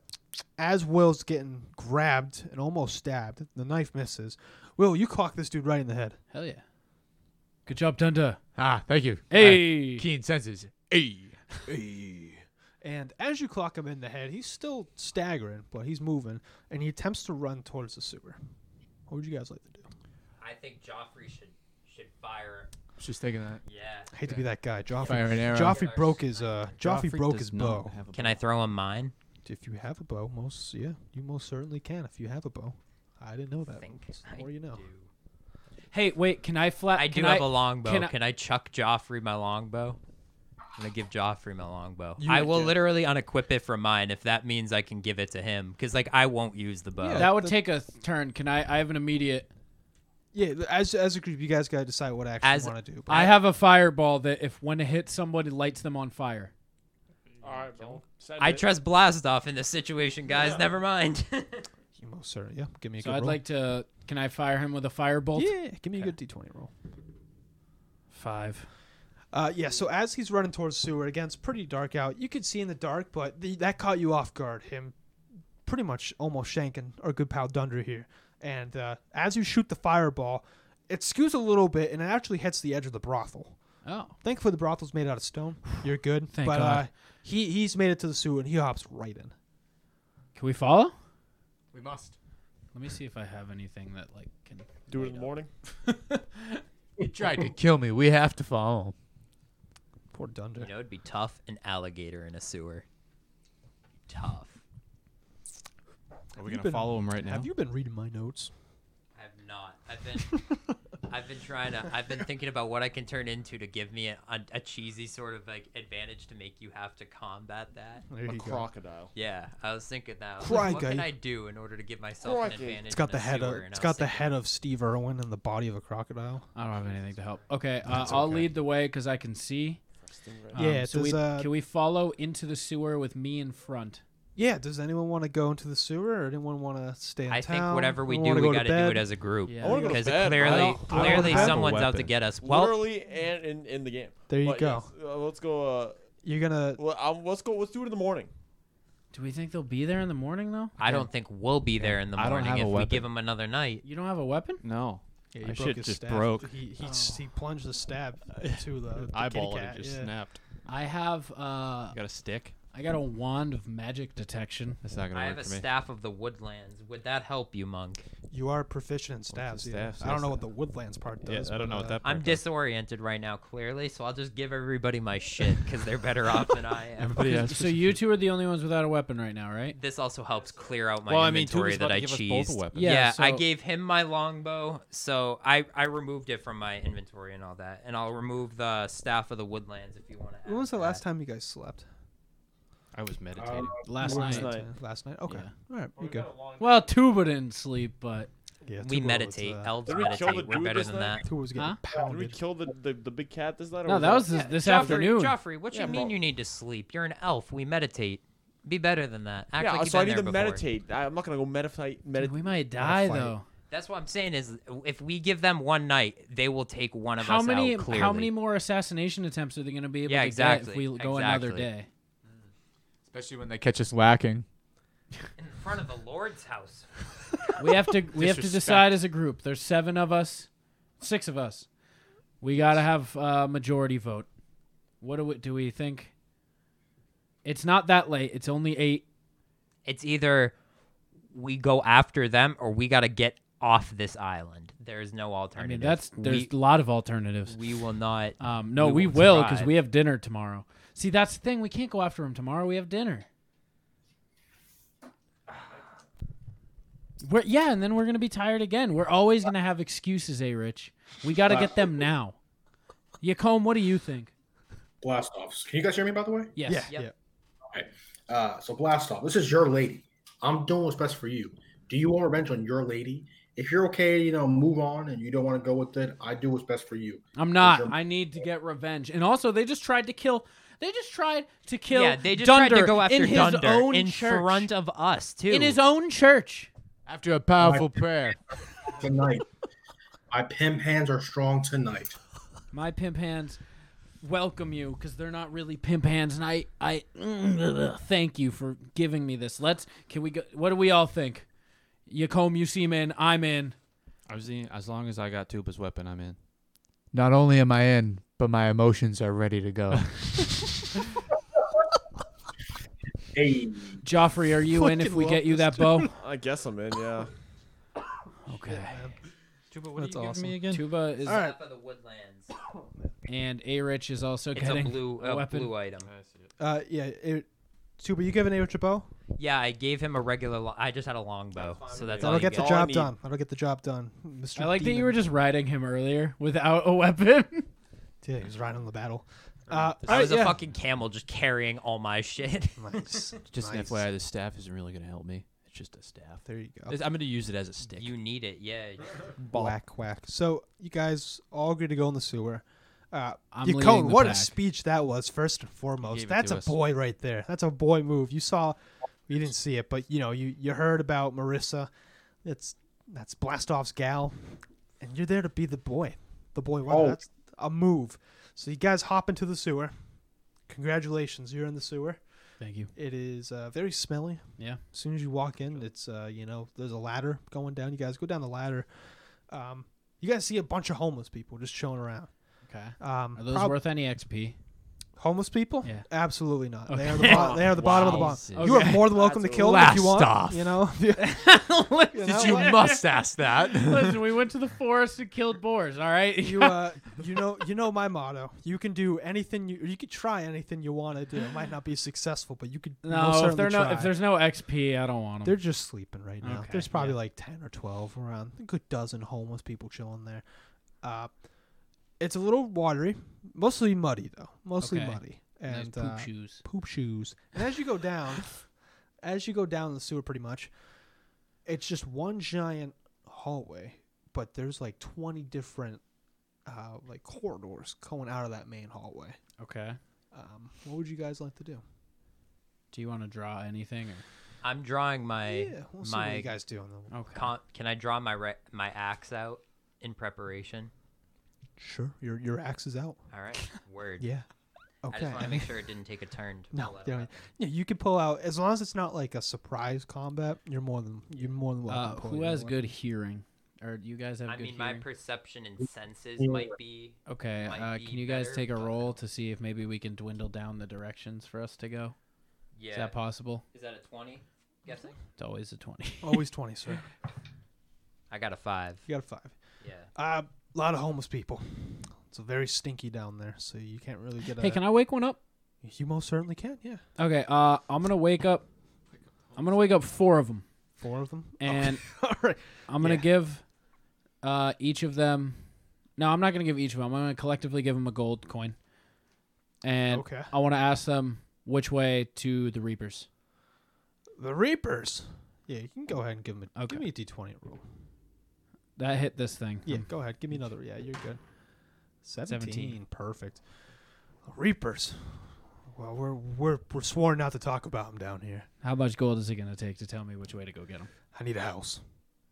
Speaker 1: as Will's getting grabbed and almost stabbed, the knife misses. Will, you clock this dude right in the head.
Speaker 4: Hell yeah. Good job, Dunda.
Speaker 5: Ah, thank you.
Speaker 4: Hey.
Speaker 5: Uh, keen senses. Hey.
Speaker 1: And as you clock him in the head, he's still staggering, but he's moving, and he attempts to run towards the sewer. What would you guys like to do?
Speaker 2: I think Joffrey should should fire.
Speaker 5: Just thinking that.
Speaker 2: Yeah.
Speaker 1: I hate to be that guy. Joffrey,
Speaker 5: Fire an arrow.
Speaker 1: Joffrey broke his uh, Joffrey, broke his bow.
Speaker 2: Can I throw him mine?
Speaker 1: If you have a bow, most yeah, you most certainly can. If you have a bow, I didn't know that.
Speaker 2: think
Speaker 1: The
Speaker 2: I
Speaker 1: more Uh, you know.
Speaker 2: do.
Speaker 4: Hey, wait. Can I flat?
Speaker 2: I
Speaker 4: can
Speaker 2: do have a longbow.
Speaker 4: can
Speaker 2: Can
Speaker 4: I-
Speaker 2: I, chuck Joffrey my longbow? I'm gonna give Joffrey my longbow. I will literally unequip it from mine if that means I can give it to him, because like I won't use the bow.
Speaker 1: Yeah.
Speaker 4: That would
Speaker 1: the-
Speaker 4: take a th- turn. Can I? I have an immediate.
Speaker 1: Yeah, as as a group, you guys gotta decide what action
Speaker 2: As-
Speaker 1: you want to do. but-
Speaker 4: I have a fireball that if when it hits somebody, lights them on fire.
Speaker 7: Alright, bro. Send
Speaker 2: I
Speaker 7: it.
Speaker 2: trust Blastoff in this situation, guys. Never mind.
Speaker 1: You most certainly. Yeah, give me a
Speaker 4: So
Speaker 1: good
Speaker 4: I'd
Speaker 1: roll.
Speaker 4: like to. Can I fire him with a firebolt?
Speaker 1: yeah, give me a good d20 roll.
Speaker 4: Five.
Speaker 1: Uh, yeah, so as he's running towards the sewer, again, it's pretty dark out. You could see in the dark, but the, that caught you off guard. Him pretty much almost shanking our good pal Dunder here. And uh, as you shoot the fireball, it skews a little bit and it actually hits the edge of the brothel.
Speaker 4: Oh.
Speaker 1: Thankfully, the brothel's made out of stone. You're good.
Speaker 4: Thank
Speaker 1: but
Speaker 4: God.
Speaker 1: Uh, he, he's made it to the sewer and he hops right in.
Speaker 4: Can we follow?
Speaker 5: We must.
Speaker 4: Let me see if I have anything that like can.
Speaker 7: Do it in the morning.
Speaker 5: He tried to kill me. We have to follow him.
Speaker 1: Poor Dunder.
Speaker 2: you know, it'd be tough an alligator in a sewer. Tough.
Speaker 9: Are we going
Speaker 1: been-
Speaker 9: to follow him right now?
Speaker 1: Have you been reading my notes?
Speaker 2: I've not. I've been. I've been trying to. I've been thinking about what I can turn into to give me a, a, a cheesy sort of like advantage to make you have to combat that.
Speaker 1: There you go.
Speaker 9: crocodile.
Speaker 2: Yeah, I was thinking that. I was like,
Speaker 1: Cry
Speaker 2: what can
Speaker 1: guy.
Speaker 2: I do in order to give myself an
Speaker 7: Crikey.
Speaker 2: advantage?
Speaker 1: It's got
Speaker 2: in
Speaker 1: the
Speaker 2: a
Speaker 1: head of
Speaker 2: sewer? And
Speaker 1: it's
Speaker 2: I
Speaker 1: got
Speaker 2: was
Speaker 1: the
Speaker 2: thinking,
Speaker 1: head of Steve Irwin and the body of a crocodile.
Speaker 4: I don't have anything to help. Okay, uh, I'll lead the way because I can see. Um,
Speaker 1: Yeah,
Speaker 4: so we,
Speaker 1: there's, uh,
Speaker 4: can we follow into the sewer with me in front?
Speaker 1: Yeah. Does anyone want to go into the sewer, or anyone want to stay in
Speaker 2: I
Speaker 1: town?
Speaker 2: think whatever we do,
Speaker 1: Anyone
Speaker 2: we
Speaker 1: wanna go
Speaker 2: got to do
Speaker 1: bed?
Speaker 2: it as a group.
Speaker 3: Yeah.
Speaker 9: I wanna go to
Speaker 2: Because
Speaker 9: bed. I
Speaker 2: clearly,
Speaker 9: don't- I don't
Speaker 2: clearly
Speaker 9: have a
Speaker 2: someone's out to
Speaker 9: weapon.
Speaker 2: get us. Well,
Speaker 7: Literally and in, in the game.
Speaker 1: There you
Speaker 7: But
Speaker 1: go.
Speaker 7: yes, uh, let's go. Uh,
Speaker 1: You're gonna.
Speaker 7: well, um, let's go. Let's do it in the morning.
Speaker 4: Do we think they'll be there in the morning though?
Speaker 2: I don't think we'll be there in the
Speaker 3: I don't
Speaker 2: morning
Speaker 3: have a
Speaker 2: if we
Speaker 3: weapon.
Speaker 2: give them another night.
Speaker 4: You don't have a weapon?
Speaker 3: No.
Speaker 1: Yeah,
Speaker 3: My
Speaker 1: he broke
Speaker 3: shit
Speaker 1: his
Speaker 3: just
Speaker 1: staff.
Speaker 3: broke.
Speaker 1: He he, s- he plunged the stab to the, the kitty
Speaker 9: Eyeball and
Speaker 1: cat,
Speaker 9: it just
Speaker 1: yeah.
Speaker 9: snapped.
Speaker 4: I have uh
Speaker 9: You got a stick?
Speaker 4: I got a wand of magic detection.
Speaker 9: That's not gonna
Speaker 2: I have
Speaker 9: work
Speaker 2: a
Speaker 9: for me.
Speaker 2: staff of the woodlands. Would that help you, monk?
Speaker 1: You are proficient in stabs. Yeah.
Speaker 9: staffs?
Speaker 1: I don't
Speaker 9: Yes,
Speaker 1: know what the
Speaker 9: uh,
Speaker 1: woodlands part
Speaker 9: Yeah,
Speaker 1: does.
Speaker 9: I don't know
Speaker 1: but,
Speaker 9: what
Speaker 1: uh,
Speaker 9: that.
Speaker 2: I'm
Speaker 9: part does.
Speaker 2: disoriented right now, clearly, so I'll just give everybody my shit because they're better off than I am.
Speaker 9: Everybody has
Speaker 4: So you two are the only ones without a weepon right now, right?
Speaker 2: This also helps clear out my
Speaker 9: Well, I mean,
Speaker 2: inventory
Speaker 9: Tuba's about
Speaker 2: that
Speaker 9: to
Speaker 2: I
Speaker 9: give us both a
Speaker 2: cheesed.
Speaker 9: weapon.
Speaker 2: Yeah,
Speaker 4: Yeah,
Speaker 2: I
Speaker 4: so-
Speaker 2: gave him my longbow, so I I removed it from my inventory and all that, and I'll remove the staff of the woodlands if you want to.
Speaker 1: uh, When was the last time you guys slept?
Speaker 9: I was meditating.
Speaker 2: Oh.
Speaker 4: Last
Speaker 1: Last
Speaker 4: night.
Speaker 1: night. Last night. Okay.
Speaker 4: Yeah.
Speaker 1: All right. You
Speaker 7: We
Speaker 1: go.
Speaker 7: got a long-
Speaker 4: Well, Tuba didn't sleep, but
Speaker 1: Yeah, Tuba
Speaker 2: we
Speaker 1: was,
Speaker 2: meditate?
Speaker 1: uh,
Speaker 2: Elves
Speaker 7: Did we kill the
Speaker 2: meditate. We're
Speaker 7: dude
Speaker 2: better
Speaker 7: this
Speaker 2: than
Speaker 7: night?
Speaker 2: that.
Speaker 1: Tuba was getting
Speaker 4: Huh?
Speaker 7: Did
Speaker 1: pounded.
Speaker 7: we kill the, the, the big cat this night? or
Speaker 4: no, that was this,
Speaker 2: Yeah,
Speaker 4: this
Speaker 2: Joffrey,
Speaker 4: afternoon.
Speaker 2: Joffrey, what
Speaker 7: Yeah,
Speaker 2: you
Speaker 7: but-
Speaker 2: mean you need to sleep? You're an elf. We meditate. Be better than that. Act
Speaker 7: Yeah,
Speaker 2: like you've
Speaker 7: so I
Speaker 2: been there
Speaker 7: need to
Speaker 2: before.
Speaker 7: meditate. I, I'm not gonna go meditate.
Speaker 4: Dude,
Speaker 7: Medit-
Speaker 4: we might die
Speaker 1: fight.
Speaker 4: though.
Speaker 2: That's what I'm saying is if we give them one night, they will take one of
Speaker 4: How
Speaker 2: us
Speaker 4: many
Speaker 2: out clearly.
Speaker 4: how many more assassination attempts are they going to be able
Speaker 2: Yeah,
Speaker 4: to get if
Speaker 2: exactly,
Speaker 4: we go another
Speaker 2: exactly.
Speaker 4: day?
Speaker 5: Especially when they catch us lacking.
Speaker 2: in front of the Lord's house?
Speaker 4: We have to we have to decide as a group. There's 7 of us, 6 of us. We got to have uh, majority vote. What do we do we think? It's not that late. It's only 8.
Speaker 2: It's either we go after them or we got to get off this island. There is no
Speaker 4: I mean,
Speaker 2: alternative.
Speaker 4: that's there's
Speaker 2: we,
Speaker 4: a lot of alternatives.
Speaker 2: we will not.
Speaker 4: Um, no,
Speaker 2: we
Speaker 4: we,
Speaker 2: won't
Speaker 4: will because
Speaker 2: survive.
Speaker 4: we have dinner tomorrow. See, that's the thing. We can't go after him tomorrow. We have dinner. We're, yeah, and then we're gonna be tired again. We're always gonna have excuses, eh, Rich? We gotta get them now. Yacomb, what do you think?
Speaker 8: Blast offs. Can you guys hear me, by the way?
Speaker 4: Yes.
Speaker 1: Yeah.
Speaker 2: Yep.
Speaker 1: Yeah.
Speaker 8: Uh, so blast off. This is your lady. I'm doing what's best for you. Do you want revenge on your lady? If you're okay, you know, move on, and you don't want to go with it. I do what's best for you.
Speaker 4: I'm not.
Speaker 8: Is your-
Speaker 4: I need to get revenge. And also, they just tried to kill. They just tried to kill.
Speaker 2: yeah, they just
Speaker 4: Dunder
Speaker 2: tried to go after
Speaker 4: in his
Speaker 2: Dunder
Speaker 4: own
Speaker 2: in
Speaker 4: church.
Speaker 2: front of us too.
Speaker 4: in his own church.
Speaker 5: After a powerful prayer.
Speaker 8: Tonight, my pimp hands are strong tonight.
Speaker 4: My pimp hands welcome you because they're not really pimp hands, and I, I thank you for giving me this. Let's can we go? What do we all think? Yacomb, you seem in. I'm in.
Speaker 9: I was in, as long as I got Tuba's weapon, I'm in.
Speaker 5: Not only am I in, but my emotions are ready to go.
Speaker 8: Hey,
Speaker 4: Joffrey, are you in? If we get you that bow,
Speaker 7: I guess I'm in. Yeah.
Speaker 4: okay.
Speaker 9: Tuba,
Speaker 1: what are That's you giving awesome. me
Speaker 9: again?
Speaker 4: Tuba is,
Speaker 1: All right.
Speaker 2: of the woodlands.
Speaker 4: and A Rich is also
Speaker 2: It's a
Speaker 4: getting
Speaker 2: blue,
Speaker 4: a
Speaker 2: a
Speaker 4: weapon.
Speaker 2: blue item.
Speaker 1: Uh, yeah. It, Tuba, you give an A with your bow.
Speaker 2: Yeah, I gave him a regular. Lo- I just had a longbow, so that's
Speaker 1: That'll
Speaker 2: all you
Speaker 1: get
Speaker 2: get.
Speaker 1: the
Speaker 7: All I
Speaker 1: job
Speaker 7: need.
Speaker 1: done. That'll get the job done. Mr.
Speaker 4: I like that you
Speaker 1: Demon.
Speaker 4: were just riding him earlier without a weapon.
Speaker 1: Yeah, he was riding on the battle. Uh,
Speaker 2: I was
Speaker 1: alright,
Speaker 2: a
Speaker 1: yeah.
Speaker 2: fucking camel just carrying all my shit.
Speaker 1: Nice.
Speaker 9: Just
Speaker 1: nice.
Speaker 9: FYI, the staff isn't really gonna help me. It's just a staff.
Speaker 1: There you go.
Speaker 9: It's- I'm gonna use it as a stick.
Speaker 2: you need it, yeah.
Speaker 1: Whack whack. So you guys all agree to go in the sewer. Uh,
Speaker 4: I'm
Speaker 1: you-
Speaker 4: leading
Speaker 1: Cohen,
Speaker 4: the
Speaker 1: what a
Speaker 4: pack.
Speaker 1: speech that was! First and
Speaker 9: gave
Speaker 1: foremost,
Speaker 9: it
Speaker 1: that's
Speaker 9: to
Speaker 1: a
Speaker 9: us.
Speaker 1: boy right there. That's a boy move. You saw, you didn't see it, but you know you you heard about Marissa. It's that's Blastoff's gal, and you're there to be the boy, the boy. Wow,
Speaker 8: Oh.
Speaker 1: that's a move. So you guys hop into the sewer. Congratulations, you're in the sewer.
Speaker 4: Thank you.
Speaker 1: It is uh, very smelly.
Speaker 4: Yeah.
Speaker 1: As soon as you walk in, it's uh, you know there's a ladder going down. You guys go down the ladder. Um, you guys see a bunch of homeless people just chilling around.
Speaker 4: Okay.
Speaker 1: Um,
Speaker 4: Are those
Speaker 1: prob-
Speaker 4: worth any XP?
Speaker 1: homeless people?
Speaker 4: Yeah.
Speaker 1: Absolutely not. They are the,
Speaker 4: Okay.
Speaker 1: bo- they are the bottom of the bottom.
Speaker 9: Jesus.
Speaker 1: You are
Speaker 4: Okay.
Speaker 1: more than welcome to kill them if you want.
Speaker 5: off.
Speaker 1: You know. Yeah. You know, like-
Speaker 5: must ask that.
Speaker 4: Listen, we went to the forest and killed boars. All right.
Speaker 1: you uh, you know you know my motto. You can do anything you you could try anything you want to do. It might not be successful, but you could
Speaker 4: No,
Speaker 1: most
Speaker 4: if
Speaker 1: certainly
Speaker 4: they're no,
Speaker 1: try.
Speaker 4: if there's no XP, I don't want
Speaker 1: They're
Speaker 4: them.
Speaker 1: just sleeping right now.
Speaker 4: Okay,
Speaker 1: There's probably
Speaker 4: yeah.
Speaker 1: like ten or twelve around. A good dozen homeless people chilling there. Uh, it's a little watery, mostly muddy though. Mostly
Speaker 4: Okay.
Speaker 1: muddy and uh,
Speaker 4: shoes.
Speaker 1: poop shoes. And as you go down, as you go down the sewer, pretty much, it's just one giant hallway, but there's like twenty different uh, like corridors going out of that main hallway.
Speaker 4: Okay.
Speaker 1: Um, what would you guys like to do?
Speaker 4: Do you want to draw anything? Or?
Speaker 2: I'm drawing my
Speaker 1: yeah, we'll see what
Speaker 2: my
Speaker 1: you guys do. And then we'll-
Speaker 4: Okay.
Speaker 2: con- can I draw my re- my axe out in preparation?
Speaker 1: sure, your your axe is out.
Speaker 2: All right. Word.
Speaker 1: Yeah.
Speaker 2: I
Speaker 1: Okay.
Speaker 2: just want to make sure it didn't take a turn to
Speaker 1: no,
Speaker 2: pull out.
Speaker 1: yeah, yeah, you can pull out as long as it's not like a surprise combat. You're more than you're more than welcome.
Speaker 4: Uh,
Speaker 1: to pull
Speaker 4: who
Speaker 1: either
Speaker 4: has
Speaker 1: one.
Speaker 4: good hearing? Or do you guys have
Speaker 2: I
Speaker 4: good
Speaker 2: mean, my
Speaker 4: hearing?
Speaker 2: perception and senses might be.
Speaker 4: okay,
Speaker 2: might
Speaker 4: uh,
Speaker 2: be
Speaker 4: can you guys
Speaker 2: better,
Speaker 4: take a
Speaker 2: but-
Speaker 4: roll to see if maybe we can dwindle down the directions for us to go?
Speaker 2: Yeah.
Speaker 4: Is that possible?
Speaker 2: Is that a twenty? Guessing.
Speaker 4: It's always a 20.
Speaker 1: Always twenty, sir.
Speaker 2: I got a five.
Speaker 1: You got a five.
Speaker 2: Yeah.
Speaker 1: Uh, a lot of homeless people. It's very stinky down there, so you can't really get a.
Speaker 4: hey, can I wake one up?
Speaker 1: You most certainly can. Yeah,
Speaker 4: Okay, uh, I'm going to wake up. I'm going to wake up four of them.
Speaker 1: four of them.
Speaker 4: And
Speaker 1: All right.
Speaker 4: I'm going to
Speaker 1: Yeah.
Speaker 4: give uh, each of them. No, I'm not going to give each of them. I'm going to collectively give them a gold coin. And
Speaker 1: Okay.
Speaker 4: I want to ask them which way to the Reapers.
Speaker 1: The Reapers. Yeah, you can go ahead and give them. A,
Speaker 4: Okay.
Speaker 1: Give me a D twenty roll.
Speaker 4: That hit this thing.
Speaker 1: Yeah,
Speaker 4: Um,
Speaker 1: go ahead. Give me another. Yeah, you're good. 17.
Speaker 4: 17.
Speaker 1: Perfect. Reapers. Well, we're we're we're sworn not to talk about them down here.
Speaker 4: How much gold is it going to take to tell me which way to go get them?
Speaker 1: I need a house.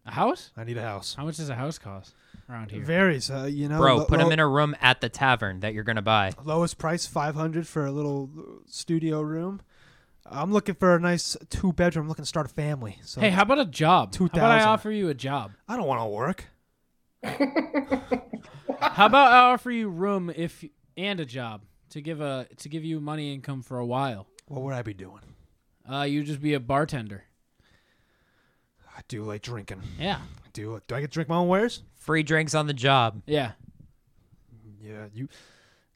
Speaker 4: A house?
Speaker 1: I need a house.
Speaker 4: How much does a house cost around
Speaker 1: It
Speaker 4: here?
Speaker 1: varies, uh, you know.
Speaker 2: Bro,
Speaker 1: lo-
Speaker 2: put
Speaker 1: lo-
Speaker 2: him in a room at the tavern that you're gonna buy.
Speaker 1: lowest price 500 for a little uh, studio room. I'm looking for a nice two bedroom. I'm looking to start a family. So
Speaker 4: Hey, how about a job? How about I
Speaker 1: 2,000.
Speaker 4: offer you a job?
Speaker 1: I don't want to work.
Speaker 4: How about I offer you room if and a job to give a to give you money income for a while?
Speaker 1: What would I be doing?
Speaker 4: Uh, you just be a bartender.
Speaker 1: I do like drinking.
Speaker 4: Yeah.
Speaker 1: I do. Do I get to drink my own wares?
Speaker 2: Free drinks on the job.
Speaker 4: Yeah.
Speaker 1: Yeah, you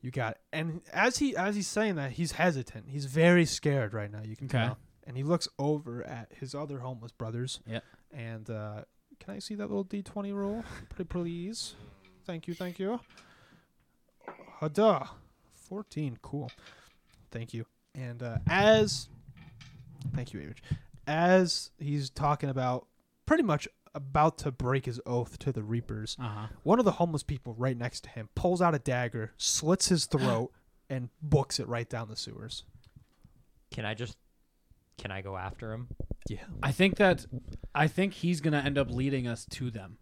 Speaker 1: you got it. And as he as he's saying that, he's hesitant. He's very scared right now. You can
Speaker 4: Okay.
Speaker 1: tell. And he looks over at his other homeless brothers.
Speaker 4: Yeah.
Speaker 1: And uh, can I see that little D twenty roll, Pretty please? Thank you, thank you. Hada, fourteen, cool. Thank you. And uh, as thank you, Average. As he's talking about pretty much about to break his oath to the Reapers,
Speaker 4: Uh huh.
Speaker 1: one of the homeless people right next to him pulls out a dagger, slits his throat, and books it right down the sewers.
Speaker 2: Can I just? Can I go after him?
Speaker 4: I think that I think he's gonna end up leading us to them.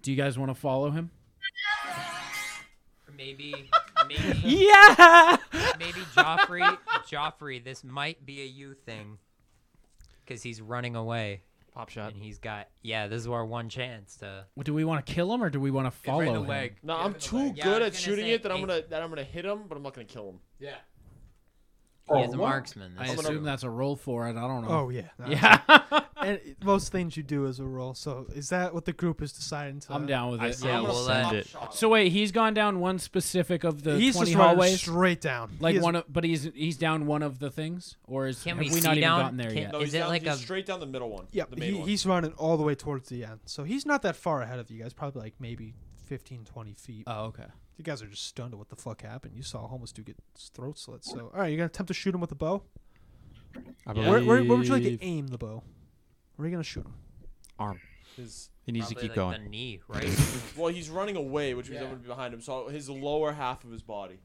Speaker 4: Do you guys want to follow him?
Speaker 2: Maybe. Maybe.
Speaker 4: Yeah.
Speaker 2: Maybe Joffrey. Joffrey, this might be a you thing. Because he's running away.
Speaker 9: Pop shot.
Speaker 2: And he's got. Yeah, this is our one chance to.
Speaker 4: Do we want to kill him or do we want to follow
Speaker 9: Right in the
Speaker 4: him?
Speaker 9: leg.
Speaker 7: No, I'm too
Speaker 2: Yeah, I
Speaker 7: good
Speaker 2: was
Speaker 7: at
Speaker 2: gonna
Speaker 7: shooting
Speaker 2: say,
Speaker 7: it that I'm
Speaker 2: hey.
Speaker 7: gonna that I'm gonna hit him, but I'm not gonna kill him.
Speaker 9: Yeah.
Speaker 2: He
Speaker 8: Oh,
Speaker 2: is a
Speaker 8: what?
Speaker 2: marksman.
Speaker 4: I
Speaker 2: This is
Speaker 4: assume that's a roll for it. I don't know.
Speaker 1: Oh yeah, no.
Speaker 4: yeah.
Speaker 1: And it- most things you do is a roll. So is that what the group is deciding to?
Speaker 4: I'm down with
Speaker 9: I
Speaker 4: it.
Speaker 9: say
Speaker 2: Yeah,
Speaker 9: we'll
Speaker 2: we'll uh,
Speaker 9: send
Speaker 2: let-
Speaker 9: it.
Speaker 4: So wait, he's gone down one specific of the
Speaker 1: he's
Speaker 4: twenty
Speaker 1: just running
Speaker 4: hallways,
Speaker 1: straight down.
Speaker 4: like
Speaker 1: He is-
Speaker 4: one of, but he's he's down one of the things, or is
Speaker 2: Can
Speaker 4: have
Speaker 2: we
Speaker 4: we
Speaker 2: see
Speaker 4: not
Speaker 2: down?
Speaker 4: even gotten there
Speaker 2: Can-
Speaker 4: yet?
Speaker 7: No,
Speaker 2: Is
Speaker 7: he's
Speaker 2: it
Speaker 7: down,
Speaker 2: like
Speaker 7: he's
Speaker 2: a-
Speaker 7: straight down the middle one.
Speaker 1: Yeah,
Speaker 7: the main
Speaker 1: he,
Speaker 7: one.
Speaker 1: he's running all the way towards the end. So he's not that far ahead of you guys. Probably like maybe 15, 20 feet.
Speaker 4: Oh, okay.
Speaker 1: you guys are just stunned at what the fuck happened. You saw a homeless dude get his throat slit. So all right, you're gonna attempt to shoot him with a bow.
Speaker 9: I
Speaker 1: Where, where, where would you like
Speaker 9: believe-
Speaker 1: to aim the bow? Where are you gonna shoot him?
Speaker 9: Arm.
Speaker 7: His-
Speaker 9: He needs to
Speaker 2: probably
Speaker 9: keep
Speaker 2: like
Speaker 9: going.
Speaker 2: The knee, right?
Speaker 7: well, he's running away, which means I'm
Speaker 9: Yeah.
Speaker 7: gonna be behind him. So his lower half of his body.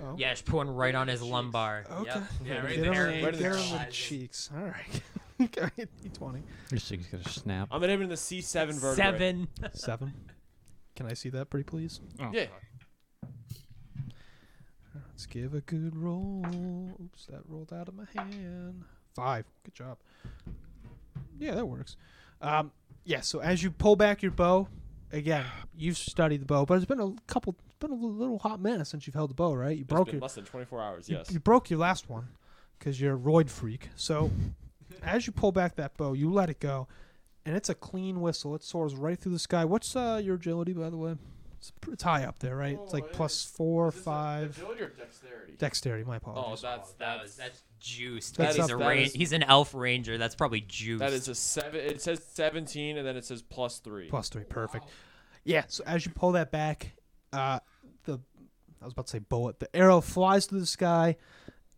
Speaker 1: Oh.
Speaker 2: yeah, just put one right on his lumbar.
Speaker 1: Okay.
Speaker 2: Yep.
Speaker 7: Yeah, right
Speaker 1: Get him,
Speaker 7: there.
Speaker 1: in-
Speaker 7: Right in
Speaker 1: get
Speaker 7: the
Speaker 1: him in the cheeks. All right. Okay, D20.
Speaker 9: This thing's gonna snap.
Speaker 7: I'm gonna hit him in the C7 vertebrae.
Speaker 2: Seven.
Speaker 1: Seven. Can I see that, pretty please?
Speaker 7: Yeah.
Speaker 1: Let's give a good roll. Oops, that rolled out of my hand. Five. Good job. Yeah, that works. Um, yeah. So as you pull back your bow, again, you've studied the bow, but it's been a couple, it's been a little hot minute since you've held the bow, right? You
Speaker 7: It's
Speaker 1: Oh, broke
Speaker 7: been
Speaker 1: your
Speaker 7: less than 24 hours.
Speaker 1: You-
Speaker 7: Yes.
Speaker 1: You, broke your last one because you're a roid freak. So as you pull back that bow, you let it go, and it's a clean whistle. It soars right through the sky. What's uh, your agility, by the way? It's, pr- it's high up there, right? it's
Speaker 7: Oh,
Speaker 1: like
Speaker 7: it
Speaker 1: plus
Speaker 7: is.
Speaker 1: four,
Speaker 7: Is this a-
Speaker 1: five.
Speaker 7: agility or dexterity?
Speaker 1: Dexterity, my
Speaker 7: Oh,
Speaker 1: apologies.
Speaker 7: that's
Speaker 2: That
Speaker 7: that's
Speaker 2: was, that's juiced.
Speaker 1: That
Speaker 2: 'cause he's
Speaker 1: is-
Speaker 2: a
Speaker 1: that
Speaker 2: ran-
Speaker 7: is-
Speaker 2: he's an elf ranger. That's probably juiced.
Speaker 7: that is a seven. It says 17, and then it says plus three.
Speaker 1: Plus three, perfect. Yeah. So as you pull that back, uh, the I was about to say bullet. The arrow flies through the sky,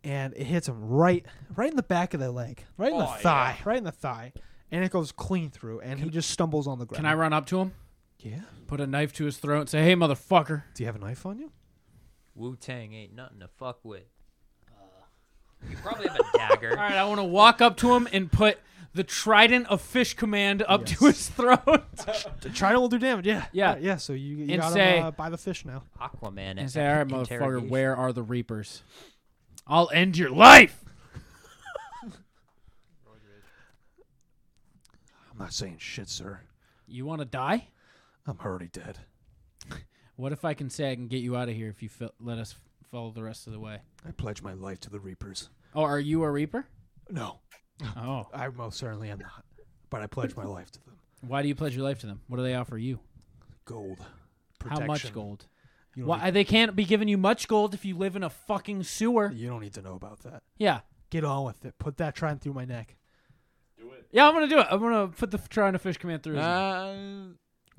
Speaker 1: and it hits him right, right in the back of the leg, right in the
Speaker 7: Oh, yeah.
Speaker 1: thigh, right in the thigh, and it goes clean through, and he just stumbles on the ground.
Speaker 4: Can I run up to him,
Speaker 1: Yeah.
Speaker 4: put a knife to his throat, and say, "Hey, motherfucker!"
Speaker 1: Do you have a knife on you?
Speaker 2: Wu Tang ain't nothing to fuck with. You probably have a dagger.
Speaker 4: Uh, All right, I want to walk up to him and put the trident of fish command up to his throat
Speaker 1: Try to will do damage. Yeah.
Speaker 4: Yeah.
Speaker 1: Alright, Yeah. So you, you
Speaker 4: And
Speaker 1: gotta
Speaker 4: say-
Speaker 1: uh, buy the fish now.
Speaker 2: Aquaman.
Speaker 4: and say, "All right, motherfucker,
Speaker 2: interrogation.
Speaker 4: where are the reapers? I'll end your life."
Speaker 1: I'm not saying shit, sir.
Speaker 4: You want to die?
Speaker 1: I'm already dead.
Speaker 4: What if I can say I can get you out of here if you fi- let us follow the rest of the way?
Speaker 1: I pledge my life to the Reapers.
Speaker 4: Oh, are you a reaper?
Speaker 1: No,
Speaker 4: Oh,
Speaker 1: I most certainly am not. But I pledge my life to them.
Speaker 4: why do you pledge your life to them? What do they offer you?
Speaker 1: Gold. Protection.
Speaker 4: How much gold?
Speaker 1: You don't,
Speaker 4: Why they can't be giving you much gold if you live in a fucking sewer?
Speaker 1: need, you don't need to know about that.
Speaker 4: Yeah,
Speaker 1: Get on with it. Put that trident through my neck.
Speaker 4: yeah, I'm gonna do it. I'm gonna put the f- trying to fish command through. his neck.
Speaker 9: Uh,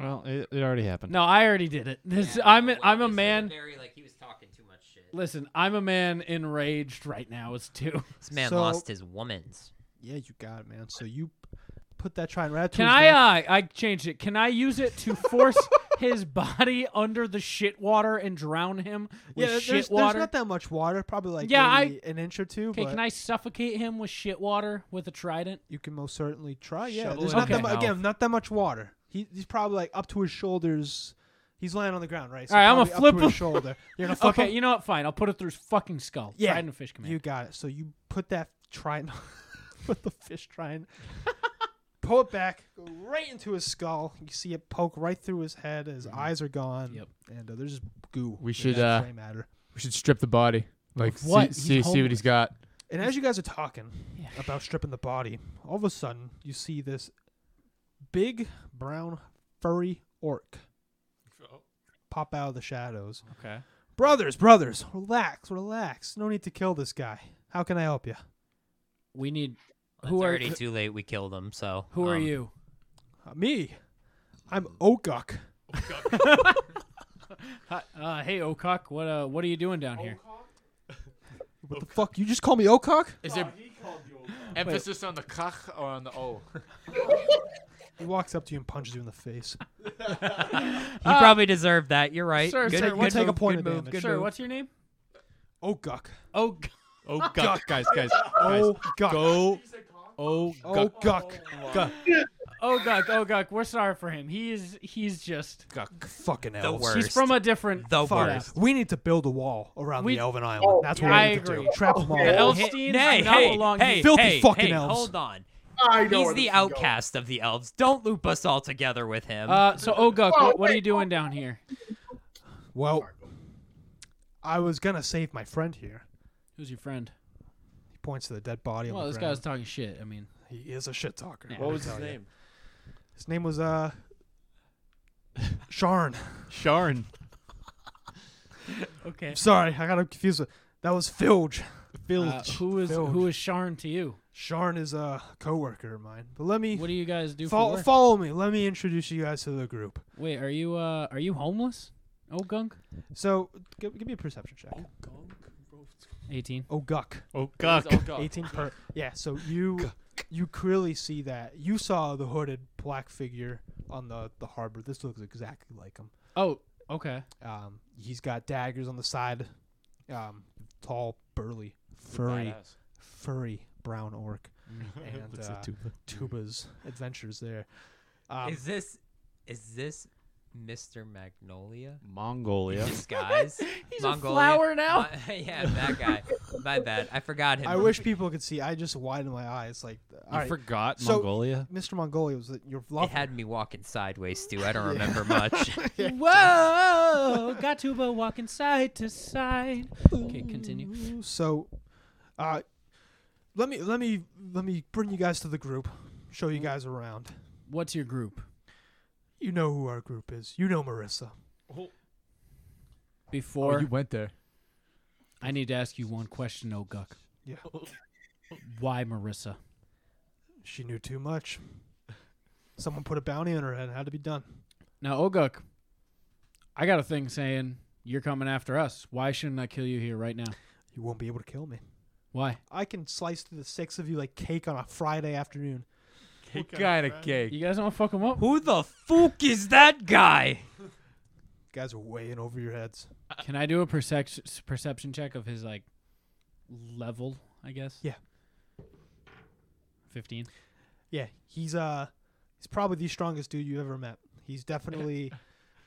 Speaker 9: well, it, it already happened.
Speaker 4: no, I already did it. This
Speaker 2: Yeah,
Speaker 4: I'm a,
Speaker 2: well,
Speaker 4: I'm a
Speaker 2: this is
Speaker 4: man.
Speaker 2: Very like he was talking too much shit.
Speaker 4: Listen, I'm a man enraged right now. It's two.
Speaker 2: This man
Speaker 1: So-
Speaker 2: lost his woman's.
Speaker 1: Yeah, you got it, man. So you p- put that trident right. up to
Speaker 4: Can
Speaker 1: his
Speaker 4: I?
Speaker 1: neck.
Speaker 4: Uh, I changed it. Can I use it to force his body under the shit water and drown him
Speaker 1: yeah,
Speaker 4: with
Speaker 1: there's,
Speaker 4: shit
Speaker 1: there's
Speaker 4: water?
Speaker 1: not that much water. Probably like
Speaker 4: Yeah, I-
Speaker 1: maybe an inch or two.
Speaker 4: Okay,
Speaker 1: but
Speaker 4: can I suffocate him with shit water with a trident?
Speaker 1: You can most certainly try. Yeah,
Speaker 3: Shovel
Speaker 1: there's
Speaker 4: it
Speaker 1: not
Speaker 4: in
Speaker 1: that
Speaker 4: his
Speaker 1: mu- again,
Speaker 3: mouth.
Speaker 1: not that much water. He, he's probably like up to his shoulders. He's laying on the ground, right? So
Speaker 4: All right, I'm gonna
Speaker 1: probably up to
Speaker 4: flip
Speaker 1: his
Speaker 4: him.
Speaker 1: shoulder. You're gonna flip
Speaker 4: Okay,
Speaker 1: him?
Speaker 4: you know what? Fine, I'll put it through his fucking skull.
Speaker 1: Yeah,
Speaker 4: trident of fish command.
Speaker 1: You got it. So you put that trident with the fish trident, pull it back, go right into his skull. You see it poke right through his head. His eyes are gone.
Speaker 4: Mm-hmm. Yep.
Speaker 1: And uh, there's just goo.
Speaker 5: We
Speaker 1: in
Speaker 5: should,
Speaker 1: that
Speaker 5: uh,
Speaker 1: gray matter.
Speaker 5: We should strip the body. Like
Speaker 4: Of what? He's
Speaker 5: see see, see what he's got.
Speaker 1: And as you guys are talking
Speaker 4: Yeah.
Speaker 1: about stripping the body, all of a sudden you see this big brown furry orc pop out of the shadows.
Speaker 4: okay.
Speaker 1: Brothers, brothers, relax, relax. No need to kill this guy. How can I help you?
Speaker 4: We need.
Speaker 2: It's
Speaker 4: Who are
Speaker 2: already too late. We killed him. So
Speaker 4: who are
Speaker 2: um,
Speaker 4: you?
Speaker 1: Uh, me. I'm Okuk.
Speaker 4: Hi, uh, hey, Okok, what uh, what are you doing down here?
Speaker 1: What the fuck? You just call me Okuk?
Speaker 7: Is there emphasis on the cock or on the O?
Speaker 1: He walks up to you and punches you in the face.
Speaker 2: He
Speaker 4: Uh,
Speaker 2: probably deserved that. You're right.
Speaker 4: sir,
Speaker 2: good,
Speaker 4: sir,
Speaker 2: good
Speaker 1: we'll take a
Speaker 2: move,
Speaker 1: point
Speaker 2: good
Speaker 1: of
Speaker 2: move,
Speaker 1: damage.
Speaker 2: good
Speaker 4: Sir,
Speaker 2: move.
Speaker 4: what's your name?
Speaker 1: Okuk.
Speaker 4: Oh, g-
Speaker 9: Oh, God, guys, guys, guys.
Speaker 1: Okuk.
Speaker 9: Go. Oh, God.
Speaker 1: Okuk. Guck.
Speaker 4: oh, Gok, oh, Gok. We're sorry for him. He is he's just
Speaker 1: Guck. Fucking
Speaker 2: the
Speaker 1: elves.
Speaker 2: worst.
Speaker 4: he's from a different
Speaker 2: the
Speaker 1: Fuck.
Speaker 2: worst.
Speaker 1: We need to build a wall around
Speaker 4: We-
Speaker 1: the Elven Island.
Speaker 8: Oh,
Speaker 1: That's
Speaker 8: yeah,
Speaker 1: what we
Speaker 4: I
Speaker 1: need to
Speaker 4: agree.
Speaker 1: do. Trap them all.
Speaker 8: Okay.
Speaker 4: El-
Speaker 2: Hey,
Speaker 4: Elfstein's
Speaker 2: nay,
Speaker 4: not
Speaker 2: hey,
Speaker 4: belong-
Speaker 2: hey,
Speaker 1: filthy
Speaker 2: hey,
Speaker 1: fucking
Speaker 2: hey,
Speaker 1: elves.
Speaker 2: Hold on.
Speaker 8: I know
Speaker 2: He's
Speaker 8: where
Speaker 2: the
Speaker 8: this is going.
Speaker 2: outcast of the elves. Don't loop us all together with him.
Speaker 4: Uh, so Oguk, what, what are you doing down here?
Speaker 1: Well, I was gonna save my friend here.
Speaker 4: Who's your friend?
Speaker 1: He points to the dead body
Speaker 4: Well,
Speaker 1: on
Speaker 4: this
Speaker 1: the
Speaker 4: guy was
Speaker 1: ground.
Speaker 4: talking shit. I mean,
Speaker 1: He is a shit talker.
Speaker 4: Yeah.
Speaker 1: let
Speaker 7: What
Speaker 1: me
Speaker 7: was his
Speaker 1: tell you.
Speaker 7: name?
Speaker 1: His name was uh, Sharn.
Speaker 9: Sharn.
Speaker 4: okay.
Speaker 1: Sorry, I got him confused. With, that was Filge.
Speaker 4: Uh, who is
Speaker 1: Filge.
Speaker 4: who is Sharn to you?
Speaker 1: Sharn is a coworker of mine. But let me
Speaker 4: What do you guys do
Speaker 1: fol-
Speaker 4: for work?
Speaker 1: follow me. Let me introduce you guys to the group.
Speaker 4: Wait, are you uh are you homeless? Oh gunk.
Speaker 1: So give, give me a perception check.
Speaker 4: Oh. Eighteen.
Speaker 1: Oh, guck.
Speaker 9: Oh, God.
Speaker 1: 18 per. Yeah, so you you clearly see that you saw the hooded black figure on the the harbor. This looks exactly like him.
Speaker 4: Oh, okay.
Speaker 1: Um, he's got daggers on the side. Um, tall, burly, furry, furry brown orc, and
Speaker 9: Looks
Speaker 1: uh,
Speaker 9: like Tuba.
Speaker 1: Tuba's adventures there. Um,
Speaker 2: is this is this Mr. Magnolia?
Speaker 9: Mongolia.
Speaker 2: This guy's
Speaker 4: He's
Speaker 2: Mongolia. My- yeah, that guy. My bad. I forgot him.
Speaker 1: I wish people could see. I just widened my eyes. Like, all
Speaker 9: You
Speaker 1: right,
Speaker 9: forgot
Speaker 1: So-
Speaker 9: Mongolia?
Speaker 1: Mr. Mongolia was the- your
Speaker 2: It
Speaker 1: love.
Speaker 2: had me walking sideways, Stu. I don't remember much.
Speaker 4: Whoa! Got Tuba walking side to side. Okay, continue.
Speaker 1: So, uh, let me let me let me bring you guys to the group, show
Speaker 2: Mm-hmm.
Speaker 1: you guys around.
Speaker 4: What's your group?
Speaker 1: You know who our group is. You know Marissa.
Speaker 4: Before
Speaker 5: oh, you went there.
Speaker 4: I need to ask you one question, Oh gunk.
Speaker 1: Yeah,
Speaker 4: Why Marissa?
Speaker 1: she knew too much. Someone put a bounty on her head. It had to be done.
Speaker 4: Now, Oguk, I got a thing saying you're coming after us. Why shouldn't I kill you here right now?
Speaker 1: You won't be able to kill me.
Speaker 4: Why?
Speaker 1: I can slice through the six of you like cake on a Friday afternoon.
Speaker 5: What kind of cake?
Speaker 4: You guys don't fuck him up?
Speaker 2: Who the fuck is that guy?
Speaker 1: You guys are way in over your heads.
Speaker 4: Can I do a percep- perception check of his like level I guess.
Speaker 1: Yeah.
Speaker 4: Fifteen.
Speaker 1: Yeah, he's uh he's probably the strongest dude you ever met. He's definitely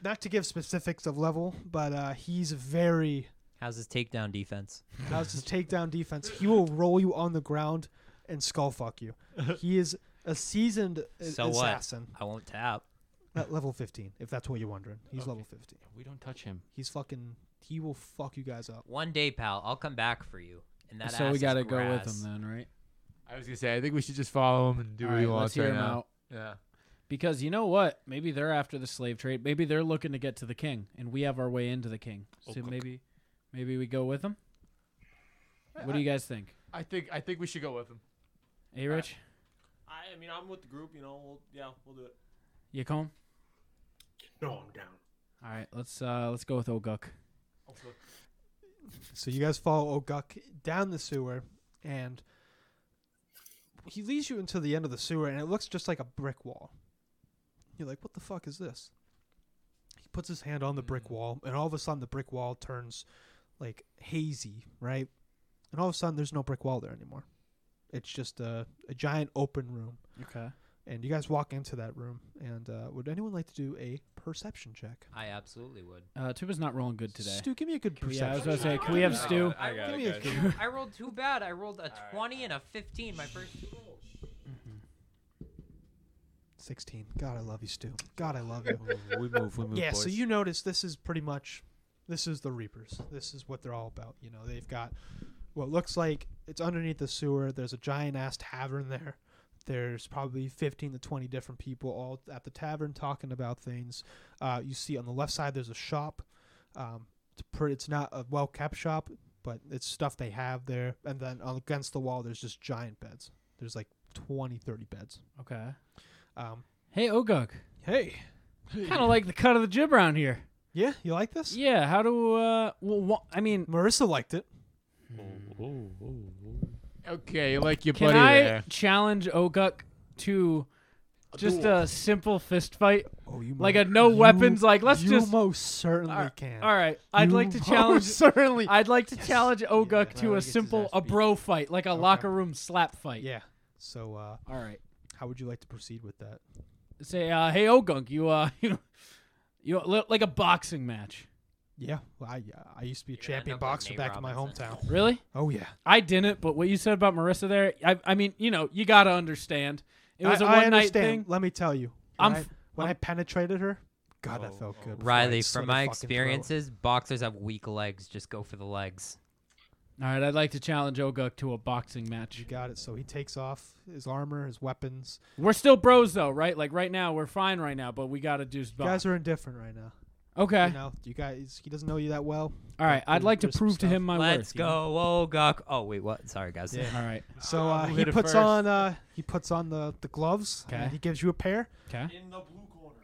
Speaker 1: not to give specifics of level, but uh he's very
Speaker 2: How's his takedown defense?
Speaker 1: how's his takedown defense. He will roll you on the ground and skull fuck you. He is a seasoned a-
Speaker 2: So what?
Speaker 1: assassin
Speaker 2: I won't tap.
Speaker 1: at level 15, if that's what you're wondering. He's level 15.
Speaker 3: We don't touch him.
Speaker 1: He's fucking he will fuck you guys up.
Speaker 2: One day, pal, I'll come back for you. And that
Speaker 4: so
Speaker 2: ass
Speaker 4: we
Speaker 2: is
Speaker 4: gotta go with
Speaker 2: grass.
Speaker 4: him then, right?
Speaker 5: I was gonna say I think we should just follow him and do what he
Speaker 4: Alright,
Speaker 5: wants
Speaker 4: let's hear
Speaker 5: right
Speaker 4: him
Speaker 5: now.
Speaker 4: out.
Speaker 5: Yeah.
Speaker 4: Because you know what? Maybe they're after the slave trade. Maybe they're looking to get to the king, and we have our way into the king. So maybe, maybe we go with them.
Speaker 2: Uh,
Speaker 4: What do you guys think?
Speaker 5: I think I think we should go with him.
Speaker 4: Hey, Rich,
Speaker 2: uh,
Speaker 7: I, I mean, I'm with the group. You know, we'll, yeah, we'll do it.
Speaker 4: you come.
Speaker 8: No, I'm down.
Speaker 4: All right, let's uh let's go with Oguk.
Speaker 1: So you guys follow Oguk down the sewer, and he leads you into the end of the sewer, and it looks just like a brick wall. You're like, what the fuck is this? He puts his hand on the
Speaker 4: Mm.
Speaker 1: brick wall, and all of a sudden the brick wall turns like hazy, right? And all of a sudden there's no brick wall there anymore. It's just a, a giant open room.
Speaker 4: Okay.
Speaker 1: And you guys walk into that room, and uh, would anyone like to do a perception check?
Speaker 2: I absolutely would.
Speaker 4: Uh, Tuba's not rolling good today.
Speaker 1: Stu, give me a good
Speaker 4: yeah, I
Speaker 1: perception.
Speaker 4: was about to say, can we have
Speaker 2: I
Speaker 4: Stu?
Speaker 2: got it, I got
Speaker 1: give
Speaker 2: it,
Speaker 1: me a
Speaker 2: guys.
Speaker 1: good
Speaker 2: I rolled too bad. I rolled a 20 and a 15, my first two rolls.
Speaker 1: 16. God, I love you, Stu. God, I love you.
Speaker 3: We move. We move.
Speaker 1: yeah,
Speaker 3: boys.
Speaker 1: so you notice this is pretty much this is the Reapers. This is what they're all about. You know, they've got what looks like it's underneath the sewer. There's a giant ass tavern there. There's probably 15 to 20 different people all at the tavern talking about things. Uh, you see on the left side there's a shop. Um, it's, pretty, it's not a well kept shop, but it's stuff they have there. And then against the wall there's just giant beds. There's like 20, 30 beds.
Speaker 4: Okay.
Speaker 1: Um,
Speaker 4: Hey, Oguk.
Speaker 1: hey,
Speaker 4: Kind of like the cut of the jib around here.
Speaker 1: yeah, you like this?
Speaker 4: Yeah. How do uh? Well, wha- I mean,
Speaker 1: Marissa liked it.
Speaker 5: Okay, you like your
Speaker 4: can
Speaker 5: buddy
Speaker 4: I
Speaker 5: there.
Speaker 4: challenge Oguk to just a simple fist fight?
Speaker 1: Oh, you
Speaker 4: Like
Speaker 1: mo-
Speaker 4: a no
Speaker 1: you-
Speaker 4: weapons, like, let's
Speaker 1: you
Speaker 4: just-
Speaker 1: most certainly
Speaker 4: Alright,
Speaker 1: can.
Speaker 4: All right. I'd
Speaker 1: You
Speaker 4: like to
Speaker 1: most
Speaker 4: challenge.
Speaker 1: certainly.
Speaker 4: I'd like to challenge Oguk
Speaker 3: Yeah.
Speaker 4: to
Speaker 3: Well, he
Speaker 4: a
Speaker 3: gets his
Speaker 4: simple
Speaker 3: ass
Speaker 4: a
Speaker 3: beat.
Speaker 4: bro fight, like a locker room slap fight.
Speaker 1: yeah. So, uh,
Speaker 4: All right.
Speaker 1: how would you like to proceed with that?
Speaker 4: Say, uh, hey, Oguk, you uh, you, you li- like a boxing match?
Speaker 1: Yeah, well, I uh, I used to be a
Speaker 2: You're gonna end
Speaker 1: champion
Speaker 2: up like
Speaker 1: boxer
Speaker 2: Nate
Speaker 1: back
Speaker 2: Robinson.
Speaker 1: in my hometown.
Speaker 4: Really?
Speaker 1: Oh yeah,
Speaker 4: I didn't, but what you said about Marissa there, I, I mean, you know, you gotta understand. It was a
Speaker 1: I- I
Speaker 4: one night
Speaker 1: understand.
Speaker 4: thing.
Speaker 1: Let me tell you, when
Speaker 4: I'm
Speaker 1: i
Speaker 4: f-
Speaker 1: when i
Speaker 4: I'm-
Speaker 1: penetrated her, God, that felt good. before I
Speaker 2: Riley,
Speaker 1: slit her
Speaker 2: from my
Speaker 1: fucking throat.
Speaker 2: experiences, boxers have weak legs. Just go for the legs.
Speaker 4: All right, I'd like to challenge Oguk to a boxing match.
Speaker 1: you got it. So he takes off his armor, his weapons.
Speaker 4: We're still bros though, right? Like right now, we're fine right now, but we gotta do
Speaker 1: You
Speaker 4: stuff.
Speaker 1: guys are indifferent right now.
Speaker 4: okay.
Speaker 1: You know, you guys. He doesn't know you that well.
Speaker 4: All right, I'd
Speaker 1: There's-
Speaker 4: like to
Speaker 1: there's some
Speaker 4: prove to
Speaker 1: stuff.
Speaker 4: him my
Speaker 2: Let's
Speaker 4: worth. you know?
Speaker 2: go, Ogok. Oh wait, what? Sorry, guys.
Speaker 1: Yeah.
Speaker 4: All right.
Speaker 1: So uh, he
Speaker 5: hit it
Speaker 1: puts
Speaker 5: first?
Speaker 1: on uh, he puts on the the gloves.
Speaker 4: Okay.
Speaker 1: And he gives you a pair.
Speaker 4: Okay.
Speaker 7: In the blue corner.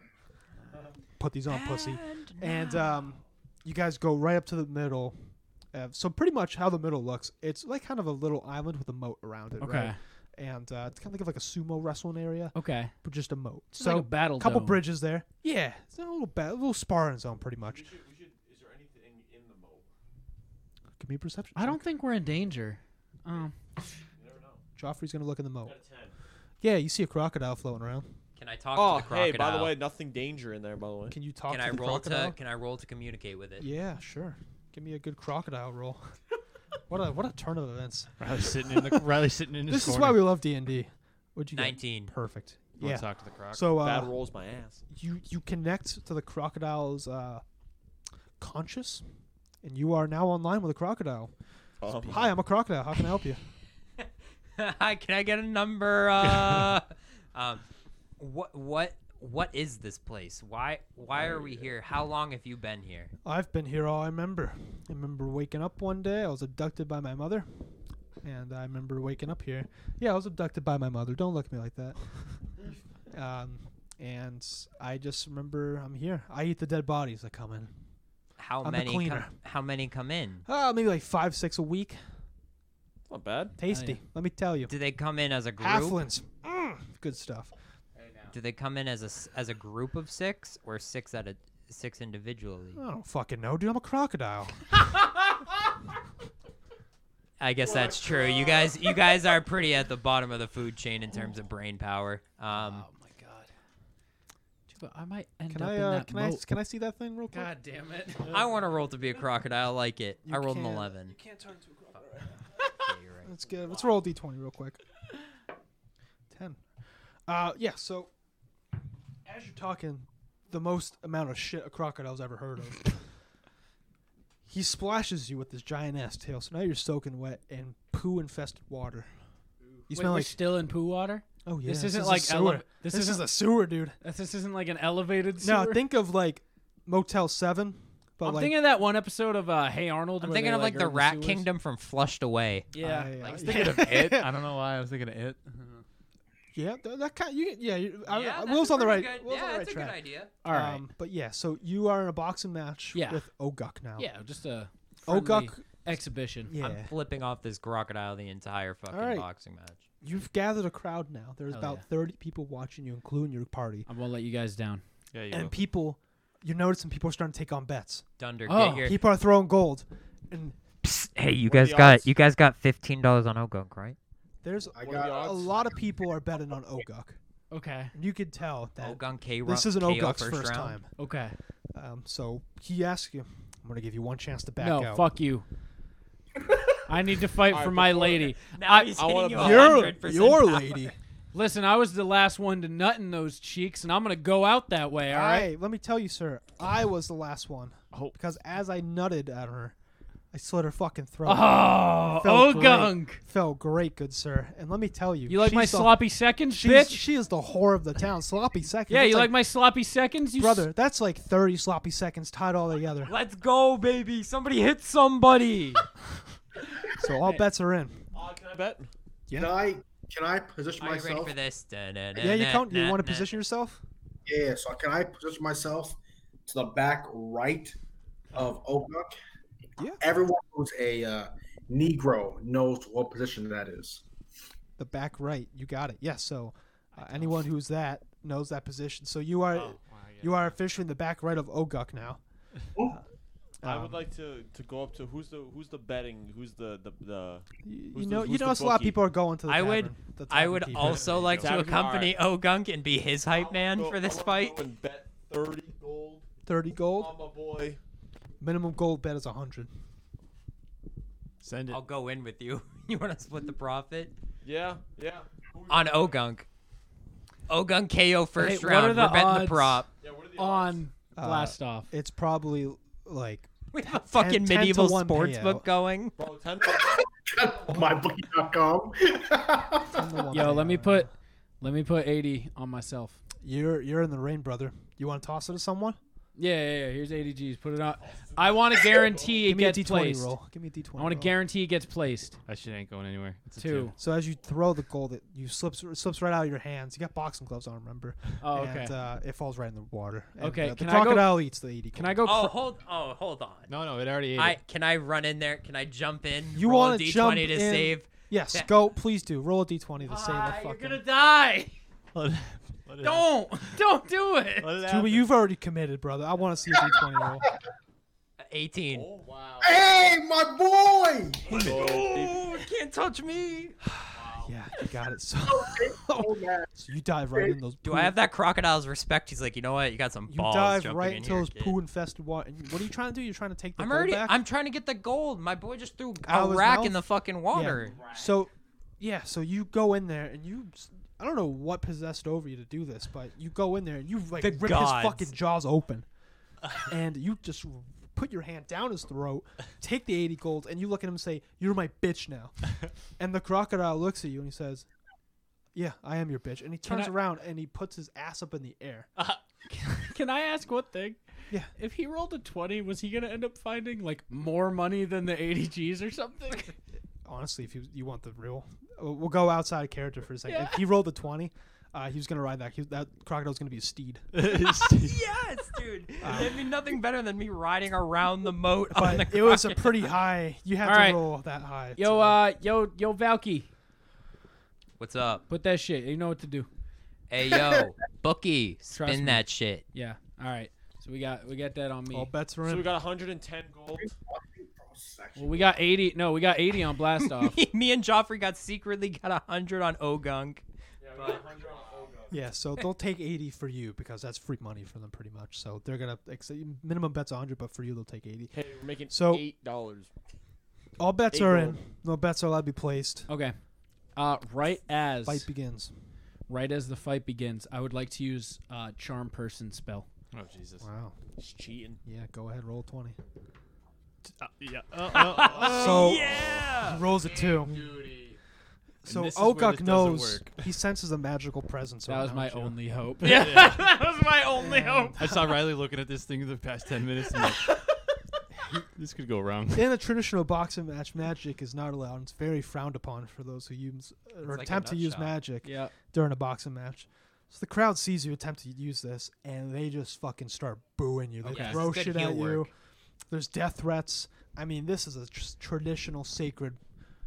Speaker 1: Put these on, pussy. and um, you guys go right up to the middle. Uh, so pretty much how the middle looks, it's like kind of a little island with a moat around it,
Speaker 4: Okay.
Speaker 1: right? And uh, it's kind of like a sumo wrestling area,
Speaker 4: Okay.
Speaker 1: but just a moat.
Speaker 4: It's
Speaker 1: so
Speaker 4: like a battle.
Speaker 1: couple
Speaker 4: dome.
Speaker 1: bridges there. Yeah, it's a little ba- a little sparring zone, pretty much.
Speaker 7: We should, we should, is there anything in the moat?
Speaker 1: Give me a perception.
Speaker 4: I don't
Speaker 1: check.
Speaker 4: think we're in danger. Um.
Speaker 7: You never know.
Speaker 1: Joffrey's gonna look in the moat.
Speaker 7: Got a 10.
Speaker 1: Yeah, you see a crocodile floating around.
Speaker 2: Can I talk
Speaker 6: Oh,
Speaker 2: to the
Speaker 6: hey,
Speaker 2: crocodile?
Speaker 6: by the way, nothing danger in there, by the way.
Speaker 1: Can you talk
Speaker 2: can
Speaker 1: to
Speaker 2: I
Speaker 1: the
Speaker 2: roll
Speaker 1: crocodile?
Speaker 2: to? Can I roll to communicate with it?
Speaker 1: Yeah, sure. Give me a good crocodile roll. what a what a turn of events.
Speaker 9: Riley's sitting in the Riley's sitting in his
Speaker 1: This is
Speaker 9: corner.
Speaker 1: why we love D and D. What'd you get?
Speaker 2: Nineteen.
Speaker 1: Perfect.
Speaker 9: You wanna
Speaker 1: Yeah.
Speaker 9: talk to the croc.
Speaker 1: So uh,
Speaker 6: Bad rolls my ass.
Speaker 1: you you connect to the crocodile's uh, conscious, and you are now online with a crocodile.
Speaker 6: Um,
Speaker 1: Hi, I'm a crocodile. How can I help you?
Speaker 2: Hi, can I get a number? Uh, um, what what what is this place? Why why are we here? How long have you been here?
Speaker 1: I've been here all I remember. I remember waking up one day. I was abducted by my mother, and I remember waking up here. Yeah, I was abducted by my mother. Don't look at me like that. um, and I just remember I'm here. I eat the dead bodies that come in.
Speaker 2: How
Speaker 1: I'm the
Speaker 2: many come,
Speaker 1: cleaner.
Speaker 2: how many come in?
Speaker 1: Oh, maybe like five, six a week.
Speaker 6: not bad.
Speaker 4: Oh,
Speaker 1: Tasty. Let me tell you.
Speaker 2: Do they come in as a group?
Speaker 1: Halflings. Mm, good stuff.
Speaker 2: Do they come in as a s- as a group of six or six at a six individually?
Speaker 1: I don't fucking know, dude. I'm a crocodile.
Speaker 2: I guess that's true. You guys, you guys are pretty at the bottom of the food chain in terms of brain power. Um,
Speaker 4: Oh my god. Dude, I might end
Speaker 1: Can
Speaker 4: up
Speaker 1: I
Speaker 4: in
Speaker 1: uh,
Speaker 4: that
Speaker 1: can I
Speaker 4: moat.
Speaker 1: can I see that thing real quick?
Speaker 4: God damn it.
Speaker 2: I want to roll to be a crocodile. I like it.
Speaker 1: You
Speaker 2: I rolled an
Speaker 1: can't-
Speaker 2: eleven.
Speaker 1: can't turn into a crocodile.
Speaker 2: Okay, you're right.
Speaker 1: Let's get let's roll a d twenty real quick. Ten. Uh, yeah. So as you're talking, the most amount of shit a crocodile's ever heard of. he splashes you with this giant ass tail. So now you're soaking wet in poo infested water. You
Speaker 4: Wait,
Speaker 1: smell
Speaker 4: we're
Speaker 1: like
Speaker 4: still in poo water.
Speaker 1: oh yeah.
Speaker 4: this isn't
Speaker 1: is a
Speaker 4: like
Speaker 1: sewer.
Speaker 4: ele- this
Speaker 1: this, is
Speaker 4: isn't-
Speaker 1: a sewer, dude.
Speaker 4: This isn't like an elevated.
Speaker 1: No,
Speaker 4: sewer.
Speaker 1: think of like Motel Seven, but
Speaker 4: I'm
Speaker 1: like
Speaker 4: thinking of that one episode of uh, Hey Arnold.
Speaker 2: I'm
Speaker 4: where
Speaker 2: thinking
Speaker 4: they,
Speaker 2: of like
Speaker 4: are
Speaker 2: the
Speaker 4: in
Speaker 2: Rat
Speaker 4: sewers.
Speaker 2: Kingdom from Flushed Away.
Speaker 4: Yeah.
Speaker 1: I, uh,
Speaker 2: Like,
Speaker 1: yeah,
Speaker 5: Thinking of it. I don't know why I was thinking of it.
Speaker 1: yeah, th- that kind. You, yeah, you, I, I, Will's on the right. Will's on the right track.
Speaker 2: idea.
Speaker 4: All right.
Speaker 1: Um, but yeah, so you are in a boxing match
Speaker 4: Yeah.
Speaker 1: with Oguk now.
Speaker 4: yeah, just a
Speaker 1: Oguk-
Speaker 4: friendly exhibition.
Speaker 1: Yeah.
Speaker 2: I'm flipping off this crocodile the entire fucking
Speaker 1: right.
Speaker 2: boxing match.
Speaker 1: You've gathered a crowd now. There's
Speaker 4: Hell
Speaker 1: about
Speaker 4: yeah.
Speaker 1: 30 people watching you, including your party.
Speaker 4: I won't let you guys down.
Speaker 9: Yeah, you
Speaker 1: and
Speaker 9: will.
Speaker 1: people, you're noticing people are starting to take on bets.
Speaker 2: Dunder,
Speaker 4: Oh,
Speaker 2: get your.
Speaker 1: People are throwing gold. And
Speaker 2: hey, you
Speaker 7: What are
Speaker 2: guys
Speaker 7: the
Speaker 2: got
Speaker 7: odds?
Speaker 2: you guys got fifteen dollars on Ogunk, right?
Speaker 1: there's
Speaker 8: I
Speaker 7: What are the
Speaker 8: got
Speaker 1: a
Speaker 7: odds?
Speaker 1: lot of people are betting on Oguk.
Speaker 4: Okay.
Speaker 1: And you could tell that
Speaker 2: Ogunk K.
Speaker 1: this isn't
Speaker 2: KO
Speaker 1: Oguk's first,
Speaker 2: round.
Speaker 1: time.
Speaker 4: Okay.
Speaker 1: Um, so he asks you, I'm going to give you one chance to back
Speaker 4: no,
Speaker 1: out.
Speaker 4: fuck you. I need to fight
Speaker 7: All right,
Speaker 4: for my
Speaker 7: before-
Speaker 4: lady.
Speaker 2: Now
Speaker 4: I-
Speaker 2: he's
Speaker 7: I
Speaker 2: hitting
Speaker 7: wanna
Speaker 2: you
Speaker 7: bet.
Speaker 1: Your,
Speaker 2: 100%
Speaker 1: your
Speaker 2: power.
Speaker 1: lady.
Speaker 4: Listen, I was the last one to nut in those cheeks, and I'm gonna go out that way. All right.
Speaker 1: Hey, let me tell you, sir. I was the last one.
Speaker 9: Oh.
Speaker 1: Because as I nutted at her, I slit her fucking throat.
Speaker 4: Oh,
Speaker 1: Felt great.
Speaker 4: Ogunk.
Speaker 1: Felt great, good sir. And let me tell you,
Speaker 4: You like my
Speaker 1: she's the-
Speaker 4: sloppy seconds,
Speaker 1: she's-
Speaker 4: bitch?
Speaker 1: She is the whore of the town. Sloppy seconds.
Speaker 4: yeah,
Speaker 1: that's
Speaker 4: you like, my sloppy seconds, you s-
Speaker 1: brother. That's like thirty sloppy seconds tied all together.
Speaker 2: Let's go, baby! Somebody hit somebody.
Speaker 1: So all bets are in.
Speaker 7: Uh, can I bet?
Speaker 8: Can I can I position
Speaker 2: Are you ready
Speaker 8: myself?
Speaker 2: for this?
Speaker 1: Yeah, you count. You want to position yourself?
Speaker 8: Yeah. So can I position myself to the back right of Oguk?
Speaker 1: Yeah.
Speaker 8: Everyone who's a uh, Negro knows what position that is.
Speaker 1: The back right. You got it. Yes. so uh, anyone who's that knows that position. So you are you are officially in the back right of Oguk now.
Speaker 7: I
Speaker 1: Um,
Speaker 7: would like to, to go up to who's the who's the betting who's the the, the
Speaker 1: You, you
Speaker 7: Who's the-
Speaker 1: know, you
Speaker 7: who's the
Speaker 1: notice a lot of
Speaker 7: bookie?
Speaker 1: people are going to the.
Speaker 2: I would-
Speaker 1: tavern, the
Speaker 2: I
Speaker 1: tavern
Speaker 2: would
Speaker 1: keeper.
Speaker 2: also like to
Speaker 7: That'd be all
Speaker 2: accompany Ogunk and be his hype man
Speaker 7: Go-
Speaker 2: for this
Speaker 7: I wanna
Speaker 2: fight.
Speaker 7: Go and bet thirty gold
Speaker 1: thirty gold.
Speaker 7: on my boy.
Speaker 1: Minimum gold bet is hundred.
Speaker 9: Send it.
Speaker 2: I'll go in with you. You want to split the profit
Speaker 7: Yeah, yeah. Who-
Speaker 2: on Ogunk? Ogunk KO first
Speaker 4: Hey, what
Speaker 2: round.
Speaker 4: are the
Speaker 2: We're betting the
Speaker 4: odds?
Speaker 2: prop.
Speaker 7: yeah, what are the odds?
Speaker 4: on
Speaker 1: Uh,
Speaker 4: blast off.
Speaker 1: It's probably like
Speaker 2: We have a
Speaker 1: 10
Speaker 2: fucking
Speaker 1: to
Speaker 2: medieval
Speaker 1: 1
Speaker 2: sports
Speaker 1: payout.
Speaker 2: book going.
Speaker 7: Bro, 10
Speaker 8: Mybookie.com.
Speaker 1: ten to one
Speaker 4: Yo, let me
Speaker 1: payout.
Speaker 4: put let me put 80 on myself.
Speaker 1: You're you're in the rain, brother. You want to toss it to someone?
Speaker 4: Yeah, yeah, yeah. Here's 80 G's. Put it on. I want to guarantee it
Speaker 1: Give me a
Speaker 4: gets
Speaker 1: D twenty
Speaker 4: placed.
Speaker 1: roll. Give me a D twenty.
Speaker 4: I want to
Speaker 1: roll.
Speaker 4: guarantee it gets placed.
Speaker 9: That shit ain't going anywhere. It's a
Speaker 4: Two.
Speaker 1: So as you throw the gold, it you slips it slips right out of your hands. You got boxing gloves on, remember?
Speaker 4: Oh, okay.
Speaker 1: And uh, it falls right in the water. And,
Speaker 4: Okay,
Speaker 1: uh, the
Speaker 4: can I go-
Speaker 1: crocodile eats the eighty. Gold.
Speaker 4: Can I go?
Speaker 2: Oh,
Speaker 4: cr-
Speaker 2: hold. Oh, hold on.
Speaker 9: No, no, it already ate.
Speaker 2: I can I run in there? Can I jump in?
Speaker 1: You
Speaker 2: roll
Speaker 1: wanna
Speaker 2: a D20
Speaker 1: jump
Speaker 2: to
Speaker 1: in?
Speaker 2: save?
Speaker 1: Yes,
Speaker 2: Yeah.
Speaker 1: go. Please do. Roll a D twenty to save the
Speaker 2: Ah, you're
Speaker 1: fucking.
Speaker 2: gonna die.
Speaker 9: Don't.
Speaker 4: don't don't do it.
Speaker 1: Dude, but you've already committed, brother. I want to see a D twenty roll.
Speaker 2: 18.
Speaker 7: Oh,
Speaker 8: Hey, my boy!
Speaker 2: Oh, can't touch me.
Speaker 1: Yeah, you got it. So,
Speaker 2: Oh,
Speaker 1: so you dive right in those.
Speaker 2: Do
Speaker 1: poo-
Speaker 2: I have that crocodile's respect? He's like, you know what? You got some
Speaker 1: You
Speaker 2: balls.
Speaker 1: dive
Speaker 2: jumping
Speaker 1: right
Speaker 2: in
Speaker 1: into
Speaker 2: here,
Speaker 1: those
Speaker 2: kid."
Speaker 1: poo infested water. And what are you trying to do? You're trying to take the
Speaker 2: I'm
Speaker 1: gold
Speaker 2: already.
Speaker 1: back.
Speaker 2: I'm trying to get the gold. My boy just threw a
Speaker 1: Out of his
Speaker 2: rack
Speaker 1: mouth?
Speaker 2: in the fucking water.
Speaker 1: Yeah. So, yeah, so you go in there and you. s- I don't know what possessed over you to do this, but you go in there and you like
Speaker 2: The
Speaker 1: rip
Speaker 2: gods.
Speaker 1: his fucking jaws open, and you just r- put your hand down his throat, take the eighty gold, and you look at him and say, "You're my bitch now." and the crocodile looks at you and he says, "Yeah, I am your bitch." And he turns
Speaker 4: I-
Speaker 1: around and he puts his ass up in the air.
Speaker 4: Can I ask one thing?
Speaker 1: Yeah.
Speaker 4: If he rolled a 20, was he gonna end up finding like more money than the 80 G's or something?
Speaker 1: honestly, if you, you want the real, we'll we'll go outside of character for a second. If he rolled a twenty, uh, he was gonna ride that. He, that crocodile was gonna be a steed.
Speaker 2: yes, dude. There'd be nothing better than me riding around the moat on the.
Speaker 1: But it was a pretty high. You had
Speaker 4: All
Speaker 1: to
Speaker 4: right.
Speaker 1: roll that high. to-
Speaker 4: yo, uh, yo, yo, Valky,
Speaker 2: What's up?
Speaker 4: put that shit. You know what to do.
Speaker 2: Hey yo, bookie,
Speaker 4: Trust
Speaker 2: spin
Speaker 4: me.
Speaker 2: that shit.
Speaker 4: Yeah. All right. So we got we got that on me.
Speaker 1: all bets are
Speaker 7: So we
Speaker 1: in.
Speaker 7: got 110 gold.
Speaker 8: Actually,
Speaker 4: Well, we got 80. No, we got 80 on blast
Speaker 1: Uh,
Speaker 4: off.
Speaker 2: Me and Joffrey got secretly got hundred on Ogunk.
Speaker 7: Yeah, we got 100 on Olga.
Speaker 1: Yeah, so they'll take 80 for you because that's free money for them pretty much. So they're going to accept minimum bet's 100, but for you they'll take 80.
Speaker 10: Hey, we're making
Speaker 1: So-
Speaker 10: eight dollars.
Speaker 1: All bets
Speaker 10: Eight
Speaker 1: are
Speaker 10: gold.
Speaker 1: in. No bets are allowed to be placed.
Speaker 4: Okay. Uh, right as
Speaker 1: Fight begins.
Speaker 4: right as the fight begins, I would like to use uh, charm person spell.
Speaker 9: Oh Jesus.
Speaker 1: Wow.
Speaker 10: It's cheating.
Speaker 1: Yeah, go ahead, roll 20.
Speaker 9: yeah.
Speaker 1: so he rolls a 2.
Speaker 9: Duty.
Speaker 1: So
Speaker 9: this is where
Speaker 1: Okuk
Speaker 9: this doesn't
Speaker 1: knows
Speaker 9: work.
Speaker 1: he senses a magical presence.
Speaker 4: That was
Speaker 1: around
Speaker 4: my
Speaker 1: you.
Speaker 4: only hope.
Speaker 9: Yeah.
Speaker 10: that was my only hope.
Speaker 9: I saw Riley looking at this thing the past ten minutes. And like, this could go wrong.
Speaker 1: In a traditional boxing match, magic is not allowed. and It's very frowned upon for those who use or
Speaker 2: like a
Speaker 1: attempt to
Speaker 2: nut
Speaker 1: use
Speaker 2: shot.
Speaker 1: magic
Speaker 4: Yeah.
Speaker 1: during a boxing match. So the crowd sees you attempt to use this, and they just fucking start booing you. They
Speaker 2: Okay,
Speaker 1: throw
Speaker 2: this is good
Speaker 1: shit at
Speaker 2: heel
Speaker 1: you.
Speaker 2: work.
Speaker 1: There's death threats. I mean, this is a tr- traditional sacred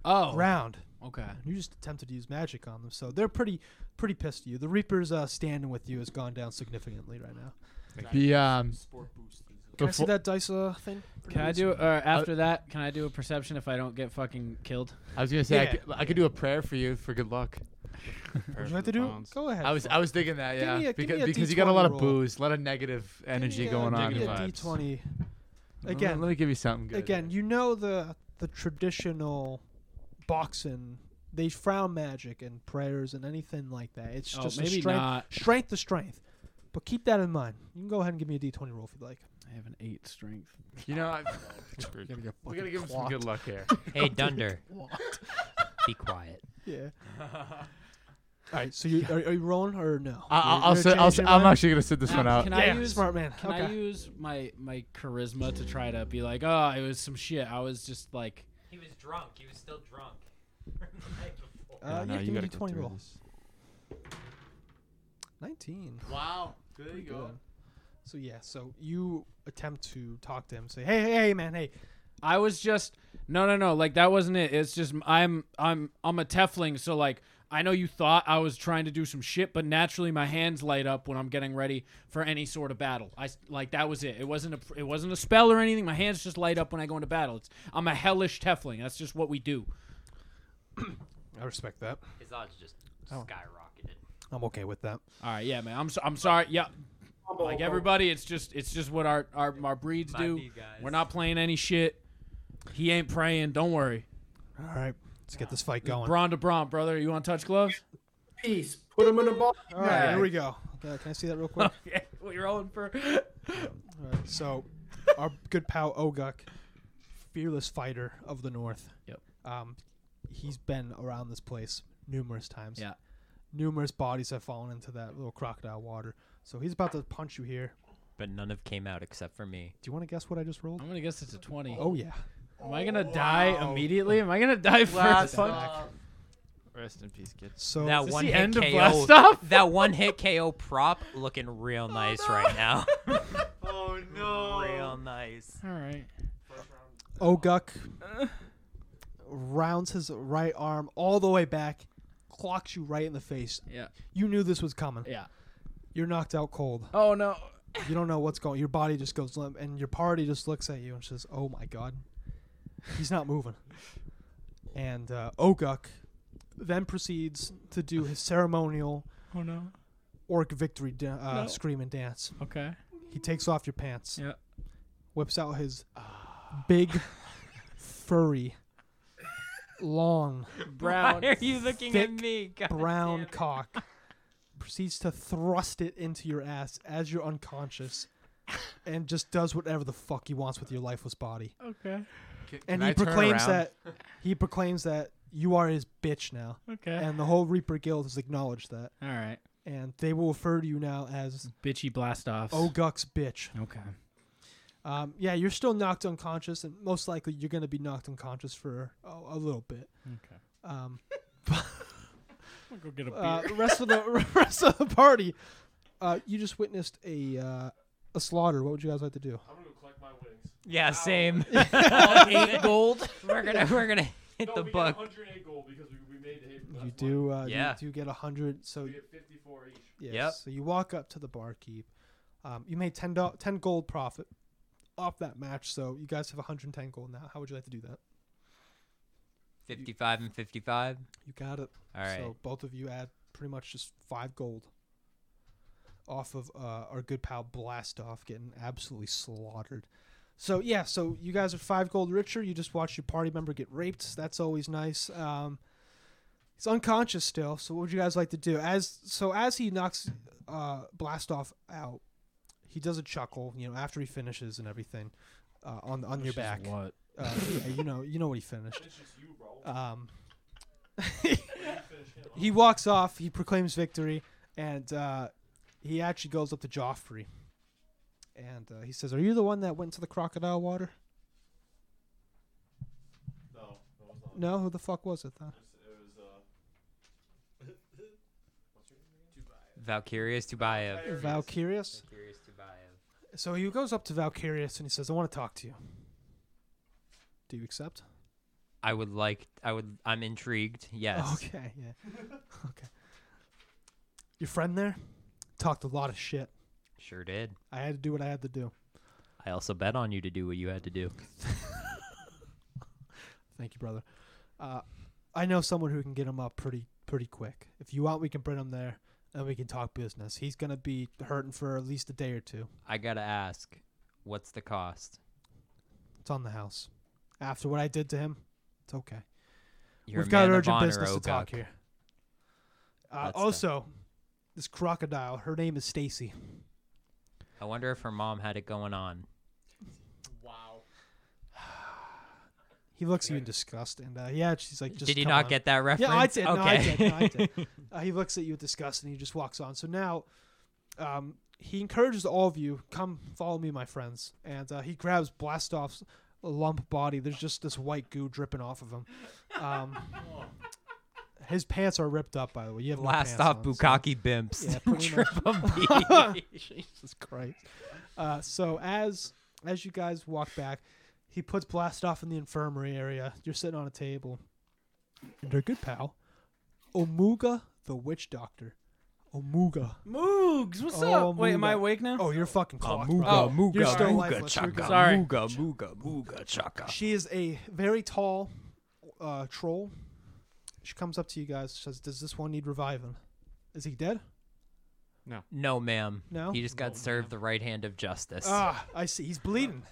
Speaker 4: Oh.
Speaker 1: round.
Speaker 4: okay.
Speaker 1: And you just attempted to use magic on them, so they're pretty, pretty pissed at you. The Reaper's uh, standing with you has gone down significantly right now.
Speaker 5: The um,
Speaker 7: Sport boost. is-
Speaker 1: Can I see
Speaker 5: Befo-
Speaker 1: that dice uh, thing?
Speaker 4: Can I do uh, after that? Can I do a perception if I don't get fucking killed?
Speaker 5: I was gonna say I,
Speaker 1: Yeah.
Speaker 5: could, I could do a prayer for you for good luck.
Speaker 1: Would you like to do? it? Go ahead.
Speaker 5: I was I was thinking that
Speaker 1: Give
Speaker 5: yeah
Speaker 1: me a- give
Speaker 5: because
Speaker 1: me a
Speaker 5: because you got a lot of
Speaker 1: D20 roll.
Speaker 5: booze, a lot of negative
Speaker 1: Give
Speaker 5: energy
Speaker 1: me a-
Speaker 5: going on.
Speaker 1: give me a
Speaker 9: Negative vibes.
Speaker 1: D20.
Speaker 5: Let
Speaker 1: Again,
Speaker 5: me give you something good.
Speaker 1: again, you know the the traditional boxing. They frown magic and prayers and anything like that. It's
Speaker 4: Oh,
Speaker 1: just a
Speaker 4: maybe
Speaker 1: strength,
Speaker 4: not.
Speaker 1: strength to strength. But keep that in mind. You can go ahead and give me a D20 roll if you'd like.
Speaker 4: I have an eight strength.
Speaker 5: You know, I,
Speaker 9: Screwed.
Speaker 5: we're gonna give him some good luck here.
Speaker 2: Hey Dunder, Oh, be quiet.
Speaker 1: Yeah. All right. So you are, are you rolling or no?
Speaker 5: I, I'll,
Speaker 1: You're-
Speaker 5: I'll
Speaker 1: you're
Speaker 5: sit- I'll,
Speaker 1: changing
Speaker 5: am
Speaker 1: mine?
Speaker 5: actually gonna sit this
Speaker 4: Now,
Speaker 5: one out.
Speaker 4: Can
Speaker 1: Yeah,
Speaker 4: I use
Speaker 1: smart man.
Speaker 4: Can
Speaker 1: okay.
Speaker 4: I use my my charisma to try to be like, oh, it was some shit. I was just like,
Speaker 2: He was drunk. He was still drunk.
Speaker 1: uh,
Speaker 9: no,
Speaker 1: yeah,
Speaker 9: you
Speaker 1: give me a
Speaker 9: gotta go
Speaker 1: D20
Speaker 9: through
Speaker 1: roll.
Speaker 9: this.
Speaker 1: 19.
Speaker 9: Wow. There you
Speaker 1: Good. So yeah, so you attempt to talk to him, say, "Hey, hey, hey, man, hey,
Speaker 4: I was just no, no, no. Like that wasn't it. It's just I'm I'm I'm a Tefling, so like I know you thought I was trying to do some shit, but naturally my hands light up when I'm getting ready for any sort of battle. I s- like that was it. It wasn't a it wasn't a spell or anything. My hands just light up when I go into battle. It's I'm a hellish Tefling. That's just what we do.
Speaker 1: I respect that.
Speaker 2: His odds just
Speaker 1: Oh.
Speaker 2: skyrocketed.
Speaker 1: I'm okay with that."
Speaker 4: All right, yeah, man. I'm so, I'm sorry. Yeah, like everybody, it's just it's just what our our, our breeds
Speaker 2: My
Speaker 4: do.
Speaker 2: knee, guys.
Speaker 4: We're not playing any shit. He ain't praying. Don't worry.
Speaker 1: All right, let's get this fight going.
Speaker 4: Braun to Braun, brother. You want to touch gloves?
Speaker 8: Peace. Put him in a box.
Speaker 1: All right, here we go. Uh, can I see that real quick?
Speaker 4: Okay, what you're rolling for?
Speaker 1: All right, so our good pal Oguk, fearless fighter of the North.
Speaker 4: Yep.
Speaker 1: Um, he's been around this place numerous times.
Speaker 4: Yeah.
Speaker 1: Numerous bodies have fallen into that little crocodile water. So he's about to punch you here.
Speaker 2: But none of came out except for me.
Speaker 1: Do you want to guess what I just rolled?
Speaker 4: I'm gonna guess it's a twenty.
Speaker 1: Oh yeah.
Speaker 4: Am I gonna die immediately? Am I gonna die first? Fuck.
Speaker 9: Rest in peace, kid.
Speaker 1: So
Speaker 2: that
Speaker 4: this
Speaker 2: one
Speaker 4: the
Speaker 2: hit
Speaker 4: end of
Speaker 2: KO.
Speaker 4: Blast Off?
Speaker 2: That one hit KO prop looking real nice right now.
Speaker 9: Oh no.
Speaker 2: real nice.
Speaker 4: All right.
Speaker 1: Oguk rounds his right arm all the way back, clocks you right in the face.
Speaker 4: Yeah.
Speaker 1: You knew this was coming.
Speaker 4: Yeah.
Speaker 1: You're knocked out cold.
Speaker 4: Oh no.
Speaker 1: You don't know what's going. Your body just goes limp, and your party just looks at you and says, "Oh my god, he's not moving." And uh, Oguk then proceeds to do his ceremonial
Speaker 4: Oh no.
Speaker 1: orc victory da- uh,
Speaker 4: No.
Speaker 1: scream and dance.
Speaker 4: Okay.
Speaker 1: He takes off your pants.
Speaker 4: Yeah.
Speaker 1: Whips out his big, furry, long
Speaker 4: Brown.
Speaker 2: Why are you looking
Speaker 1: thick
Speaker 2: at me? God
Speaker 1: brown
Speaker 2: damn it.
Speaker 1: cock. Proceeds to thrust it into your ass as you're unconscious, and just does whatever the fuck he wants with your lifeless body.
Speaker 4: Okay.
Speaker 1: And he proclaims that he proclaims that you are his bitch now,
Speaker 4: Okay.
Speaker 1: and the whole Reaper Guild has acknowledged that,
Speaker 4: All right.
Speaker 1: and they will refer to you now as
Speaker 4: Bitchy blast offs.
Speaker 1: Oguk's bitch.
Speaker 4: Okay.
Speaker 1: Um, yeah, you're still knocked unconscious, and most likely you're going to be knocked unconscious for a, a little bit.
Speaker 4: Okay.
Speaker 1: Um,
Speaker 4: I'm gonna go get a
Speaker 1: uh, the rest of the rest of the party, uh, you just witnessed a uh, a slaughter. What would you guys like to do?
Speaker 7: I'm gonna go collect my winnings.
Speaker 2: Yeah, same.
Speaker 4: eight gold.
Speaker 2: we're gonna we're gonna hit
Speaker 7: No,
Speaker 2: the
Speaker 7: we
Speaker 2: book.
Speaker 7: got 108 gold because we, we made the hit.
Speaker 1: You do, uh,
Speaker 2: Yeah.
Speaker 1: you do get a hundred. So
Speaker 7: We get 54 each.
Speaker 1: yes,
Speaker 2: Yep.
Speaker 1: so you walk up to the barkeep. Um, you made ten do- ten gold profit off that match. So you guys have 110 gold now. How would you like to do that?
Speaker 2: 55 and 55.
Speaker 1: You got it.
Speaker 2: All right.
Speaker 1: So both of you add pretty much just five gold off of uh, our good pal Blastoff getting absolutely slaughtered. So yeah, so you guys are five gold richer. You just watched your party member get raped. That's always nice. Um, he's unconscious still. So what would you guys like to do? As so as he knocks uh, Blastoff out, he does a chuckle. You know after he finishes and everything uh, on on your
Speaker 4: Finishes
Speaker 1: back.
Speaker 4: what?
Speaker 1: Uh, yeah, you know you know what he finished. Um, he walks off. He proclaims victory, and uh, he actually goes up to Joffrey, and uh, he says, "Are you the one that went to the crocodile water?"
Speaker 7: No, no, it's not.
Speaker 1: No, who the fuck was it then?
Speaker 7: It was, it was uh. what's your name again?
Speaker 2: Valkyrius Tubayev.
Speaker 1: Valkyrius.
Speaker 2: Valkyrius Tubayev.
Speaker 1: So he goes up to Valkyrius and he says, "I want to talk to you. Do you accept?"
Speaker 2: I would like. I would. I'm intrigued. Yes.
Speaker 1: Okay, yeah. okay. Your friend there talked a lot of shit.
Speaker 2: Sure did.
Speaker 1: I had to do what I had to do.
Speaker 2: I also bet on you to do what you had to do.
Speaker 1: Thank you, brother. Uh, I know someone who can get him up pretty pretty quick. If you want, we can bring him there and we can talk business. He's gonna be hurting for at least a day or two.
Speaker 2: I gotta ask, what's the cost?
Speaker 1: It's on the house. After what I did to him, it's okay.
Speaker 2: You're a
Speaker 1: We've got
Speaker 2: man of
Speaker 1: urgent
Speaker 2: honor,
Speaker 1: business to talk
Speaker 2: Oguk.
Speaker 1: here. Uh,
Speaker 2: That's the-
Speaker 1: also, this crocodile. Her name is Stacy.
Speaker 2: I wonder if her mom had it going on.
Speaker 7: Wow.
Speaker 1: He looks at you in disgust, and uh, yeah, she's like, just
Speaker 2: Did you
Speaker 1: come
Speaker 2: not
Speaker 1: on.
Speaker 2: get that
Speaker 1: Yeah, I
Speaker 2: reference?
Speaker 1: did. No, I
Speaker 2: Okay.
Speaker 1: did. No, I did. uh, he looks at you with disgust, and he just walks on. So now, um, he encourages all of you, come follow me, my friends. And uh, he grabs Blastoff's lump body. There's just this white goo dripping off of him. Um, his pants are ripped up, by the way. You have no pants
Speaker 2: Blastoff
Speaker 1: on, so-
Speaker 2: Bukaki Bimps.
Speaker 1: Yeah, pretty
Speaker 2: Triple
Speaker 1: much. Jesus Christ. Uh, so as as you guys walk back, he puts Blastoff in the infirmary area. You're sitting on a table, and her good pal, Omuga the witch doctor. Omuga.
Speaker 4: Moogs, what's
Speaker 1: Oh,
Speaker 4: up? Wait, am I
Speaker 1: Mooga.
Speaker 4: awake now? Oh.
Speaker 1: Oh, you're fucking clocked.
Speaker 4: Mooga,
Speaker 1: bro.
Speaker 4: Mooga,
Speaker 1: Oh, You're still
Speaker 4: Mooga,
Speaker 1: lifeless. You're good.
Speaker 4: Sorry.
Speaker 5: Mooga, mooga, mooga, chaka.
Speaker 1: She is a very tall uh, troll. She comes up to you guys. Says, "Does this one need reviving? Is he dead?"
Speaker 2: No, ma'am.
Speaker 1: No?
Speaker 2: He just got served the right hand of justice.
Speaker 1: Ah, I see. He's bleeding.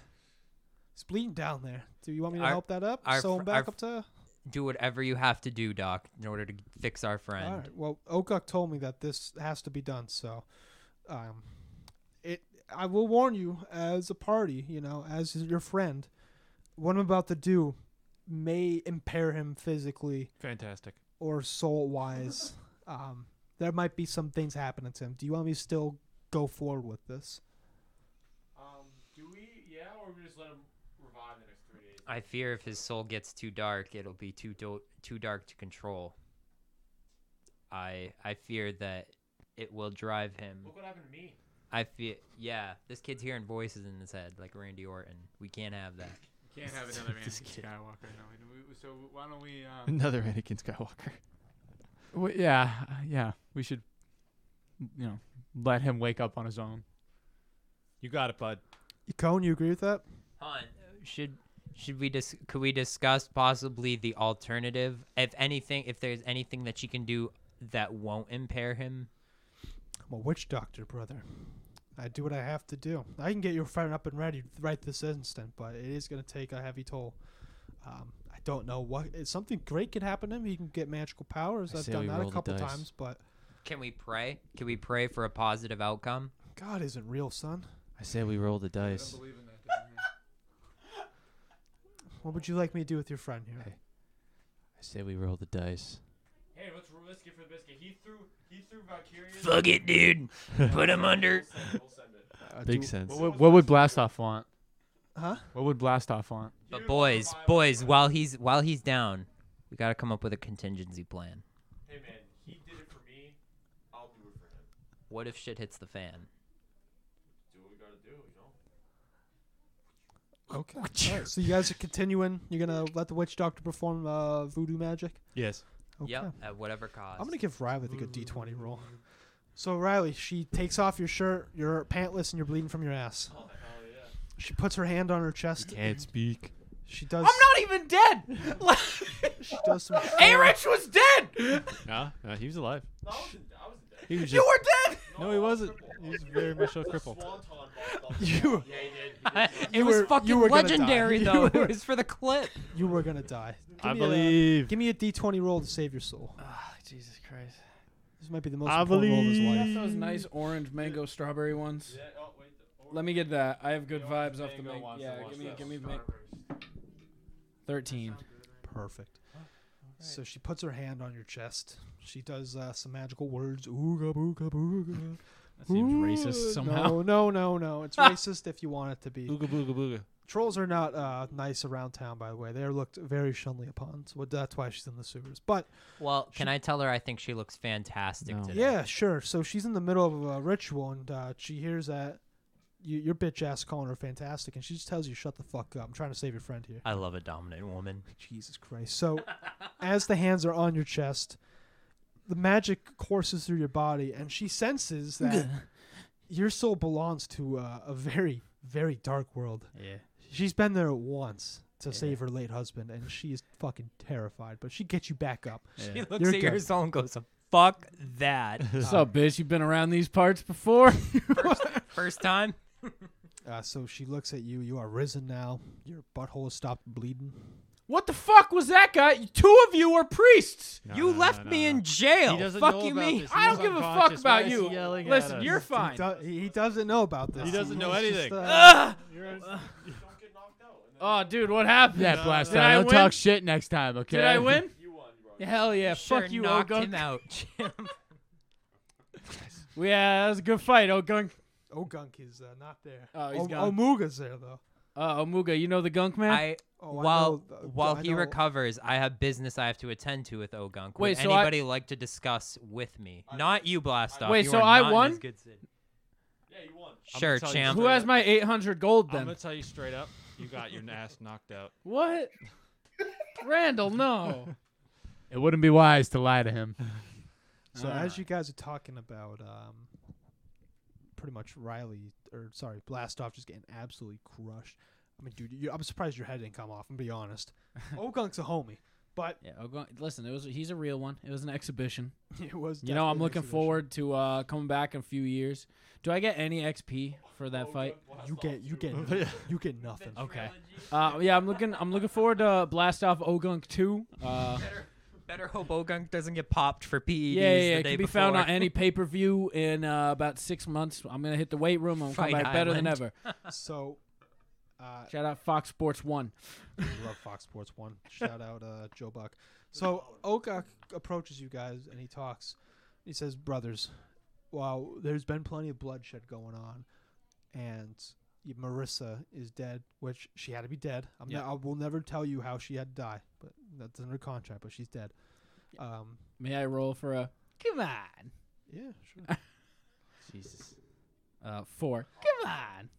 Speaker 1: He's bleeding down there. Do you want me to
Speaker 2: Our-
Speaker 1: help that up?
Speaker 2: our
Speaker 1: Sew him
Speaker 2: fr-
Speaker 1: back
Speaker 2: our
Speaker 1: up to.
Speaker 2: Do whatever you have to do, Doc, in order to fix our
Speaker 1: All
Speaker 2: friend.
Speaker 1: right. Well, Okuk told me that this has to be done, so um, it. I will warn you, as a party, you know, as your friend, what I'm about to do may impair him physically
Speaker 9: Fantastic.
Speaker 1: or soul wise. um, there might be some things happening to him. Do you want me to still go forward with this?
Speaker 7: Um, do we? Yeah, or we just let him revive in the next three days?
Speaker 2: I fear if his soul gets too dark, it'll be too do- too dark to control. I I fear that it will drive him.
Speaker 7: Look what happened to me.
Speaker 2: I fear, yeah, this kid's hearing voices in his head like Randy Orton. We can't have that.
Speaker 9: Can't have another Anakin Skywalker. No, we, so why don't we? Uh,
Speaker 3: Another Anakin Skywalker.
Speaker 5: Well, yeah, yeah. We should, you know, let him wake up on his own.
Speaker 10: You got it, bud.
Speaker 1: Cone, you agree with that?
Speaker 2: Hon, should should we dis- could we discuss possibly the alternative? If anything, if there's anything that she can do that won't impair him,
Speaker 1: I'm a witch doctor, brother. I do what I have to do. I can get your friend up and ready right this instant, but it is going to take a heavy toll. Um, I don't know what. It's something great could happen to him. He can get magical powers.
Speaker 3: I
Speaker 1: I've
Speaker 3: say
Speaker 1: done
Speaker 3: we
Speaker 1: that a
Speaker 3: roll the
Speaker 1: couple
Speaker 3: dice.
Speaker 1: times, but
Speaker 2: can we pray? Can we pray for a positive outcome?
Speaker 1: God isn't real, son.
Speaker 3: I say we roll the dice.
Speaker 9: believe in that. doesn't he?
Speaker 1: What would you like me to do with your friend here?
Speaker 3: Hey. I say we roll the dice.
Speaker 7: Hey, let's risk it for the biscuit. He threw. He threw Valkyrie.
Speaker 2: Fuck it, dude. Put him under.
Speaker 7: We'll send it, we'll send it.
Speaker 1: Uh,
Speaker 3: Big
Speaker 1: do-
Speaker 3: sense.
Speaker 5: What, would- what would Blastoff want?
Speaker 1: Huh?
Speaker 5: What would Blastoff want?
Speaker 2: But boys, boys, while he's while he's down, we gotta come up with a contingency plan.
Speaker 7: Hey man, he did it for me. I'll do it for him.
Speaker 2: What if shit hits the fan?
Speaker 7: Do what we gotta do, you know.
Speaker 1: Okay. All right, so you guys are continuing. You're gonna let the witch doctor perform uh, voodoo magic.
Speaker 10: Yes.
Speaker 1: Okay.
Speaker 2: Yep, at whatever cost.
Speaker 1: I'm gonna give Riley the good D20 roll. So Riley, she takes off your shirt. You're pantless and you're bleeding from your ass.
Speaker 7: Oh hell yeah.
Speaker 1: She puts her hand on her chest.
Speaker 9: Can't speak.
Speaker 1: She does.
Speaker 4: I'm not even dead. Like-
Speaker 1: She does some.
Speaker 4: Arich was dead.
Speaker 9: Nah, nah, he was alive.
Speaker 7: No, I wasn't, I wasn't dead.
Speaker 9: He was
Speaker 4: You
Speaker 9: just.
Speaker 4: were dead.
Speaker 9: No, he wasn't. He was very much a cripple.
Speaker 7: Swanton ball.
Speaker 1: You,
Speaker 7: Yeah, he did. He did.
Speaker 2: it
Speaker 1: were-
Speaker 2: was
Speaker 1: you
Speaker 2: fucking
Speaker 1: were gonna die.
Speaker 2: legendary
Speaker 1: You
Speaker 2: though.
Speaker 1: were-
Speaker 2: It was for the clip.
Speaker 1: you were gonna die.
Speaker 9: I
Speaker 1: me a- uh,
Speaker 9: believe.
Speaker 1: Give me a D20 roll to save your soul.
Speaker 4: Ah, Jesus Christ.
Speaker 1: This might be the most
Speaker 9: I
Speaker 1: important roll of his life.
Speaker 9: believe-
Speaker 4: Those nice orange mango strawberry ones.
Speaker 7: Yeah, oh, wait, the-
Speaker 4: Let me get that. I have good
Speaker 7: the
Speaker 4: vibes off the
Speaker 7: mango
Speaker 4: mango.
Speaker 7: wants to
Speaker 4: Yeah,
Speaker 7: watch
Speaker 4: give me,
Speaker 7: that
Speaker 4: give me
Speaker 7: Star
Speaker 4: ma-
Speaker 7: Wars.
Speaker 4: thirteen.
Speaker 1: Perfect.
Speaker 4: Oh,
Speaker 1: So she puts her hand on your chest. She does uh, some magical words. Ooga booga booga.
Speaker 4: That seems racist
Speaker 1: Ooh,
Speaker 4: somehow.
Speaker 1: No, no, no, no. It's racist if you want it to be.
Speaker 9: Ooga booga booga.
Speaker 1: Trolls are not uh, nice around town, by the way. They are looked very shunly upon. So that's why she's in the sewers. But
Speaker 2: Well, can I tell her I think she looks fantastic
Speaker 9: No.
Speaker 2: today?
Speaker 1: yeah, sure. So she's in the middle of a ritual, and uh, she hears that you, your bitch ass calling her fantastic, and she just tells you, "Shut the fuck up! I'm trying to save your friend here."
Speaker 2: I love a dominant woman.
Speaker 1: Jesus Christ. So, as the hands are on your chest, the magic courses through your body, and she senses that your soul belongs to uh, a very, very dark world.
Speaker 4: Yeah.
Speaker 1: She's been there once to save her late husband, and she is fucking terrified, but she gets you back up.
Speaker 2: She looks
Speaker 1: You're
Speaker 2: at your
Speaker 1: good.
Speaker 2: soul and goes, "Fuck that."
Speaker 4: What's up, bitch? You've been around these parts before.
Speaker 2: First time.
Speaker 1: Uh, so she looks at you. You are risen now. Your butthole has stopped bleeding.
Speaker 4: what the fuck was that guy? Two of you were priests.
Speaker 2: you left me in jail.
Speaker 9: He doesn't
Speaker 2: Fuck
Speaker 9: know
Speaker 2: you,
Speaker 9: about
Speaker 2: me.
Speaker 9: this. He
Speaker 4: I
Speaker 9: was
Speaker 4: don't give a fuck
Speaker 9: unconscious. Why
Speaker 4: about
Speaker 9: is
Speaker 4: you.
Speaker 9: he yelling at
Speaker 4: Listen,
Speaker 9: us?
Speaker 4: you're
Speaker 1: He,
Speaker 4: fine.
Speaker 1: do- he he doesn't know about this.
Speaker 9: He doesn't know
Speaker 1: he's just,
Speaker 9: anything.
Speaker 1: uh,
Speaker 4: Ugh. Oh, dude, what happened?
Speaker 5: Yeah, blast
Speaker 4: Did
Speaker 5: time.
Speaker 4: I
Speaker 5: Don't
Speaker 4: win?
Speaker 5: talk shit next time, okay?
Speaker 4: Did I win?
Speaker 7: You won, bro.
Speaker 4: Hell yeah!
Speaker 2: Sure
Speaker 4: fuck you,
Speaker 2: knocked
Speaker 4: Ogunk.
Speaker 2: him out. Jim.
Speaker 4: Yeah, that was a good fight, Ogunk.
Speaker 1: oh, Gunk is uh, not there.
Speaker 4: Oh, he's
Speaker 1: O-
Speaker 4: gone.
Speaker 1: Omuga's there, though.
Speaker 4: Uh, Omuga, you know the Gunk man.
Speaker 2: I
Speaker 1: Oh, I
Speaker 2: while
Speaker 1: know, uh,
Speaker 2: while
Speaker 1: I
Speaker 2: he
Speaker 1: know-
Speaker 2: recovers, I have business I have to attend to with Ogunk. Would
Speaker 4: Wait, so I-
Speaker 2: anybody like to discuss with me? not you, Blastoff.
Speaker 4: Wait,
Speaker 2: You
Speaker 4: so
Speaker 2: are
Speaker 4: I
Speaker 2: not in
Speaker 4: won?
Speaker 2: his good sit-
Speaker 7: Yeah, you won.
Speaker 2: Sure,
Speaker 9: tell you
Speaker 2: champ.
Speaker 4: Who has my 800 gold
Speaker 9: I'm
Speaker 4: then?
Speaker 9: gonna tell you straight up. You got your ass knocked out.
Speaker 4: What? Randall, no.
Speaker 5: It wouldn't be wise to lie to him.
Speaker 1: So
Speaker 4: Ah.
Speaker 1: as you guys are talking about, um, pretty much Riley or sorry, Blastoff just getting absolutely crushed. I mean, dude, you, I'm surprised your head didn't come off. I'm gonna be honest. Ogunk's a homie, but
Speaker 4: Yeah, Ogun, listen, it was he's a real one. It was an exhibition.
Speaker 1: it was.
Speaker 4: You know, I'm
Speaker 1: definitely an
Speaker 4: looking
Speaker 1: exhibition.
Speaker 4: forward to uh, coming back in a few years. Do I get any XP for
Speaker 2: Oh,
Speaker 4: that fight?
Speaker 1: You get, you get, nothing. you get nothing.
Speaker 4: Okay. Uh, yeah, I'm looking. I'm looking forward to Blast Off Ogunk 2. Uh,
Speaker 2: Better, better hope Ogunk doesn't get popped for PEDs
Speaker 4: yeah, yeah, yeah.
Speaker 2: the
Speaker 4: It
Speaker 2: day
Speaker 4: can be
Speaker 2: before.
Speaker 4: found on any pay per view in uh, about six months. I'm gonna hit the weight room. I'm coming
Speaker 2: Fight
Speaker 4: back better than ever.
Speaker 2: Island.
Speaker 1: So, uh,
Speaker 4: Shout out Fox Sports One.
Speaker 1: I love Fox Sports One. Shout out uh, Joe Buck. So Okak approaches you guys and he talks. He says, "Brothers, wow, there's been plenty of bloodshed going on, and y- Marissa is dead, which she had to be dead. I'm
Speaker 4: Yeah.
Speaker 1: not, I will never tell you how she had to die, but that's in her contract. But she's dead. Um,
Speaker 4: May I roll for a? Come on.
Speaker 1: yeah, sure.
Speaker 9: Jesus.
Speaker 4: Uh, four. Come on.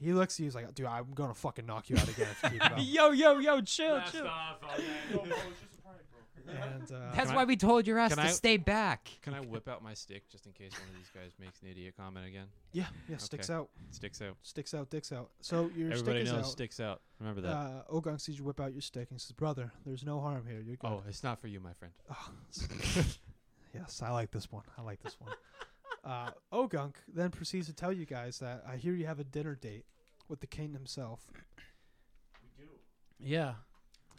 Speaker 1: he looks at you. He's like, "Dude, I'm gonna fucking knock you out again if you keep it
Speaker 2: Yo, yo, yo, chill,
Speaker 7: Blast
Speaker 2: chill.
Speaker 7: off, oh, man. No, bro, it's just a prank, bro.
Speaker 1: up." And uh,
Speaker 2: That's
Speaker 9: Can I-
Speaker 2: why we told your ass
Speaker 9: can
Speaker 2: to
Speaker 9: I-
Speaker 2: stay back.
Speaker 9: Can I whip out my stick just in case one of these guys makes an idiot comment again?
Speaker 1: yeah, yeah, sticks out,
Speaker 9: Sticks out.
Speaker 1: sticks out, dicks out. So your
Speaker 9: Everybody
Speaker 1: stick is
Speaker 9: knows
Speaker 1: out.
Speaker 9: sticks out. Remember that.
Speaker 1: Uh, Ogong sees you whip out your stick and says, "Brother, there's no harm here. You're good."
Speaker 9: oh, it's not for you, my friend.
Speaker 1: Oh, yes, I like this one. I like this one. Uh, Ogunk then proceeds to tell you guys that I hear you have a dinner date with the king himself.
Speaker 4: Yeah.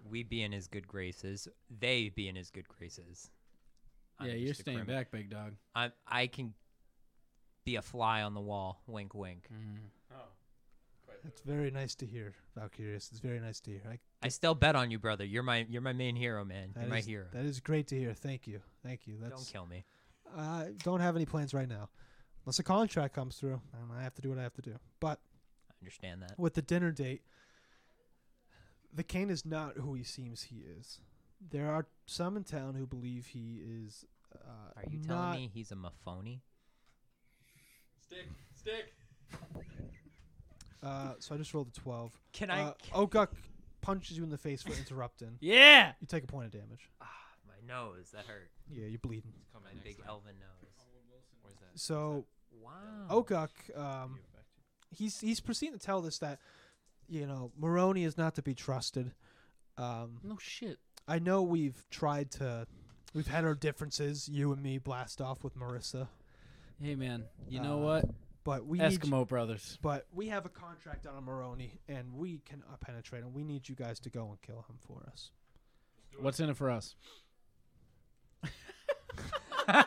Speaker 2: We be in his good graces. They be in his good graces. I'm
Speaker 4: yeah, you're
Speaker 2: just a
Speaker 4: staying
Speaker 2: criminal.
Speaker 4: back, big dog.
Speaker 2: I I can be a fly on the wall. Wink, wink.
Speaker 1: That's very nice to hear, Valkyrius. It's very nice to hear. I,
Speaker 2: I still bet on you, brother. You're my you're my main hero, man.
Speaker 1: that
Speaker 2: you're my
Speaker 1: is-
Speaker 2: hero.
Speaker 1: That is great to hear. Thank you. Thank you. That's,
Speaker 2: Don't kill me.
Speaker 1: I don't have any plans right now, unless a contract comes through, and I have to do what I have to do. But
Speaker 2: I understand that.
Speaker 1: with the dinner date, the Kane is not who he seems he is. There are some in town who believe he is. Uh,
Speaker 2: Are you
Speaker 1: not-
Speaker 2: telling me he's a mafoni?
Speaker 7: Stick, stick.
Speaker 1: Uh, so I just rolled a twelve.
Speaker 2: Can
Speaker 1: Uh, Oguk punches you in the face for interrupting.
Speaker 4: Yeah.
Speaker 1: You take a point of damage.
Speaker 2: my nose that hurt.
Speaker 1: Yeah, you're bleeding.
Speaker 9: Come
Speaker 2: My
Speaker 9: next
Speaker 2: big
Speaker 9: time.
Speaker 2: elven nose.
Speaker 9: Where's that?
Speaker 1: So
Speaker 2: Wow.
Speaker 1: Oguk oh, um, he's he's proceeding to tell us that you know Maroni is not to be trusted. Um,
Speaker 4: no shit.
Speaker 1: I know we've tried to, we've had our differences, you and me, blast off with Marissa.
Speaker 4: Hey man, you know
Speaker 1: Uh,
Speaker 4: what?
Speaker 1: But we need-
Speaker 4: Eskimo brothers.
Speaker 1: But we have a contract on a Maroni, and we can uh, penetrate him. We need you guys to go and kill him for us.
Speaker 4: What's in it for us?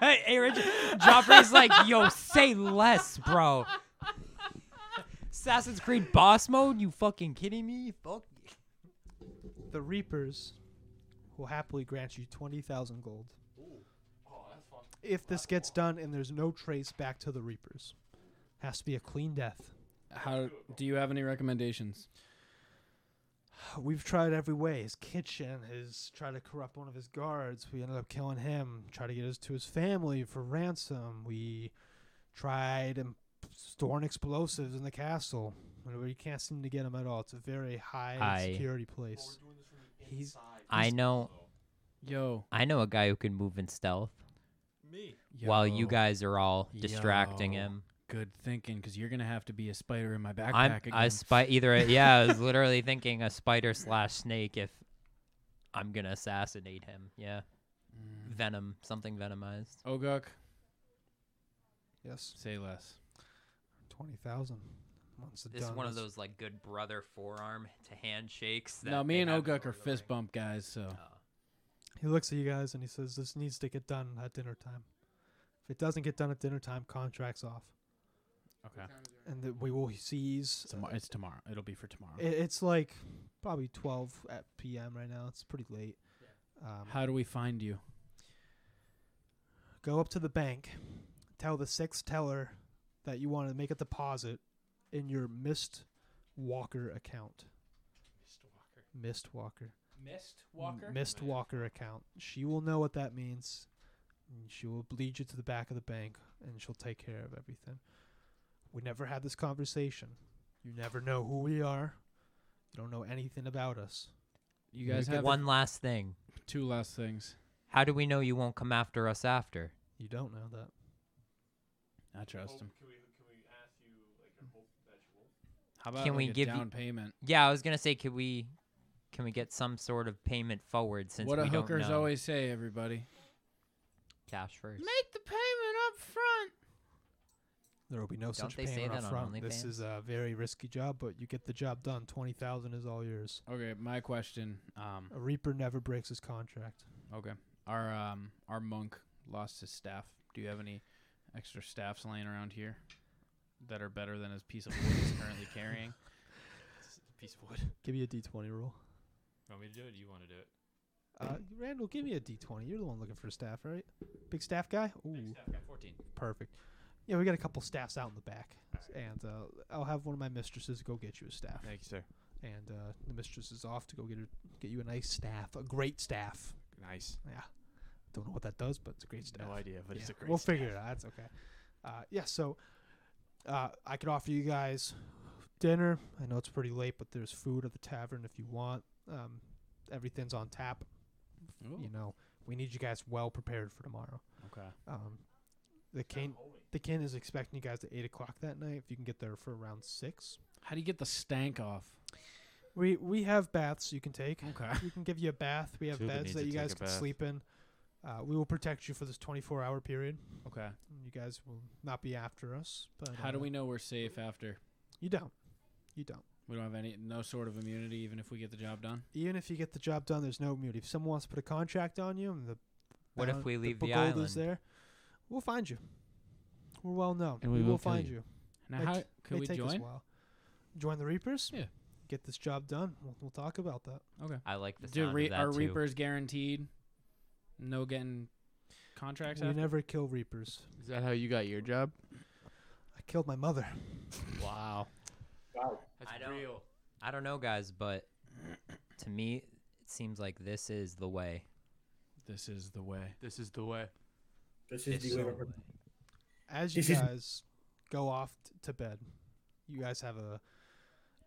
Speaker 2: hey, Richard. Joffrey's like, yo, say less, bro. Assassin's Creed boss mode? You fucking kidding me? Fuck.
Speaker 1: The Reapers will happily grant you twenty thousand gold if this gets done, and there's no trace back to the Reapers. Has to be a clean death.
Speaker 4: How do you have any recommendations?
Speaker 1: We've tried every way. His kitchen, his try to corrupt one of his guards. We ended up killing him. Try to get his to his family for ransom. We tried and storing explosives in the castle. And We can't seem to get him at all. It's a very high
Speaker 2: I-
Speaker 1: security place. He's
Speaker 2: I know.
Speaker 4: Yo.
Speaker 2: I know a guy who can move in stealth.
Speaker 9: Me.
Speaker 2: While you guys are all distracting
Speaker 4: Yo.
Speaker 2: him.
Speaker 4: Good thinking, because you're gonna have to be a spider in my backpack
Speaker 2: I'm
Speaker 4: again.
Speaker 2: a spy. Either a, yeah, I was literally thinking a spider slash snake. If I'm gonna assassinate him, yeah,
Speaker 4: Mm.
Speaker 2: venom, something venomized.
Speaker 4: Oguk,
Speaker 1: yes,
Speaker 4: say less.
Speaker 1: twenty thousand. Once it's
Speaker 2: This is
Speaker 1: done,
Speaker 2: one of
Speaker 1: it's-
Speaker 2: those like good brother forearm to handshakes. That
Speaker 4: No, me
Speaker 2: they
Speaker 4: and
Speaker 2: have- oh.
Speaker 4: Oguk are fist bump guys, so
Speaker 1: He looks at you guys and he says, "This needs to get done at dinner time. If it doesn't get done at dinner time, contracts off,
Speaker 7: Oh,
Speaker 4: okay.
Speaker 1: and that we will seize
Speaker 4: It's, tomorrow. it's tomorrow. It'll be for tomorrow.
Speaker 1: It, it's like probably 12 at p.m. right now. It's pretty late. Um,
Speaker 4: How do we find you?
Speaker 1: go up to the bank, tell the sixth teller that you want to make a deposit in your Mist Walker account. Mist Walker.
Speaker 4: Mist
Speaker 1: Mist Walker account. She will know what that means. and She will lead you to the back of the bank and she'll take care of everything. We never had this conversation. You never know who we are. You don't know anything about us.
Speaker 4: You guys have
Speaker 2: one last thing.
Speaker 4: two last things.
Speaker 2: How do we know you won't come after us after?
Speaker 1: You don't know that.
Speaker 4: I trust him.
Speaker 7: Can we, can we ask you, like, your hope that you won't?
Speaker 4: How about
Speaker 2: Can we
Speaker 4: like, a
Speaker 2: give you-
Speaker 4: down payment?
Speaker 2: Yeah, I was gonna say, could we, can we get some sort of payment forward since
Speaker 4: What do
Speaker 2: we don't
Speaker 4: hookers
Speaker 2: know
Speaker 4: always say, everybody.
Speaker 2: cash first?
Speaker 4: Make the payment up front.
Speaker 1: There will be no such
Speaker 2: they say
Speaker 1: payment
Speaker 2: that
Speaker 1: up
Speaker 2: on
Speaker 1: front. This
Speaker 2: OnlyFans?
Speaker 1: is a very risky job, but you get the job done. Twenty thousand is all yours.
Speaker 4: Okay, my question. Um,
Speaker 1: A reaper never breaks his contract.
Speaker 4: okay, our um, our monk lost his staff. Do you have any extra staffs laying around here that are better than his piece of wood he's currently carrying?
Speaker 9: It's a piece of wood. You
Speaker 1: Give me a D twenty roll.
Speaker 9: want me to do it? Or you want to do it?
Speaker 1: Uh, Randall, give me a D twenty. You're the one looking for staff, right? Big staff guy. Ooh,
Speaker 9: I've got 14.
Speaker 1: perfect. Yeah, we got a couple staffs out in the back, and uh, I'll have one of my mistresses go get you a staff.
Speaker 9: Thank you, sir.
Speaker 1: And uh, the mistress is off to go get her, get you a nice staff, a great staff.
Speaker 9: Nice.
Speaker 1: Yeah, don't know what that does, but it's a great staff.
Speaker 9: No idea, but it's a
Speaker 1: Yeah,
Speaker 9: great.
Speaker 1: We'll figure it out. That's okay. Uh, yeah, so uh, I could offer you guys dinner. I know it's pretty late, but there's food at the tavern if you want. Um, everything's on tap. You know, we need you guys well prepared for tomorrow.
Speaker 4: Okay.
Speaker 1: Um, the king, the king is expecting you guys at eight o'clock that night. If you can get there for around six,
Speaker 4: How do you get the stank off?
Speaker 1: we we have baths you can take.
Speaker 4: Okay.
Speaker 1: We can give you a bath. We have
Speaker 9: Tuba
Speaker 1: beds
Speaker 9: needs
Speaker 1: that
Speaker 9: to
Speaker 1: you
Speaker 9: take
Speaker 1: guys
Speaker 9: a
Speaker 1: can
Speaker 9: bath.
Speaker 1: sleep in. Uh, we will protect you for this 24 hour period.
Speaker 4: Okay.
Speaker 1: You guys will not be after us. But
Speaker 4: How do
Speaker 1: uh,
Speaker 4: we know we're safe after?
Speaker 1: You don't. You don't.
Speaker 4: We don't have any no sort of immunity, even if we get the job done.
Speaker 1: Even if you get the job done, there's no immunity. If someone wants to put a contract on you, and the
Speaker 2: What if
Speaker 1: balance-
Speaker 2: we leave the
Speaker 1: gold is
Speaker 2: island?
Speaker 1: there, we'll find you. We're well known.
Speaker 3: And we will
Speaker 1: will
Speaker 3: kill
Speaker 1: find
Speaker 3: you.
Speaker 1: you.
Speaker 4: Now,
Speaker 1: Might
Speaker 4: how
Speaker 1: t-
Speaker 4: could
Speaker 1: may
Speaker 4: we
Speaker 1: take us a
Speaker 4: join?
Speaker 1: while. Join the Reapers.
Speaker 4: Yeah.
Speaker 1: Get this job done. We'll, we'll talk about that.
Speaker 4: Okay.
Speaker 2: I like the
Speaker 4: Do
Speaker 2: sound
Speaker 4: re-
Speaker 2: of that
Speaker 4: are
Speaker 2: too.
Speaker 4: reapers guaranteed? No getting contracts.
Speaker 1: We
Speaker 4: after?
Speaker 1: never kill Reapers.
Speaker 3: Is that how you got your job?
Speaker 1: I killed my mother.
Speaker 3: Wow.
Speaker 2: I don't, I don't know, guys, but to me, it seems like this is the way.
Speaker 4: This is the way.
Speaker 9: This is the way.
Speaker 8: This is
Speaker 2: It's
Speaker 8: the way.
Speaker 2: so-
Speaker 8: to-
Speaker 1: As you
Speaker 8: This is-
Speaker 1: guys go off t- to bed, you guys have a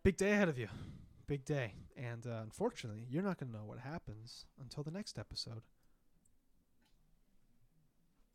Speaker 1: big day ahead of you. Big day. And uh, unfortunately, you're not going to know what happens until the next episode.